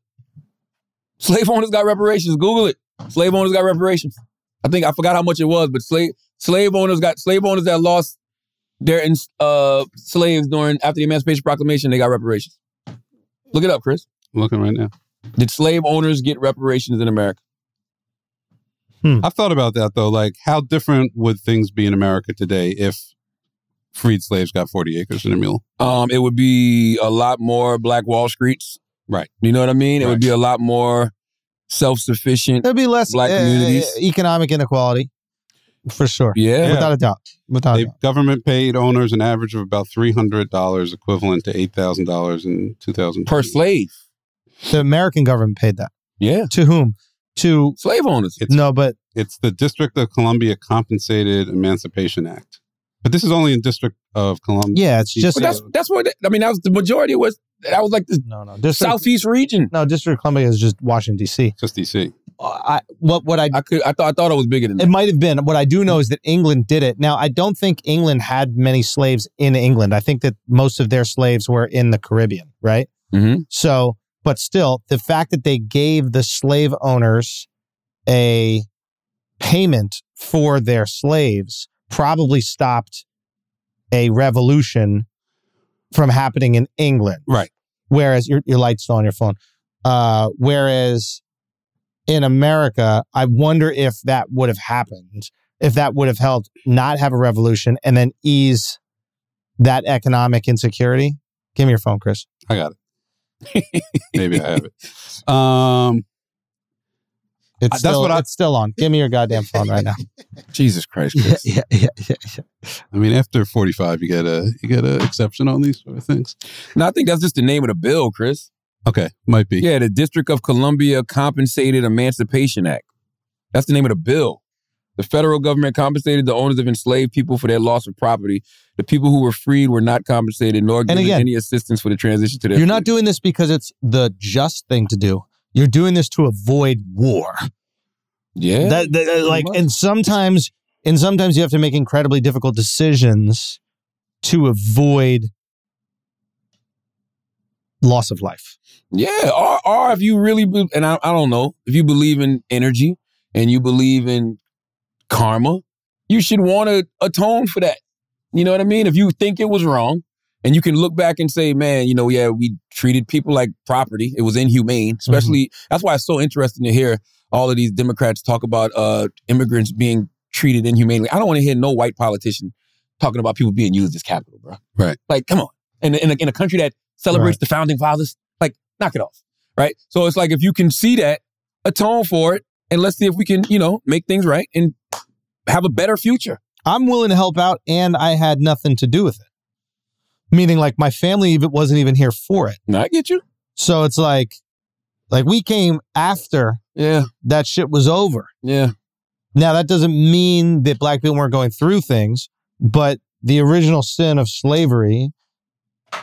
Speaker 2: Slave owners got reparations. Google it. Slave owners got reparations. I think I forgot how much it was, but slave slave owners got slave owners that lost their ins- uh slaves during after the Emancipation Proclamation, they got reparations. Look it up, Chris.
Speaker 13: I'm looking right now.
Speaker 2: Did slave owners get reparations in America?
Speaker 4: Hmm.
Speaker 13: I've thought about that though. Like, how different would things be in America today if freed slaves got 40 acres and a mule?
Speaker 2: Um, it would be a lot more Black Wall Streets.
Speaker 13: Right.
Speaker 2: You know what I mean? It would be a lot more self sufficient.
Speaker 4: There'd be less
Speaker 2: Black
Speaker 4: uh,
Speaker 2: communities.
Speaker 4: economic inequality, for sure.
Speaker 2: Yeah.
Speaker 4: without a doubt. Without a
Speaker 13: They, government paid owners an average of about $300, equivalent to $8,000 in 2000.
Speaker 2: Per slave.
Speaker 4: doubt. The American government paid that.
Speaker 2: Yeah.
Speaker 4: To whom? To
Speaker 2: slave owners.
Speaker 4: no, but
Speaker 13: It's the District of Columbia Compensated Emancipation Act. But this is only in District of Columbia.
Speaker 4: Yeah, it's
Speaker 2: But that's that's what I mean. That was the majority was that was like the
Speaker 4: no no
Speaker 2: southeast region.
Speaker 4: No, District of Columbia is just Washington D.C.
Speaker 13: Just D.C.
Speaker 4: I what what I
Speaker 2: I could I thought I thought it was bigger than
Speaker 4: It might have been. What I do know is that England did it. Now, I don't think England had many slaves in England. I think that most of their slaves were in the Caribbean, right?
Speaker 2: Mm-hmm.
Speaker 4: So, but still, the fact that they gave the slave owners a payment for their slaves probably stopped a revolution from happening in England.
Speaker 13: Right.
Speaker 4: Whereas your your light's still on your phone. Uh, whereas in America, I wonder if that would have happened, if that would have helped not have a revolution and then ease that economic insecurity. Give me your phone, Chris.
Speaker 13: I got it. Maybe I have it. Um,
Speaker 4: It's
Speaker 13: that's
Speaker 4: still,
Speaker 13: what I-
Speaker 4: it's still on. Give me your goddamn phone right now.
Speaker 2: Jesus Christ!
Speaker 4: yeah, yeah, yeah, yeah.
Speaker 13: I mean, after 45, you get a you get an exception on these sort of things.
Speaker 2: No, I think that's just the name of the bill, Chris.
Speaker 13: Okay, might be.
Speaker 2: Yeah, the District of Columbia Compensated Emancipation Act. That's the name of the bill. The federal government compensated the owners of enslaved people for their loss of property. The people who were freed were not compensated nor given
Speaker 4: again,
Speaker 2: any assistance for the transition to their.
Speaker 4: You're not doing this because it's the just thing to do. You're doing this to avoid war.
Speaker 2: Yeah.
Speaker 4: That, that- that- like, and sometimes, and sometimes you have to make incredibly difficult decisions to avoid loss of life.
Speaker 2: Yeah, or or if you really be, and I, I don't know if you believe in energy and you believe in karma, you should want to atone for that. You know what I mean? If you think it was wrong, and you can look back and say, "Man, you know, yeah, we treated people like property. It was inhumane." Especially that's why it's so interesting to hear all of these Democrats talk about uh, immigrants being treated inhumanely. I don't want to hear no white politician talking about people being used as capital, bro.
Speaker 13: Right.
Speaker 2: Like, come on. In a, in a, in a country that celebrates the founding fathers, like, knock it off. Right. So it's like if you can see that, atone for it, and let's see if we can, you know, make things right and have a better future.
Speaker 4: I'm willing to help out and I had nothing to do with it. Meaning like my family even wasn't even here for it.
Speaker 2: I get you.
Speaker 4: So it's like like we came after
Speaker 2: yeah
Speaker 4: that shit was over.
Speaker 2: Yeah.
Speaker 4: Now that doesn't mean that black people weren't going through things, but the original sin of slavery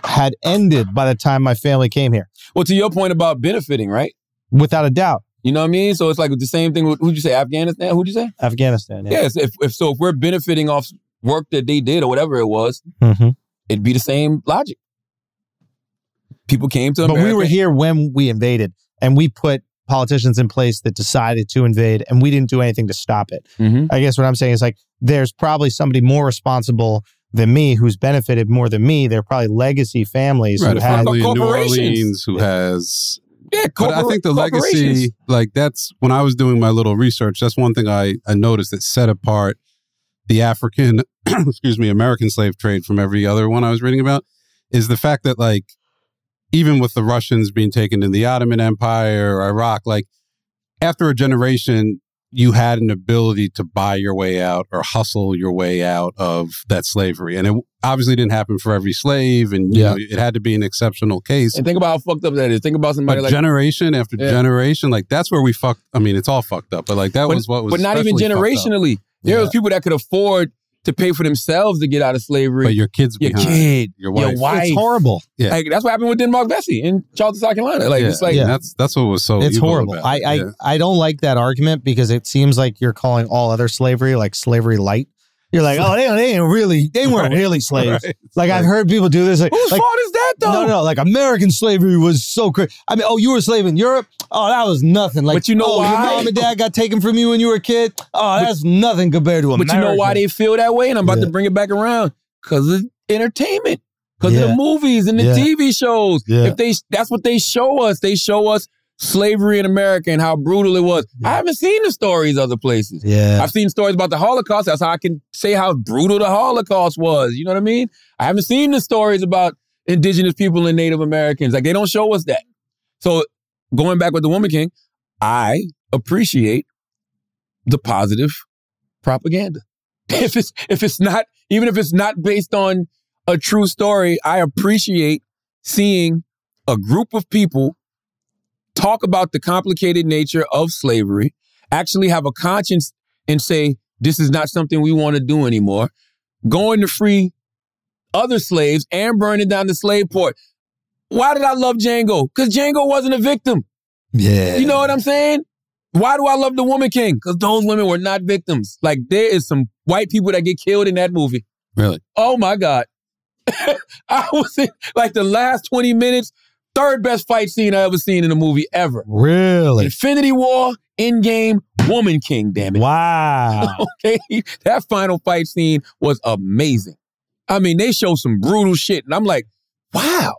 Speaker 4: had ended by the time my family came here.
Speaker 2: Well, to your point about benefiting, right?
Speaker 4: Without a doubt.
Speaker 2: You know what I mean? So it's like the same thing. with- Who'd you say? Afghanistan? Who'd you say?
Speaker 4: Afghanistan. Yeah.
Speaker 2: Yes. If, if so, if we're benefiting off work that they did or whatever it was,
Speaker 4: Mhm.
Speaker 2: it'd be the same logic. People came to
Speaker 4: But
Speaker 2: America.
Speaker 4: we were here when we invaded, and we put politicians in place that decided to invade, and we didn't do anything to stop it.
Speaker 13: Mm-hmm.
Speaker 2: Mhm.
Speaker 4: I guess what I'm saying is like, there's probably somebody more responsible than me who's benefited more than me. They're probably legacy families
Speaker 13: Right,
Speaker 4: who
Speaker 13: a
Speaker 4: had
Speaker 13: family in New Orleans who has.
Speaker 2: Yeah,
Speaker 13: but I think the
Speaker 4: corporations.
Speaker 13: legacy, like that's when I was doing my little research. That's one thing I, I noticed that set apart the African, excuse me, American slave trade from every other one I was reading about is the fact that like even with the Russians being taken in the Ottoman Empire or Iraq, like after a generation, you had an ability to buy your way out or hustle your way out of that slavery. And it obviously didn't happen for every slave. And you
Speaker 2: Yeah.
Speaker 13: know, it had to be an exceptional case.
Speaker 2: And think about how fucked up that is. Think about somebody
Speaker 13: But
Speaker 2: like
Speaker 13: generation after
Speaker 2: Yeah.
Speaker 13: generation, like that's where we fucked. I mean, it's all fucked up, but like that
Speaker 2: but,
Speaker 13: was what was.
Speaker 2: but not even
Speaker 13: especially fucked up.
Speaker 2: generationally. There was people that could afford to pay for themselves to get out of slavery.
Speaker 13: But your kids
Speaker 2: your
Speaker 13: behind.
Speaker 2: kid,
Speaker 13: Your wife.
Speaker 2: your wife.
Speaker 13: It's horrible. Yeah.
Speaker 2: Like, that's what happened with Denmark Vesey in Charleston, South Carolina. Like
Speaker 13: Yeah,
Speaker 2: it's like
Speaker 13: and that's that's what was so.
Speaker 4: it's
Speaker 13: evil
Speaker 4: horrible.
Speaker 13: about
Speaker 4: I,
Speaker 13: it,
Speaker 4: I,
Speaker 13: yeah.
Speaker 4: I don't like that argument because it seems like you're calling all other slavery like slavery light. You're like, oh, they, they ain't really, they weren't really slaves.
Speaker 13: Right.
Speaker 4: Like, I've heard people do this. Like,
Speaker 2: whose
Speaker 4: like,
Speaker 2: fault is that though?
Speaker 4: No, no, like American slavery was so crazy. I mean, oh, you were a slave in Europe? Oh, that was nothing. Like,
Speaker 2: But you know
Speaker 4: oh, your
Speaker 2: why?
Speaker 4: mom and dad got taken from you when you were a kid? Oh, that's nothing compared to
Speaker 2: But
Speaker 4: America.
Speaker 2: you know why they feel that way? And I'm about to bring it back around because of entertainment, because of
Speaker 4: Yeah.
Speaker 2: the movies and the
Speaker 4: Yeah.
Speaker 2: TV shows.
Speaker 4: Yeah.
Speaker 2: If they that's what they show us. They show us slavery in America and how brutal it was. I haven't seen the stories other places.
Speaker 4: Yeah.
Speaker 2: I've seen stories about the Holocaust. That's how I can say how brutal the Holocaust was. You know what I mean? I haven't seen the stories about indigenous people and Native Americans. Like they don't show us that. So going back with the Woman King, I appreciate the positive propaganda. If it's if it's not even if it's not based on a true story, I appreciate seeing a group of people talk about the complicated nature of slavery, actually have a conscience and say this is not something we want to do anymore. Going to free other slaves and burning down the slave port. Why did I love Django? Because Django wasn't a victim.
Speaker 4: Yeah.
Speaker 2: You know what I'm saying? Why do I love the Woman King? Because those women were not victims. Like there is some white people that get killed in that movie.
Speaker 13: Really?
Speaker 2: Oh my God. I was in like the last 20 minutes, third best fight scene I ever seen in a movie ever.
Speaker 4: Really?
Speaker 2: Infinity War, Endgame, Woman King, damn it.
Speaker 4: Wow.
Speaker 2: okay. That final fight scene was amazing. I mean, they show some brutal shit. And I'm like, wow,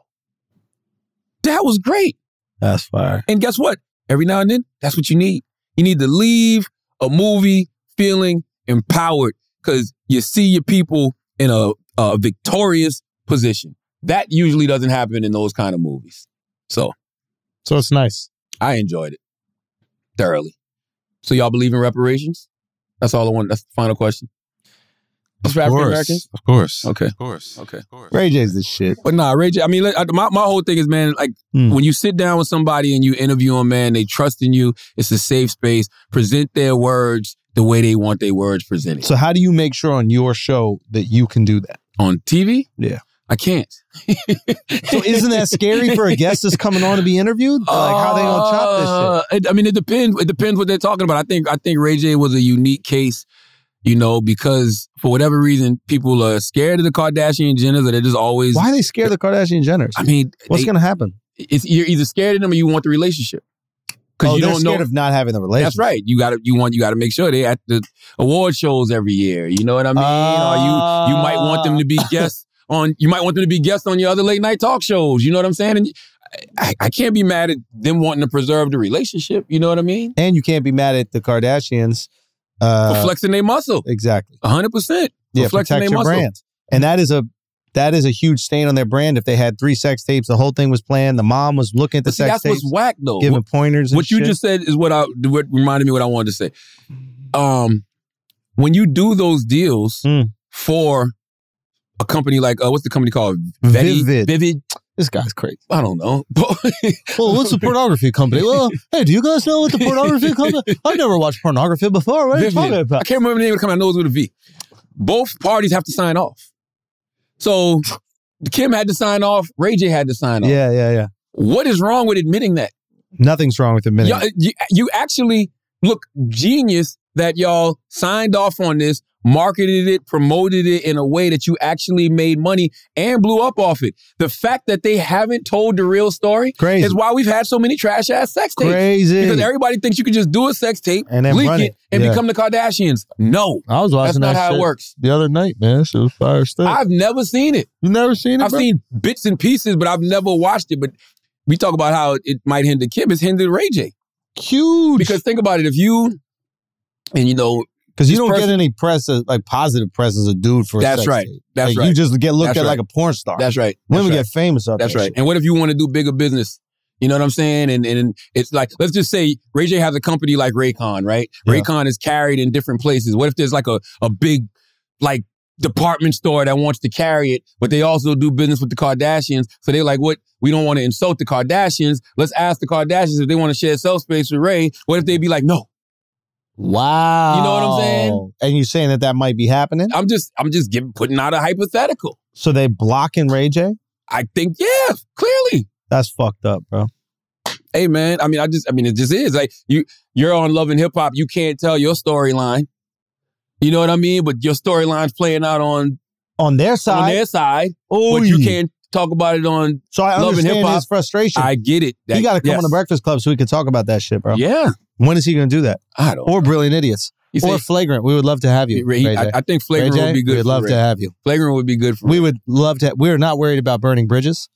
Speaker 2: that was great.
Speaker 4: That's fire.
Speaker 2: And guess what? Every now and then, that's what you need. You need to leave a movie feeling empowered because you see your people in a, a victorious position. That usually doesn't happen in those kind of movies. So
Speaker 4: So it's nice.
Speaker 2: I enjoyed it thoroughly. So y'all believe in reparations? That's all I want. That's the final question. Just for
Speaker 13: Of
Speaker 2: African
Speaker 13: course,
Speaker 2: Americans?
Speaker 13: Of course.
Speaker 2: Okay.
Speaker 13: Of course.
Speaker 2: Okay.
Speaker 3: Ray J's this shit.
Speaker 2: But nah, Ray J. I mean, like, I- my, my whole thing is, man, like
Speaker 4: Hmm.
Speaker 2: when you sit down with somebody and you interview them, man, they trust in you. It's a safe space. Present their words the way they want their words presented.
Speaker 4: So, how do you make sure on your show that you can do that?
Speaker 2: On TV?
Speaker 4: Yeah.
Speaker 2: I can't.
Speaker 4: So, isn't that scary for a guest that's coming on to be interviewed?
Speaker 13: Uh,
Speaker 4: Like, how they gonna chop this shit?
Speaker 2: Uh, it- I mean, it depends. It depends what they're talking about. I think I think Ray J was a unique case, you know, because for whatever reason, people are scared of the Kardashian Jenners, or they're just always.
Speaker 4: Why are they scared of the Kardashian Jenners?
Speaker 2: I mean,
Speaker 4: what's
Speaker 2: they-
Speaker 4: going to happen?
Speaker 2: It's, you're either scared of them or you want the relationship.
Speaker 4: Oh,
Speaker 2: you
Speaker 4: they're
Speaker 2: don't know-
Speaker 4: scared of not having the relationship.
Speaker 2: That's right. You got to you want you got to make sure they at the award shows every year. You know what I mean? or you you might want them to
Speaker 4: Ah.
Speaker 2: be guests on. You might want them to be guests on your other late night talk shows. You know what I'm saying? And I, I can't be mad at them wanting to preserve the relationship. You know what I mean?
Speaker 4: And you can't be mad at the Kardashians
Speaker 2: For
Speaker 4: uh,
Speaker 2: flexing their muscle.
Speaker 4: Exactly.
Speaker 2: 100. percent
Speaker 4: yeah, protect your brand. And that is a that is a huge stain on their brand. If they had three sex tapes, the whole thing was planned. The mom was looking at the
Speaker 2: But see,
Speaker 4: sex
Speaker 2: that's
Speaker 4: tapes,
Speaker 2: what's whack though.
Speaker 4: giving
Speaker 2: What-
Speaker 4: pointers. And
Speaker 2: What you
Speaker 4: shit.
Speaker 2: just said is what I what reminded me what I wanted to say. Um, when you do those deals
Speaker 4: Hmm.
Speaker 2: for a company like uh, what's the company called? Vetti-
Speaker 4: Vivid.
Speaker 2: Vivid.
Speaker 4: This guy's crazy.
Speaker 2: I don't know.
Speaker 4: well, Oh, what's the pornography company? Well, hey, do you guys know what the pornography company? I've never watched pornography before. What are you
Speaker 2: Vivid.
Speaker 4: talking
Speaker 2: I
Speaker 4: about?
Speaker 2: can't remember the name of the company. I know it's with a V. Both parties have to sign off. So Kim had to sign off. Ray J had to sign off.
Speaker 4: Yeah, yeah, yeah.
Speaker 2: What is wrong with admitting that?
Speaker 4: Nothing's wrong with admitting.
Speaker 2: Y'all, you, you actually look genius that y'all signed off on this, marketed it, promoted it in a way that you actually made money and blew up off it. The fact that they haven't told the real story
Speaker 4: Crazy.
Speaker 2: is why we've had so many trash ass sex tapes.
Speaker 4: Crazy.
Speaker 2: Because everybody thinks you can just do a sex tape,
Speaker 4: And then
Speaker 2: leak
Speaker 4: run
Speaker 2: it,
Speaker 4: it.
Speaker 2: and
Speaker 4: Yeah.
Speaker 2: become the Kardashians. No.
Speaker 4: I was
Speaker 2: That's
Speaker 4: watching
Speaker 2: not
Speaker 4: that
Speaker 2: how it
Speaker 4: shit
Speaker 2: works.
Speaker 4: the other night, man. That Shit was fire stuff.
Speaker 2: I've never seen it.
Speaker 4: You never seen it?
Speaker 2: I've
Speaker 4: bro?
Speaker 2: seen bits and pieces, but I've never watched it. But we talk about how it might hinder Kim. It's hindered Ray J.
Speaker 4: Huge.
Speaker 2: Because think about it. If you and you know,
Speaker 4: Because you
Speaker 2: this
Speaker 4: don't
Speaker 2: person-
Speaker 4: get any press, as, like positive press as a dude for a
Speaker 2: That's
Speaker 4: sex
Speaker 2: right.
Speaker 4: tape.
Speaker 2: That's
Speaker 4: Like,
Speaker 2: right.
Speaker 4: You just get looked
Speaker 2: That's
Speaker 4: at
Speaker 2: right.
Speaker 4: like a porn star.
Speaker 2: That's right.
Speaker 4: Women
Speaker 2: That's
Speaker 4: get famous up.
Speaker 2: That's right. And what if you want to do bigger business? You know what I'm saying? And and it's like, let's just say Ray J has a company like Raycon, right? Raycon is carried in different places. What if there's like a, a big like department store that wants to carry it, but they also do business with the Kardashians. So they're like, what? We don't want to insult the Kardashians. Let's ask the Kardashians if they want to share self space with Ray. What if they be like, no?
Speaker 4: Wow.
Speaker 2: You know what I'm saying?
Speaker 4: And you're saying that that might be happening?
Speaker 2: I'm just I'm just giving putting out a hypothetical.
Speaker 4: So they blocking Ray J?
Speaker 2: I think yeah, clearly.
Speaker 4: That's fucked up, bro.
Speaker 2: hey man i mean i just i mean it just is like you you're on love and hip hop you can't tell your storyline you know what i mean but your storyline's playing out on
Speaker 4: on their
Speaker 2: on
Speaker 4: side?
Speaker 2: their side
Speaker 4: Oh,
Speaker 2: but you can't talk about it on
Speaker 4: so I
Speaker 2: love and
Speaker 4: understand
Speaker 2: hip hop
Speaker 4: his frustration.
Speaker 2: i get it
Speaker 4: you got to come
Speaker 2: yes.
Speaker 4: on the Breakfast Club so we can talk about that shit, bro.
Speaker 2: Yeah.
Speaker 4: When is he going to do that?
Speaker 2: I don't
Speaker 4: Or Brilliant Idiots.
Speaker 2: You
Speaker 4: or
Speaker 2: see-
Speaker 4: Flagrant. We would love to have you.
Speaker 2: Ray-
Speaker 4: Ray J.
Speaker 2: I, I think
Speaker 4: Ray
Speaker 2: flagrant
Speaker 4: J,
Speaker 2: would be good
Speaker 4: We'd
Speaker 2: for
Speaker 4: love
Speaker 2: Ray.
Speaker 4: to have you.
Speaker 2: flagrant would be good for
Speaker 4: We would love to. We're not worried about burning bridges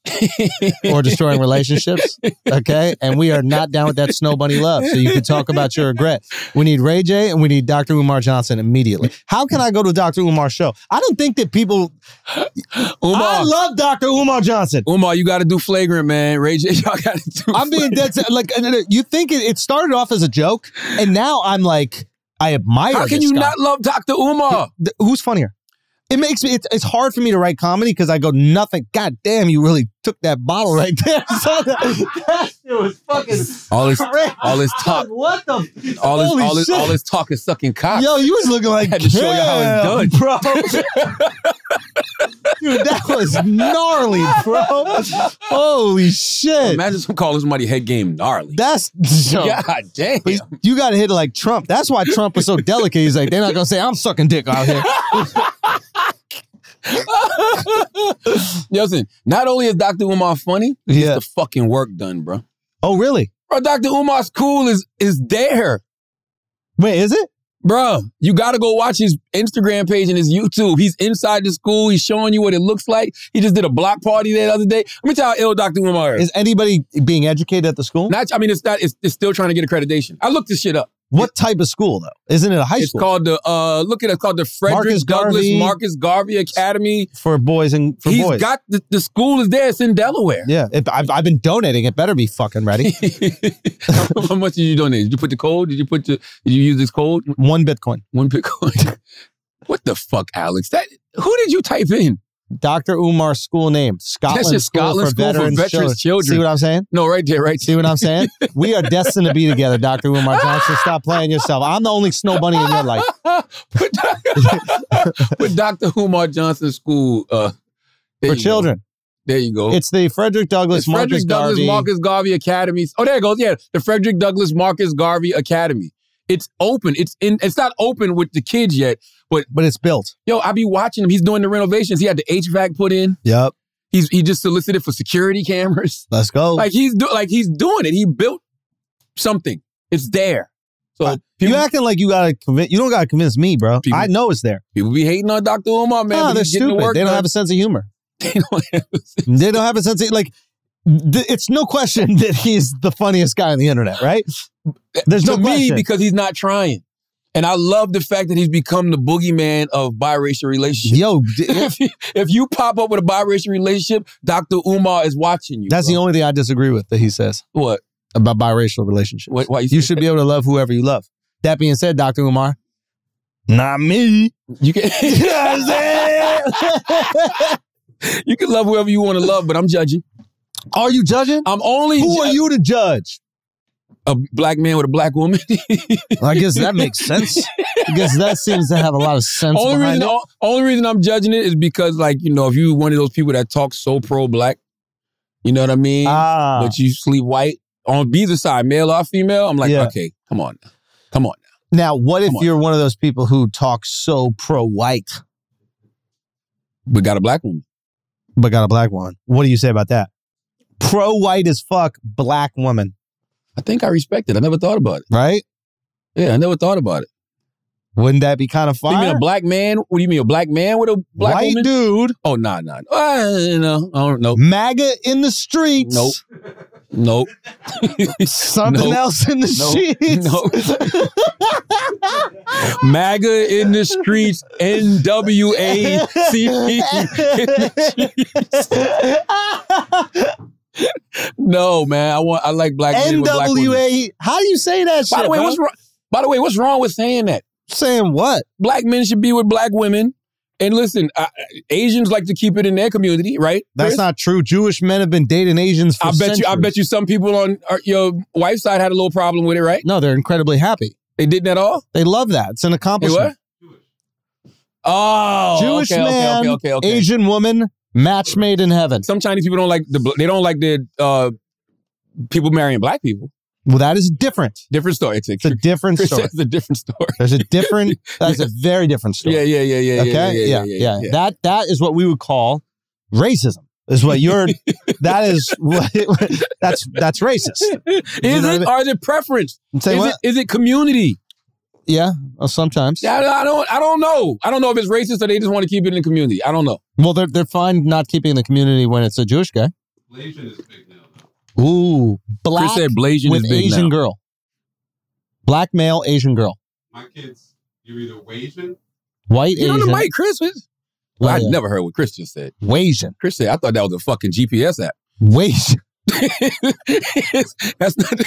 Speaker 4: or destroying relationships. Okay. And we are not down with that snow bunny love. So you can talk about your regret. We need Ray J and we need Dr. Umar Johnson immediately. How can I go to Dr. Umar's show? I don't think that people. I love Dr. Umar Johnson.
Speaker 2: Umar, you got to do flagrant, man. Ray J, y'all got to do.
Speaker 4: I'm being dead. set. Like, you think it, it started off as a joke, and now I'm like, I admire
Speaker 2: How can
Speaker 4: this
Speaker 2: you
Speaker 4: guy.
Speaker 2: not love Dr. Umar?
Speaker 4: Th- who's funnier? It makes me. It's, it's hard for me to write comedy because I go nothing. God damn, you really took that bottle right there. Son. that shit was fucking
Speaker 2: All this,
Speaker 4: crazy.
Speaker 2: all this talk,
Speaker 4: What the?
Speaker 2: all this,
Speaker 4: Holy
Speaker 2: all this,
Speaker 4: shit.
Speaker 2: all this talk is sucking cock.
Speaker 4: Yo, you was looking like
Speaker 2: had to show you how it's
Speaker 4: "Damn, bro. Dude, that was gnarly, bro. Holy shit!
Speaker 2: Imagine some callers somebody head game gnarly.
Speaker 4: That's
Speaker 2: God damn.
Speaker 4: But you got to hit it like Trump. That's why Trump was so delicate. He's like, they're not gonna say I'm sucking dick out here.
Speaker 2: Listen, not only is Dr. Umar funny, he gets the fucking work done, bro.
Speaker 4: Oh, really?
Speaker 2: Bro, Dr. Umar's cool is is there.
Speaker 4: Wait, is it?
Speaker 2: Bro, you gotta go watch his Instagram page and his YouTube. He's inside the school. He's showing you what it looks like. He just did a block party there the other day. Let me tell you how ill Dr. Umar is.
Speaker 4: Is anybody being educated at the school?
Speaker 2: Not, I mean, it's not. It's, it's still trying to get accreditation. I looked this shit up.
Speaker 4: What type of school though? Isn't it a high
Speaker 2: It's
Speaker 4: school
Speaker 2: called the. uh Look at it. It's called the Frederick
Speaker 4: Marcus
Speaker 2: Douglass
Speaker 4: Garvey.
Speaker 2: Marcus Garvey Academy.
Speaker 4: for boys and for
Speaker 2: He's
Speaker 4: boys?
Speaker 2: got the, the school is there. It's in Delaware.
Speaker 4: yeah, it, I've, I've been donating. It better be fucking ready.
Speaker 2: How much did you donate? Did you put the code? Did you put the? Did you use this code?
Speaker 4: One Bitcoin.
Speaker 2: One Bitcoin. what the fuck, Alex? That who did you type in?
Speaker 4: Dr. Umar's school name, Scotland,
Speaker 2: That's just Scotland School for Veterans Children.
Speaker 4: See what I'm saying?
Speaker 2: No, right there, right.
Speaker 4: See what I'm saying? we are destined to be together, Dr. Umar Johnson. Stop playing yourself. I'm the only snow bunny in your life.
Speaker 2: With Dr. Umar Johnson School uh, there you go.
Speaker 4: For children.
Speaker 2: There you go.
Speaker 4: It's the Frederick Douglass
Speaker 2: It's
Speaker 4: Marcus
Speaker 2: Frederick Douglass
Speaker 4: Garvey.
Speaker 2: Marcus Garvey Academy. Oh, there it goes. Yeah, the Frederick Douglass Marcus Garvey Academy. It's open. It's in. It's not open with the kids yet, but
Speaker 4: but it's built.
Speaker 2: Yo, I be watching him. He's doing the renovations. He had the HVAC put in.
Speaker 4: Yep.
Speaker 2: He's he just solicited for security cameras.
Speaker 4: Let's go.
Speaker 2: Like he's do, like he's doing it. He built something. It's there. So
Speaker 4: Uh, you acting like you gotta convince you don't gotta convince me, bro. I know it's there.
Speaker 2: People be hating on Dr. Umar, man.
Speaker 4: Nah,
Speaker 2: but
Speaker 4: they're
Speaker 2: he's getting the
Speaker 4: stupid.
Speaker 2: work
Speaker 4: they don't
Speaker 2: done.
Speaker 4: have a sense of humor. They don't have a sense of like. Th- it's no question that he's the funniest guy on the internet, right? There's no
Speaker 2: to me
Speaker 4: question.
Speaker 2: because he's not trying. And I love the fact that he's become the boogeyman of biracial relationships.
Speaker 4: Yo,
Speaker 2: if, you, if you pop up with a biracial relationship, Dr. Umar is watching you.
Speaker 4: That's the only thing I disagree with that he says.
Speaker 2: What?
Speaker 4: About biracial relationships.
Speaker 2: why you
Speaker 4: should be able to love whoever you love. That being said, Dr. Umar, Not me.
Speaker 2: You can.
Speaker 4: you know what I'm saying?
Speaker 2: you can love whoever you want to love, but I'm judging.
Speaker 4: Are you judging?
Speaker 2: I'm only.
Speaker 4: Who are you to judge?
Speaker 2: A black man with a black woman.
Speaker 4: I guess that makes sense. I guess that seems to have a lot of sense.
Speaker 2: only reason,
Speaker 4: behind it.
Speaker 2: o- only reason I'm judging it is because, like, you know, if you one of those people that talk so pro black, you know what I mean,
Speaker 4: Ah.
Speaker 2: but you sleep white on either side, male or female, I'm like,
Speaker 4: Yeah.
Speaker 2: okay, come on, now. come on. now.
Speaker 4: Now, what if
Speaker 2: Come on.
Speaker 4: you're one of those people who talk so pro white,
Speaker 2: But got a black woman.
Speaker 4: but got a black one? What do you say about that? Pro white as fuck, black woman,
Speaker 2: I think I respect it. I never thought about it.
Speaker 4: right?
Speaker 2: Yeah, I never thought about it.
Speaker 4: Wouldn't that be kind of fire?
Speaker 2: You mean a black man? What do you mean a black man with a black
Speaker 4: White
Speaker 2: woman?
Speaker 4: dude,
Speaker 2: Oh, nah, nah. Uh, you know, I don't know.
Speaker 4: MAGA in the streets.
Speaker 2: Nope. Nope.
Speaker 4: Something
Speaker 2: Nope.
Speaker 4: else in the
Speaker 2: Nope.
Speaker 4: sheets.
Speaker 2: MAGA in the streets, NWACP. no, man. I want. I like black men with black women.
Speaker 4: NWA. How do you say that shit?
Speaker 2: By the way,
Speaker 4: bro?
Speaker 2: what's wrong? By the way, what's wrong with saying that?
Speaker 4: Saying what?
Speaker 2: Black men should be with black women. And listen, I, Asians like to keep it in their community, right?
Speaker 4: That's
Speaker 2: Chris?
Speaker 4: not true. Jewish men have been dating Asians for
Speaker 2: I bet you. I bet you. Some people on uh, your wife's side had a little problem with it, right?
Speaker 4: No, they're incredibly happy.
Speaker 2: They didn't at all.
Speaker 4: They love that. It's an
Speaker 2: They
Speaker 4: accomplishment.
Speaker 2: what? Oh,
Speaker 4: Jewish
Speaker 2: okay, okay,
Speaker 4: man,
Speaker 2: okay, okay, okay.
Speaker 4: Asian woman, match made in heaven.
Speaker 2: Some Chinese people don't like the. bl- They don't like the uh, people marrying black people.
Speaker 4: Well, that is different.
Speaker 2: Different story. It's a,
Speaker 4: It's a different
Speaker 2: Chris
Speaker 4: story.
Speaker 2: says a different story.
Speaker 4: There's a different. That's a very different story.
Speaker 2: Yeah, yeah, yeah, yeah.
Speaker 4: okay.
Speaker 2: yeah, yeah, yeah, yeah, yeah.
Speaker 4: That that is what we would call racism. Is what you're. that is what. That's that's racist.
Speaker 2: Is
Speaker 4: know
Speaker 2: it?
Speaker 4: that-
Speaker 2: Are there preference?
Speaker 4: Say
Speaker 2: is
Speaker 4: what?
Speaker 2: it? Is it community?
Speaker 4: Yeah. well, sometimes.
Speaker 2: I, I don't. I don't know. I don't know if it's racist or they just want to keep it in the community. I don't know.
Speaker 4: Well, they're they're fine not keeping the community when it's a Jewish guy. Ooh, black
Speaker 2: Chris said Blasian
Speaker 4: with
Speaker 2: is big
Speaker 4: Asian
Speaker 2: now.
Speaker 4: girl. Black male, Asian girl,
Speaker 13: My kids, you're either Asian.
Speaker 4: white
Speaker 2: Get on
Speaker 4: Asian,
Speaker 2: the mic, Chris. What- Well, I
Speaker 4: yeah.
Speaker 2: never heard what Chris just said.
Speaker 4: Wasian,
Speaker 2: Chris said, "I thought that was a fucking GPS app."
Speaker 4: Wasian.
Speaker 2: That's not.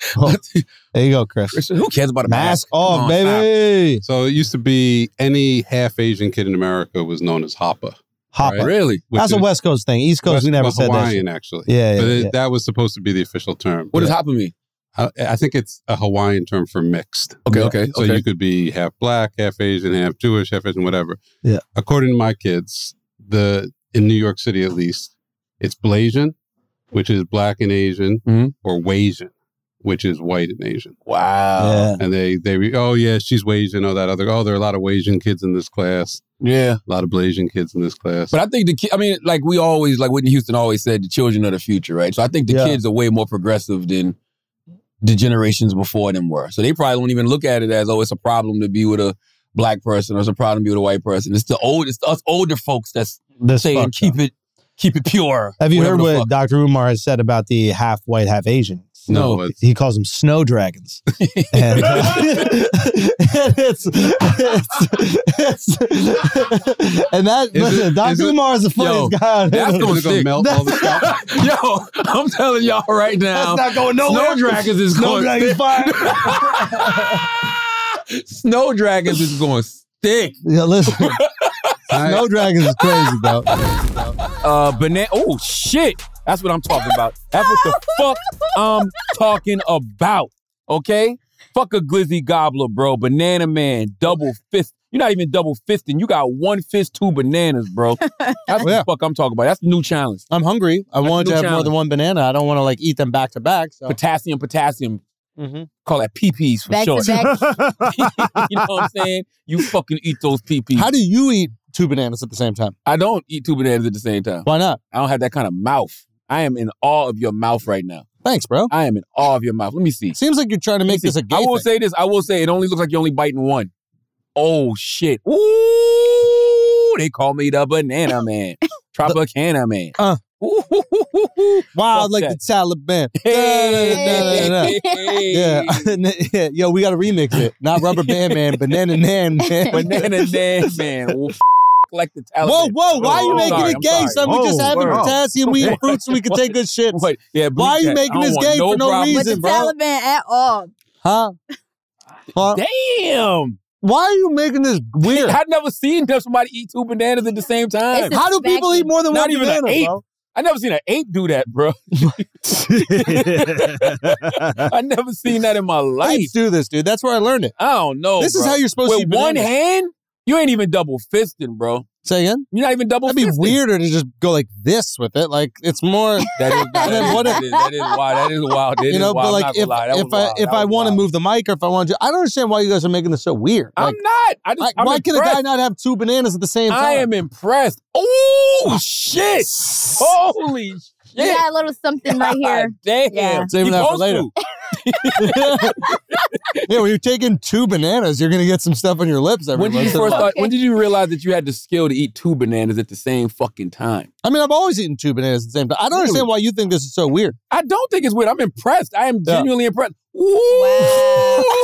Speaker 4: Oh, there you go, Chris.
Speaker 2: Chris, who cares about a mask?
Speaker 4: Mask off,
Speaker 2: Come on,
Speaker 4: baby.
Speaker 13: So it used to be any half Asian kid in America was known as Hoppa.
Speaker 4: Hopper.
Speaker 13: Right.
Speaker 2: Really?
Speaker 13: which
Speaker 4: That's a
Speaker 13: is
Speaker 4: West Coast thing. East Coast,
Speaker 13: West-
Speaker 4: we never
Speaker 13: well,
Speaker 4: said that.
Speaker 13: Hawaiian,
Speaker 4: shit.
Speaker 13: actually.
Speaker 4: Yeah, yeah,
Speaker 13: but it-
Speaker 4: yeah.
Speaker 13: that was supposed to be the official term.
Speaker 2: What does
Speaker 13: But
Speaker 2: hopping mean?
Speaker 13: I, I think it's a Hawaiian term for mixed.
Speaker 2: Okay, okay,
Speaker 13: So
Speaker 2: okay.
Speaker 13: you could be half black, half Asian, half Jewish, half Asian, whatever.
Speaker 4: Yeah.
Speaker 13: According to my kids, the in New York City at least, it's Blasian, which is black and Asian,
Speaker 2: Mhm.
Speaker 13: or Wasian, which is white and Asian.
Speaker 2: Wow.
Speaker 4: Yeah.
Speaker 13: And they they re- oh yeah, she's Wasian. Oh that other oh there are a lot of Wasian kids in this class.
Speaker 2: Yeah.
Speaker 13: A lot of Blasian kids in this class.
Speaker 2: But I think the ki- I mean, like we always, like Whitney Houston always said, the children are the future, right? So I think the
Speaker 4: Yeah.
Speaker 2: kids are way more progressive than the generations before them were. So they probably don't even look at it as, oh, it's a problem to be with a black person or it's a problem to be with a white person. It's the old, it's us older folks that's
Speaker 4: This
Speaker 2: saying
Speaker 4: fucked
Speaker 2: keep
Speaker 4: up.
Speaker 2: it, keep it pure.
Speaker 4: Have you
Speaker 2: whatever
Speaker 4: heard
Speaker 2: the
Speaker 4: what
Speaker 2: fuck.
Speaker 4: Dr. Umar has said about the half white, half Asian?
Speaker 13: No,
Speaker 4: He-
Speaker 13: it's-
Speaker 4: he calls them snow dragons. and, and it's, it's, it's- and that
Speaker 13: Is
Speaker 4: listen,
Speaker 13: it- is it-
Speaker 4: Dr. Umar is the funniest
Speaker 2: Yo,
Speaker 4: guy. on
Speaker 2: that's
Speaker 4: earth.
Speaker 2: gonna
Speaker 13: Is it gonna
Speaker 2: stick.
Speaker 13: melt all the stuff?
Speaker 2: Yo, I'm telling y'all right now,
Speaker 4: That's not going nowhere.
Speaker 2: Snow Dragons is
Speaker 4: Snow
Speaker 2: going
Speaker 4: dragons fire.
Speaker 2: Snow Dragons is going stick.
Speaker 4: yeah, listen,
Speaker 13: I-
Speaker 4: snow dragons is crazy, bro.
Speaker 2: Uh, banana. Oh shit, that's what I'm talking about. That's what the fuck I'm talking about. Okay, fuck a glizzy gobbler, bro. Banana man, double fist. You're not even double fisting. You got one fist, two bananas, bro. That's what
Speaker 4: Yeah.
Speaker 2: the fuck I'm talking about. That's the new challenge.
Speaker 4: I'm hungry. I wanted to
Speaker 2: new
Speaker 4: have more
Speaker 2: challenge.
Speaker 4: than one banana. I don't want to like eat them back to back. So.
Speaker 2: Potassium, potassium. Call that peepees for
Speaker 8: Mm-hmm. Back
Speaker 2: short.
Speaker 8: to back.
Speaker 2: you know what I'm saying? You fucking eat those peepees.
Speaker 4: How do you eat two bananas at the same time?
Speaker 2: I don't eat two bananas at the same time.
Speaker 4: Why not?
Speaker 2: I don't have that kind of mouth. I am in awe of your mouth right now.
Speaker 4: Thanks, bro.
Speaker 2: I am in awe of your mouth. Let me see.
Speaker 4: Seems like you're trying to make
Speaker 2: Let me
Speaker 4: this
Speaker 2: see.
Speaker 4: a gay
Speaker 2: I will
Speaker 4: thing.
Speaker 2: say this. I will say it only looks like you're only biting one. Oh shit! Ooh, they call me the banana man, Tropicana man.
Speaker 4: Uh.
Speaker 2: Ooh, hoo, hoo, hoo, hoo.
Speaker 4: Wild
Speaker 2: Fuck
Speaker 4: like
Speaker 2: that.
Speaker 4: the Taliban.
Speaker 2: Hey.
Speaker 4: Da, da, da, da, da. Yeah. yeah, yo, we gotta remix it. Not Rubber Band Man, Banana Nan Man.
Speaker 2: banana man man. Oh, f- like the Taliban.
Speaker 4: Whoa, whoa! Why are you
Speaker 2: I'm
Speaker 4: making
Speaker 2: sorry,
Speaker 4: it
Speaker 2: I'm
Speaker 4: gay,
Speaker 2: sorry.
Speaker 4: son? We
Speaker 3: Whoa,
Speaker 4: just having
Speaker 3: word.
Speaker 4: potassium, we eat fruits, and we can take good shit.
Speaker 2: Wait, yeah, bleep
Speaker 4: Why are you
Speaker 2: that.
Speaker 4: making
Speaker 2: I
Speaker 4: this
Speaker 2: don't
Speaker 4: gay
Speaker 2: want
Speaker 4: for no
Speaker 2: problem.
Speaker 4: reason?
Speaker 8: with the
Speaker 4: bro.
Speaker 8: Taliban at all.
Speaker 4: Huh? Huh?
Speaker 2: Damn.
Speaker 4: Why are you making this weird?
Speaker 2: I've never seen somebody eat two bananas at the same time.
Speaker 4: It's How do people eat more than
Speaker 2: Not
Speaker 4: one
Speaker 2: even
Speaker 4: banana,
Speaker 2: an ape.
Speaker 4: bro?
Speaker 2: I never seen an ape do that, bro. I never seen that in my life.
Speaker 4: Apes do this, dude. That's where I learned it.
Speaker 2: I don't know.
Speaker 4: This is
Speaker 2: bro.
Speaker 4: how you're supposed to
Speaker 2: With
Speaker 4: eat
Speaker 2: one
Speaker 4: bananas.
Speaker 2: hand. You ain't even double fisting, bro.
Speaker 4: Say again?
Speaker 2: You're not even double.
Speaker 4: That'd be weirder to just go like this with it. Like it's more.
Speaker 2: That is, that, is, that, is, that is wild. That is wild. That
Speaker 4: you
Speaker 2: is
Speaker 4: know,
Speaker 2: wild.
Speaker 4: but
Speaker 2: I'm
Speaker 4: like
Speaker 2: not gonna
Speaker 4: if,
Speaker 2: lie. That
Speaker 4: if
Speaker 2: was
Speaker 4: I
Speaker 2: wild.
Speaker 4: if
Speaker 2: That
Speaker 4: I
Speaker 2: was
Speaker 4: want to move the mic or if I want to, I don't understand why you guys are making this so weird.
Speaker 2: I'm
Speaker 4: Like,
Speaker 2: not. I just.
Speaker 4: why
Speaker 2: I'm
Speaker 4: can a guy
Speaker 2: impressed.
Speaker 4: not have two bananas at the same time?
Speaker 2: I am impressed. Oh shit! Holy shit!
Speaker 8: You got a little something right here.
Speaker 2: Damn.
Speaker 8: Yeah.
Speaker 2: You
Speaker 4: Saving that for
Speaker 2: supposed
Speaker 4: later.
Speaker 2: to.
Speaker 4: yeah, when you're taking two bananas, you're gonna get some stuff on your lips. Every
Speaker 2: When did you
Speaker 4: once in a
Speaker 2: first
Speaker 4: while.
Speaker 2: start, when did you realize that you had the skill to eat two bananas at the same fucking time?
Speaker 4: I mean, I've always eaten two bananas at the same time. I don't understand why you think this is so weird.
Speaker 2: I don't think it's weird. I'm impressed. I am
Speaker 4: Yeah.
Speaker 2: genuinely impressed. Wow.
Speaker 8: Come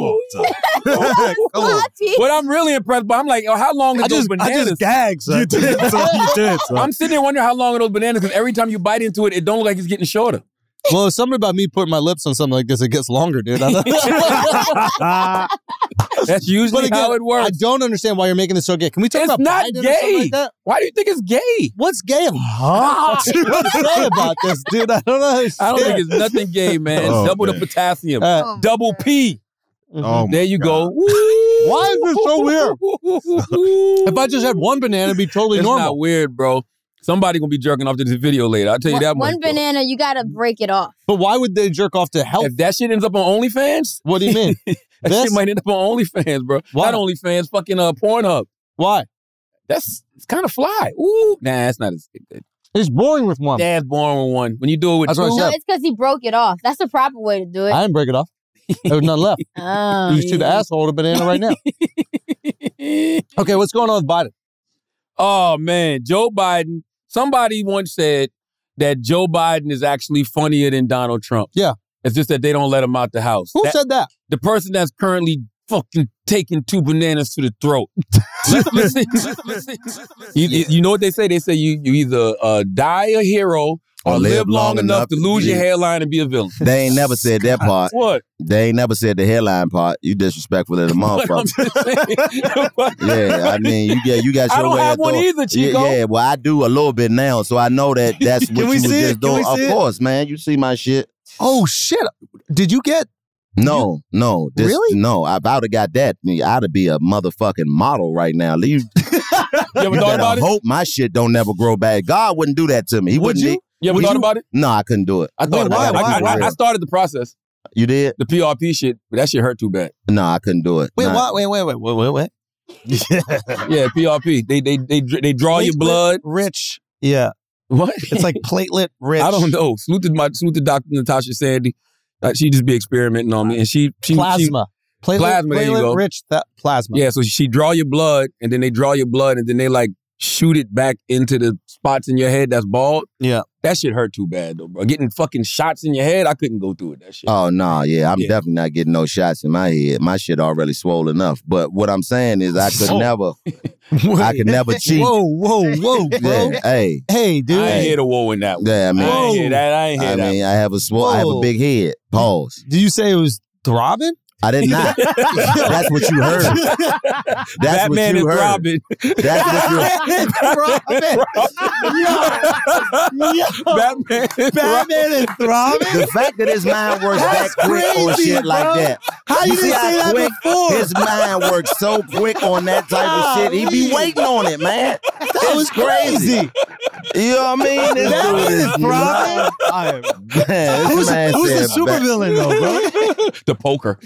Speaker 2: on,
Speaker 8: Come on.
Speaker 2: But I'm really impressed. But I'm like, oh, how long are
Speaker 4: I
Speaker 2: those
Speaker 4: just- I
Speaker 2: bananas?
Speaker 4: just gagged, son. You did, son. You did, son.
Speaker 2: I'm sitting there wondering how long are those bananas because every time you bite into it, it don't look like it's getting shorter.
Speaker 4: Well, it's something about me putting my lips on something like this, it gets longer, dude. I don't-
Speaker 2: That's usually how it works.
Speaker 4: I don't understand why you're making this so gay. Can we talk
Speaker 2: It's
Speaker 4: about
Speaker 2: not
Speaker 4: Biden or something
Speaker 2: gay.
Speaker 4: like that?
Speaker 2: Why do you think it's gay?
Speaker 4: What's gay? Huh?
Speaker 2: Ah.
Speaker 4: What's gay about this, dude? I don't know.
Speaker 2: I don't think it's nothing gay, man. It's
Speaker 4: Oh,
Speaker 2: double
Speaker 4: man.
Speaker 2: the potassium.
Speaker 4: Uh, Oh,
Speaker 2: double P.
Speaker 4: Oh,
Speaker 2: there you go.
Speaker 4: Why is this so weird?
Speaker 2: if
Speaker 4: I just had one banana, it'd be totally
Speaker 2: it's
Speaker 4: normal.
Speaker 2: not weird, bro. Somebody gonna be jerking off to this video later. I'll tell you
Speaker 8: One,
Speaker 2: that much.
Speaker 8: one banana, you gotta break it off.
Speaker 4: But why would they jerk off to help?
Speaker 2: If that shit ends up on OnlyFans,
Speaker 4: what do you mean?
Speaker 2: that
Speaker 4: This?
Speaker 2: shit might end up on OnlyFans, bro.
Speaker 4: Why?
Speaker 2: Not OnlyFans, fucking uh, Pornhub.
Speaker 4: Why?
Speaker 2: That's it's kind of fly. Ooh, nah, it's not as good.
Speaker 4: It's boring with one.
Speaker 2: Dad's born with one. When you do it with
Speaker 4: That's
Speaker 2: two,
Speaker 4: what I
Speaker 8: No, it's because he broke it off. That's the proper way to do it.
Speaker 4: I didn't break it off. There was none left.
Speaker 8: Oh,
Speaker 4: you see the asshole of a banana right now. okay, what's going on with Biden?
Speaker 2: Oh man, Joe Biden. Somebody once said that Joe Biden is actually funnier than Donald Trump.
Speaker 4: Yeah.
Speaker 2: It's just that they don't let him out the house.
Speaker 4: Who said that?
Speaker 2: The person that's currently fucking taking two bananas to the throat. Let's listen. Let's listen. You, you- you know what they say? They say you you either uh, die a hero or, live, long, enough to lose your
Speaker 17: be-
Speaker 2: hairline and be a villain.
Speaker 17: They ain't never said that part.
Speaker 2: What?
Speaker 17: They ain't never said the headline part. You disrespectful as a
Speaker 2: I'm
Speaker 17: motherfucker.
Speaker 2: just saying.
Speaker 17: yeah, I mean, you get you got
Speaker 2: I
Speaker 17: your
Speaker 2: don't
Speaker 17: way.
Speaker 2: have
Speaker 17: of
Speaker 2: one
Speaker 17: doing-
Speaker 2: either, Chico.
Speaker 17: Yeah, yeah, well, I do a little bit now, so I know that that's what
Speaker 4: Can
Speaker 17: you
Speaker 4: we
Speaker 17: was
Speaker 4: see
Speaker 17: just
Speaker 4: it? Can we
Speaker 17: doing. Of
Speaker 4: see it?
Speaker 17: course, man, you see my shit.
Speaker 4: Oh shit! Did you get?
Speaker 17: No, no, this,
Speaker 4: Really?
Speaker 17: No, I about to got that. I'd be a motherfucking model right now. Leave.
Speaker 2: You ever
Speaker 17: You
Speaker 2: thought
Speaker 17: better
Speaker 2: about it?
Speaker 17: hope my shit don't never grow back. God wouldn't do that to me. He
Speaker 2: Would
Speaker 17: wouldn't.
Speaker 2: you?
Speaker 17: need-
Speaker 2: You ever
Speaker 17: Would
Speaker 2: thought about it?
Speaker 17: No, I couldn't do it.
Speaker 4: Oh,
Speaker 2: I thought about it. I- I- I started the process.
Speaker 17: You did?
Speaker 2: The PRP shit, but that shit hurt too bad.
Speaker 17: No, I couldn't do it.
Speaker 4: Wait,
Speaker 17: Nah.
Speaker 4: what? Wait, wait, wait, wait, wait, wait.
Speaker 2: Yeah, PRP. They they they dr- they draw your
Speaker 4: Platelet
Speaker 2: blood.
Speaker 4: Rich. Yeah.
Speaker 2: What?
Speaker 4: It's like platelet rich.
Speaker 2: I don't know. Salute to my salute to Dr. Natasha Sandy. Uh, she just be experimenting on me, and she she She,
Speaker 4: Plasma. Platelet,
Speaker 2: plasma. There you
Speaker 4: platelet
Speaker 2: go.
Speaker 4: rich that plasma.
Speaker 2: Yeah. So she draw your blood, and then they draw your blood, and then they like shoot it back into the spots in your head that's bald.
Speaker 4: Yeah.
Speaker 2: That shit hurt too bad though, bro. Getting fucking shots in your head, I couldn't go through it. That shit.
Speaker 17: Oh no, yeah, I'm definitely not getting no shots in my head. My shit already swollen enough. But what I'm saying is, I could
Speaker 2: Swole.
Speaker 17: never, I could never cheat.
Speaker 4: Whoa, whoa, whoa, bro.
Speaker 17: Yeah, hey,
Speaker 4: Hey, dude.
Speaker 2: I ain't hear the woe in that one.
Speaker 17: yeah, I mean,
Speaker 2: I ain't hear that. I ain't hear
Speaker 17: I
Speaker 2: that.
Speaker 17: mean, I have a swole, I have a
Speaker 4: Whoa.
Speaker 17: big head. Pause.
Speaker 4: Did you say it was throbbing?
Speaker 17: I did not. That's what you heard. That's
Speaker 2: that
Speaker 17: what
Speaker 2: man
Speaker 17: you
Speaker 2: is
Speaker 17: heard.
Speaker 2: throbbing.
Speaker 17: That's what you.
Speaker 2: Batman.
Speaker 4: Batman and throbbing?
Speaker 17: The fact that his mind works
Speaker 4: That's
Speaker 17: that quick on
Speaker 4: crazy,
Speaker 17: shit like
Speaker 4: bro.
Speaker 17: that.
Speaker 4: How you
Speaker 17: see
Speaker 4: didn't say that
Speaker 17: quick
Speaker 4: before?
Speaker 17: His mind works so quick on that type of shit. He be
Speaker 4: Golly.
Speaker 17: waiting on it, man. That was
Speaker 4: crazy.
Speaker 17: You know what I mean? This
Speaker 4: That
Speaker 17: dude
Speaker 4: is throbbing?
Speaker 17: Man, this
Speaker 4: Who's,
Speaker 17: man
Speaker 4: who's the
Speaker 17: said back-
Speaker 4: supervillain, though, bro?
Speaker 2: the poker.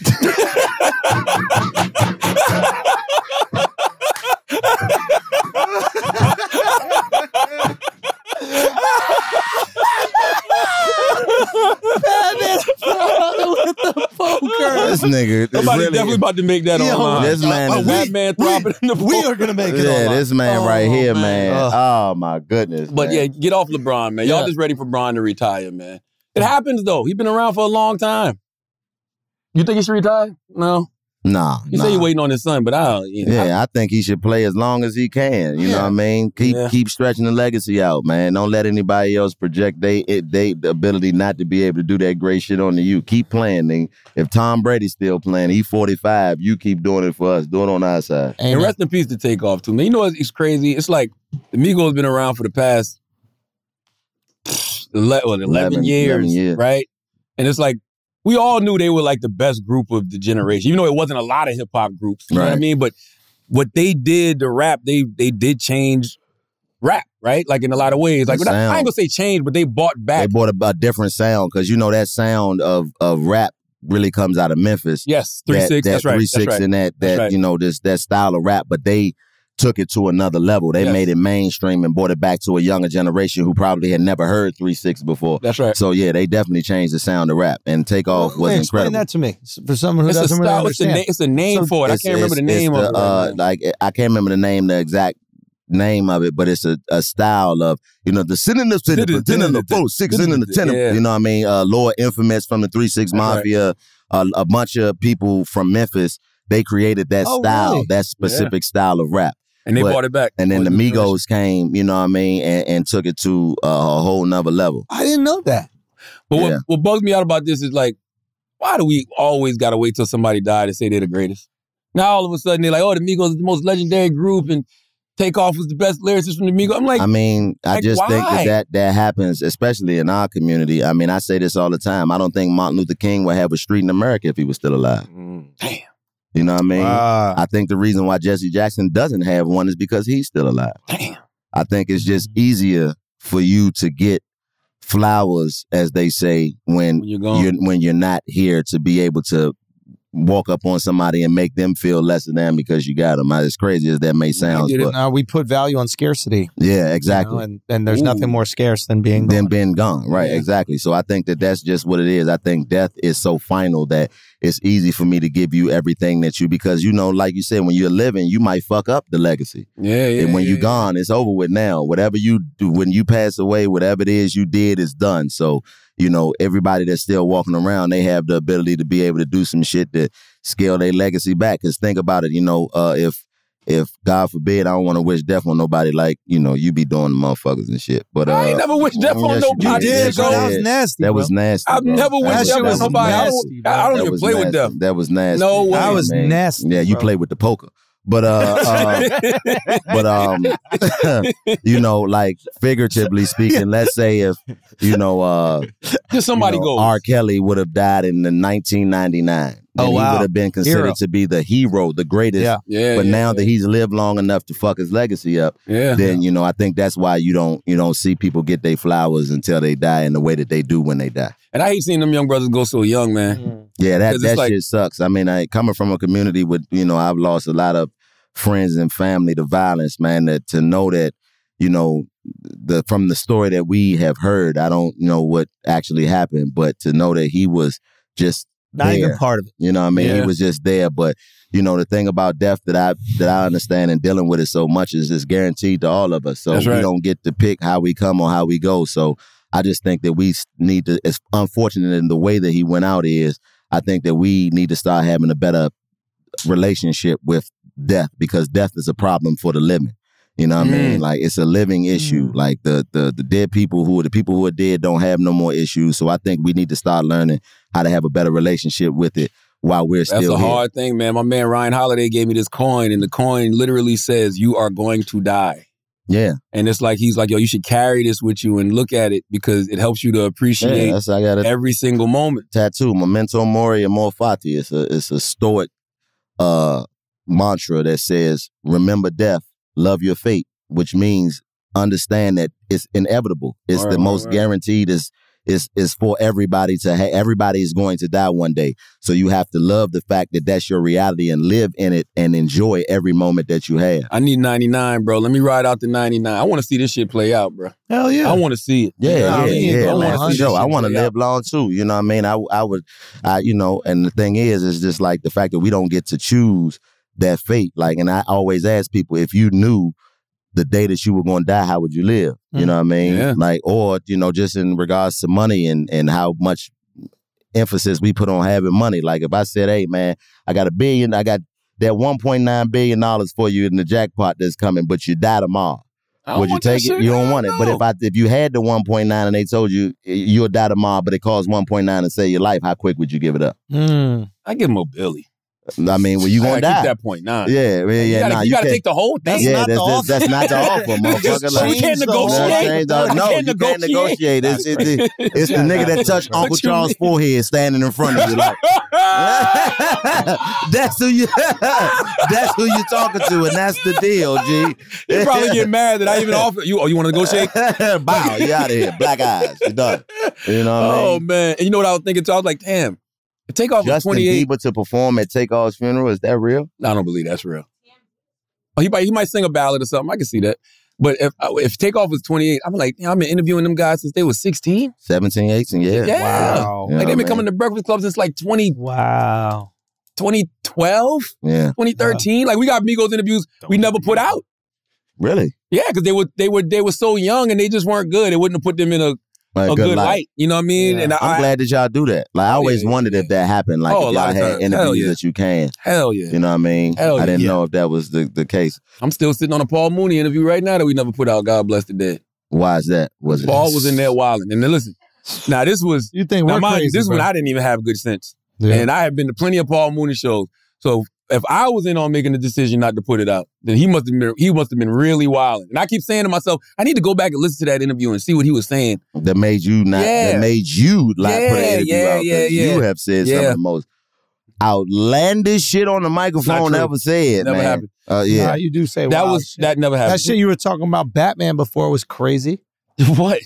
Speaker 4: with the poker.
Speaker 17: This nigga. This
Speaker 2: Somebody
Speaker 17: really,
Speaker 2: definitely about to make that
Speaker 4: Yo,
Speaker 2: online. oh,
Speaker 17: this man
Speaker 4: Uh,
Speaker 17: is.
Speaker 4: we-
Speaker 2: Batman throbbing in the
Speaker 4: We are gonna make it.
Speaker 17: yeah,
Speaker 4: online.
Speaker 17: this man
Speaker 4: Oh,
Speaker 17: right here, man.
Speaker 4: Ugh.
Speaker 17: Oh my goodness.
Speaker 2: But
Speaker 17: man.
Speaker 2: yeah, get off LeBron, man. Y'all
Speaker 4: Yeah.
Speaker 2: just ready for Bron to retire, man. It happens though. He's been around for a long time. You think he should retire? No.
Speaker 17: Nah,
Speaker 2: You
Speaker 17: nah.
Speaker 2: say you're waiting on his son, but I'll. You know,
Speaker 17: Yeah, I think he should play as long as he can. You know what I mean? Keep
Speaker 2: Yeah.
Speaker 17: keep stretching the legacy out, man. Don't let anybody else project they it, they the ability not to be able to do that great shit onto you. Keep playing. nigga. If Tom Brady's still playing, he forty five. You keep doing it for us. Do it on our side.
Speaker 2: And rest in peace to take off too, man. You know it's, it's crazy. It's like the Migos been around for the past ele- what, 11,
Speaker 17: 11
Speaker 2: years,
Speaker 17: 11 years.
Speaker 2: right? And it's like we all knew they were like the best group of the generation, even though it wasn't a lot of hip hop groups. You know what I
Speaker 17: Right.
Speaker 2: mean? But what they did to rap, they they did change rap, right? Like in a lot of ways. Like
Speaker 17: The
Speaker 2: but I, I ain't
Speaker 17: sound.
Speaker 2: gonna say change, but they bought back.
Speaker 17: They brought a, a different sound because you know that sound of of rap really comes out of Memphis.
Speaker 2: Yes, 3-6,
Speaker 17: That,
Speaker 2: that's right,
Speaker 17: Three
Speaker 2: that's
Speaker 17: six
Speaker 2: right,
Speaker 17: and that
Speaker 2: that's
Speaker 17: that
Speaker 2: right.
Speaker 17: you know this that style of rap, but they took it to another level. They made it mainstream and brought it back to a younger generation who probably had never heard three six before.
Speaker 2: That's right.
Speaker 17: So yeah, they definitely changed the sound of rap and takeoff was
Speaker 1: Wait,
Speaker 17: incredible.
Speaker 1: explain that to me S- for someone who
Speaker 2: It's a
Speaker 1: doesn't
Speaker 2: style-
Speaker 1: really
Speaker 2: it's a na-
Speaker 1: understand.
Speaker 2: it's a name
Speaker 1: So-
Speaker 2: for it. I can't remember the
Speaker 17: it's
Speaker 2: name of it right
Speaker 17: uh, Like I can't remember the name, the exact name of it, but it's a, a style of you know the sitting in the sitting in the ten in the four six in the ten.
Speaker 2: Yeah.
Speaker 17: You know what I mean? Uh, Lord Infamous from the Three Six Mafia, a, a bunch of people from Memphis. They created that
Speaker 2: Oh,
Speaker 17: style,
Speaker 2: really?
Speaker 17: that specific style of rap.
Speaker 2: And they brought it back.
Speaker 17: And then the Migos came, you know what I mean, and, and took it to a, a whole nother level.
Speaker 1: I didn't know that.
Speaker 2: But what, what bugs me out about this is like, why do we always gotta wait till somebody died to say they're the greatest? Now all of a sudden they're like, oh, the Migos is the most legendary group and Takeoff was the best lyricist from the Migos. I'm like,
Speaker 17: I mean, I
Speaker 2: like,
Speaker 17: just think
Speaker 2: why?
Speaker 17: that, that that happens, especially in our community. I mean, I say this all the time. I don't think Martin Luther King would have a street in America if he was still alive.
Speaker 2: Damn.
Speaker 17: You know what I mean? I think the reason why Jesse Jackson doesn't have one is because he's still alive.
Speaker 2: Damn.
Speaker 17: I think it's just
Speaker 2: Mm.
Speaker 17: easier for you to get flowers, as they say, when,
Speaker 2: you're gone.
Speaker 17: when you're not here to be able to walk up on somebody and make them feel lesser than because you got them. As crazy as that may
Speaker 1: I
Speaker 17: sound,
Speaker 1: get it
Speaker 17: but
Speaker 1: now. We put value on scarcity.
Speaker 17: yeah, exactly.
Speaker 1: know, and- and there's nothing
Speaker 17: more
Speaker 1: scarce than being
Speaker 17: than being gone, right? Exactly. So I think that that's just what it is. I think death is so final that it's easy for me to give you everything that you because you know, like you said, when you're living, you might fuck up the legacy.
Speaker 2: Yeah, yeah.
Speaker 17: and when
Speaker 2: yeah,
Speaker 17: you're
Speaker 2: yeah.
Speaker 17: gone, it's over with now. Whatever you do, when you pass away, whatever it is you did is done. So you know, everybody that's still walking around, they have the ability to be able to do some shit to scale their legacy back. Because think about it, you know, uh, if if God forbid, I don't want to wish death on nobody. Like you know, you be doing motherfuckers and shit. But uh,
Speaker 2: I ain't never wished death on
Speaker 17: yes, you
Speaker 2: nobody,
Speaker 17: did.
Speaker 2: bro.
Speaker 17: Yes, you
Speaker 2: That was
Speaker 17: did.
Speaker 2: nasty,
Speaker 17: That
Speaker 2: bro.
Speaker 17: was nasty.
Speaker 2: I've
Speaker 17: bro.
Speaker 2: never
Speaker 17: That
Speaker 2: wished
Speaker 17: was-
Speaker 2: death
Speaker 17: that
Speaker 2: on
Speaker 17: was
Speaker 2: nobody. I don't-
Speaker 17: nasty,
Speaker 2: I don't
Speaker 17: bro.
Speaker 2: even
Speaker 17: That was
Speaker 2: play with
Speaker 17: nasty.
Speaker 2: death.
Speaker 17: That was nasty.
Speaker 2: No way.
Speaker 17: That
Speaker 2: That was
Speaker 17: nasty. Yeah, you play with the poker. But uh, uh but um you know like figuratively speaking let's say if you know uh
Speaker 2: Just somebody
Speaker 17: you know,
Speaker 2: goes.
Speaker 17: R. Kelly would have died in the 1999
Speaker 2: Oh,
Speaker 17: then he
Speaker 2: wow.
Speaker 17: would have been considered
Speaker 2: Hero.
Speaker 17: to be the hero the greatest
Speaker 2: Yeah. Yeah,
Speaker 17: but
Speaker 2: yeah,
Speaker 17: now that he's lived long enough to fuck his legacy up
Speaker 2: Yeah.
Speaker 17: then you know I think that's why you don't you don't see people get their flowers until they die in the way that they do when they die
Speaker 2: And I hate seeing them young brothers go so young, man.
Speaker 17: yeah, that
Speaker 2: 'Cause it's
Speaker 17: that
Speaker 2: like-
Speaker 17: shit sucks. I mean, I coming from a community with you know I've lost a lot of friends and family to violence, man. That to know that you know the from the story that we have heard, I don't know what actually happened, but to know that he was just
Speaker 1: Not even
Speaker 17: there,
Speaker 1: part of it.
Speaker 17: You know, what I mean,
Speaker 1: Yeah.
Speaker 17: he was just there. But you know, the thing about death that I that I understand and dealing with it so much is it's guaranteed to all of us. So
Speaker 2: That's
Speaker 17: we
Speaker 2: right.
Speaker 17: don't get to pick how we come or how we go. So I just think that we s- need to. It's unfortunate in the way that he went out is. I think that we need to start having a better relationship with death because death is a problem for the living. You know what I
Speaker 2: Mm.
Speaker 17: mean? Like it's a living issue. Like the the the dead people who are the people who are dead don't have no more issues. So I think we need to start learning how to have a better relationship with it while we're
Speaker 2: That's
Speaker 17: still
Speaker 2: a
Speaker 17: here.
Speaker 2: hard thing, man. My man Ryan Holiday gave me this coin, and the coin literally says, You are going to die.
Speaker 17: yeah.
Speaker 2: And it's like he's like, yo, you should carry this with you and look at it because it helps you to appreciate
Speaker 17: Yeah, that's I got
Speaker 2: every single moment.
Speaker 17: Tattoo, memento mori and fati. It's a it's a stoic uh mantra that says, remember death, love your fate, which means understand that it's inevitable. It's
Speaker 2: Right,
Speaker 17: the
Speaker 2: right,
Speaker 17: most
Speaker 2: right.
Speaker 17: guaranteed is is is for everybody to ha- everybody is going to die one day. So you have to love the fact that that's your reality and live in it and enjoy every moment that you have.
Speaker 2: I need 99, bro. Let me ride out the 99. I want to see this shit play out, bro.
Speaker 17: Hell yeah.
Speaker 2: I want to see it.
Speaker 17: Yeah,
Speaker 2: You know what I
Speaker 17: yeah,
Speaker 2: mean?
Speaker 17: yeah,
Speaker 2: I
Speaker 17: man,
Speaker 2: wanna
Speaker 17: for
Speaker 2: see this
Speaker 17: sure. I
Speaker 2: shit
Speaker 17: want to
Speaker 2: play out.
Speaker 17: live long too. You know what I mean? I, I would, I, you know, and the thing is, is just like the fact that we don't get to choose that fate. Like, and I always ask people, if you knew the day that you were going to die, how would you live?
Speaker 2: Mm.
Speaker 17: You know what I mean? Like, or, you know, just in regards to money and, and how much emphasis we put on having money. Like if I said, "Hey man, I got a billion, I got that 1.9 billion dollars for you in the jackpot that's coming, but you die tomorrow."
Speaker 7: I don't
Speaker 17: Would you
Speaker 7: want that
Speaker 17: take it?
Speaker 7: shit.
Speaker 17: You don't
Speaker 7: Hell
Speaker 17: want it. But
Speaker 7: no.
Speaker 17: if I if you had the 1.9 and they told you eh, you'll die tomorrow, but it costs 1.9 to save your life, how quick would you give it up?
Speaker 2: I give him a Billy.
Speaker 17: I mean, well, you
Speaker 2: I gotta
Speaker 17: gonna die.
Speaker 2: keep that point nine.
Speaker 17: Yeah, yeah, yeah.
Speaker 2: You gotta-
Speaker 17: nah,
Speaker 2: you gotta
Speaker 17: can't-
Speaker 2: take the whole thing.
Speaker 17: yeah,
Speaker 2: That's
Speaker 17: that's,
Speaker 2: not the
Speaker 17: that's- that's not the offer,
Speaker 2: offer. Just
Speaker 17: motherfucker.
Speaker 2: change the offer.
Speaker 17: No,
Speaker 2: You
Speaker 17: no,
Speaker 2: can't
Speaker 17: you can't
Speaker 2: negotiate.
Speaker 17: negotiate. It's, it's, it's, it's the nigga that touched
Speaker 7: What
Speaker 17: Uncle
Speaker 7: you
Speaker 17: Charles'
Speaker 7: mean?
Speaker 17: forehead standing in front of you. Like, that's who you. that's who you talking to, and that's the deal, G.
Speaker 2: You probably get mad that I even offer you. Oh, you want to negotiate?
Speaker 17: Bow, you out of here. Black eyes. You done. You know what I mean?
Speaker 2: Oh man, and you know what I was thinking? too? I was like, damn, Takeoff was
Speaker 17: Justin
Speaker 2: twenty eight.
Speaker 17: Bieber to perform at Takeoff's funeral. Is that real?
Speaker 2: No, I don't believe that's real. Oh, he might he might sing a ballad or something. I can see that. But if uh, if Takeoff was twenty eight, I'm like, damn, I've been interviewing them guys since they was sixteen.
Speaker 17: 17, 18, yeah.
Speaker 2: Yeah.
Speaker 17: Yeah,
Speaker 2: Like they've been
Speaker 17: man.
Speaker 2: coming to Breakfast Club since like 20. Wow. 2012,
Speaker 17: Yeah.
Speaker 2: 2013. Like we got Migos interviews we never put out.
Speaker 17: Really?
Speaker 2: Yeah, because they were they were they were so young and they just weren't good. It wouldn't have put them in a,
Speaker 17: Like,
Speaker 2: a
Speaker 17: good
Speaker 2: good,
Speaker 17: light.
Speaker 2: light. You know what I mean? And I,
Speaker 17: I'm glad that y'all do that. Like I always wondered if that happened. Like
Speaker 2: Oh, a
Speaker 17: if
Speaker 2: lot
Speaker 17: y'all
Speaker 2: of
Speaker 17: had
Speaker 2: times. Hell
Speaker 17: interviews
Speaker 2: yeah.
Speaker 17: that you can.
Speaker 2: Hell yeah.
Speaker 17: You know what I mean?
Speaker 2: Hell
Speaker 17: I didn't
Speaker 2: yeah.
Speaker 17: know if that was the, the case.
Speaker 2: I'm still sitting on a Paul Mooney interview right now that we never put out. God bless the dead.
Speaker 17: Why is that? Was it
Speaker 2: Paul was in there wilding. And then listen, now this was you think
Speaker 17: we're
Speaker 2: now, mind you,
Speaker 17: crazy,
Speaker 2: this
Speaker 17: bro.
Speaker 2: one I didn't even have good sense,
Speaker 17: Yeah.
Speaker 2: and I have been to plenty of Paul Mooney shows. So if I was in on making the decision not to put it out, then he must have been he must have been really wilding. And I keep saying to myself, I need to go back and listen to that interview and see what he was saying.
Speaker 17: that made you not
Speaker 2: Yeah.
Speaker 17: that made you like put an
Speaker 2: Yeah,
Speaker 17: interview
Speaker 2: yeah,
Speaker 17: out 'cause
Speaker 2: yeah, yeah.
Speaker 17: you have said some
Speaker 2: Yeah.
Speaker 17: of the most outlandish shit on the microphone
Speaker 2: true.
Speaker 17: ever said.
Speaker 2: Never
Speaker 17: man.
Speaker 2: happened.
Speaker 17: Uh, yeah.
Speaker 4: Nah, you do say
Speaker 2: That
Speaker 4: wild
Speaker 2: was-
Speaker 4: shit.
Speaker 2: that never happened.
Speaker 4: That shit you were talking about Batman before was crazy.
Speaker 2: What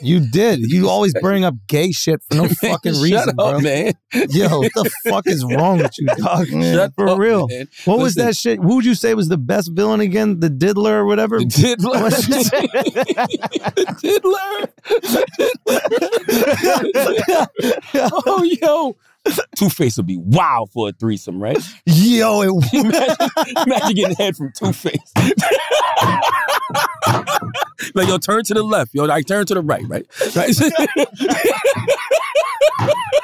Speaker 4: you did? You always bring up gay shit for no fucking
Speaker 2: shut
Speaker 4: reason,
Speaker 2: up,
Speaker 4: bro.
Speaker 2: man.
Speaker 4: Yo, what the fuck is wrong with you, dog?
Speaker 2: Man. Shut
Speaker 4: for
Speaker 2: up,
Speaker 4: real.
Speaker 2: man.
Speaker 4: What was
Speaker 2: Listen.
Speaker 4: that shit? Who would you say was the best villain again? The Diddler or whatever. The
Speaker 2: Diddler. oh yo. Two Face would be wild for a threesome, right?
Speaker 4: Yo, it
Speaker 2: imagine, imagine getting head from Two Face. like yo, turn to the left, yo, like turn to the right, right? Right.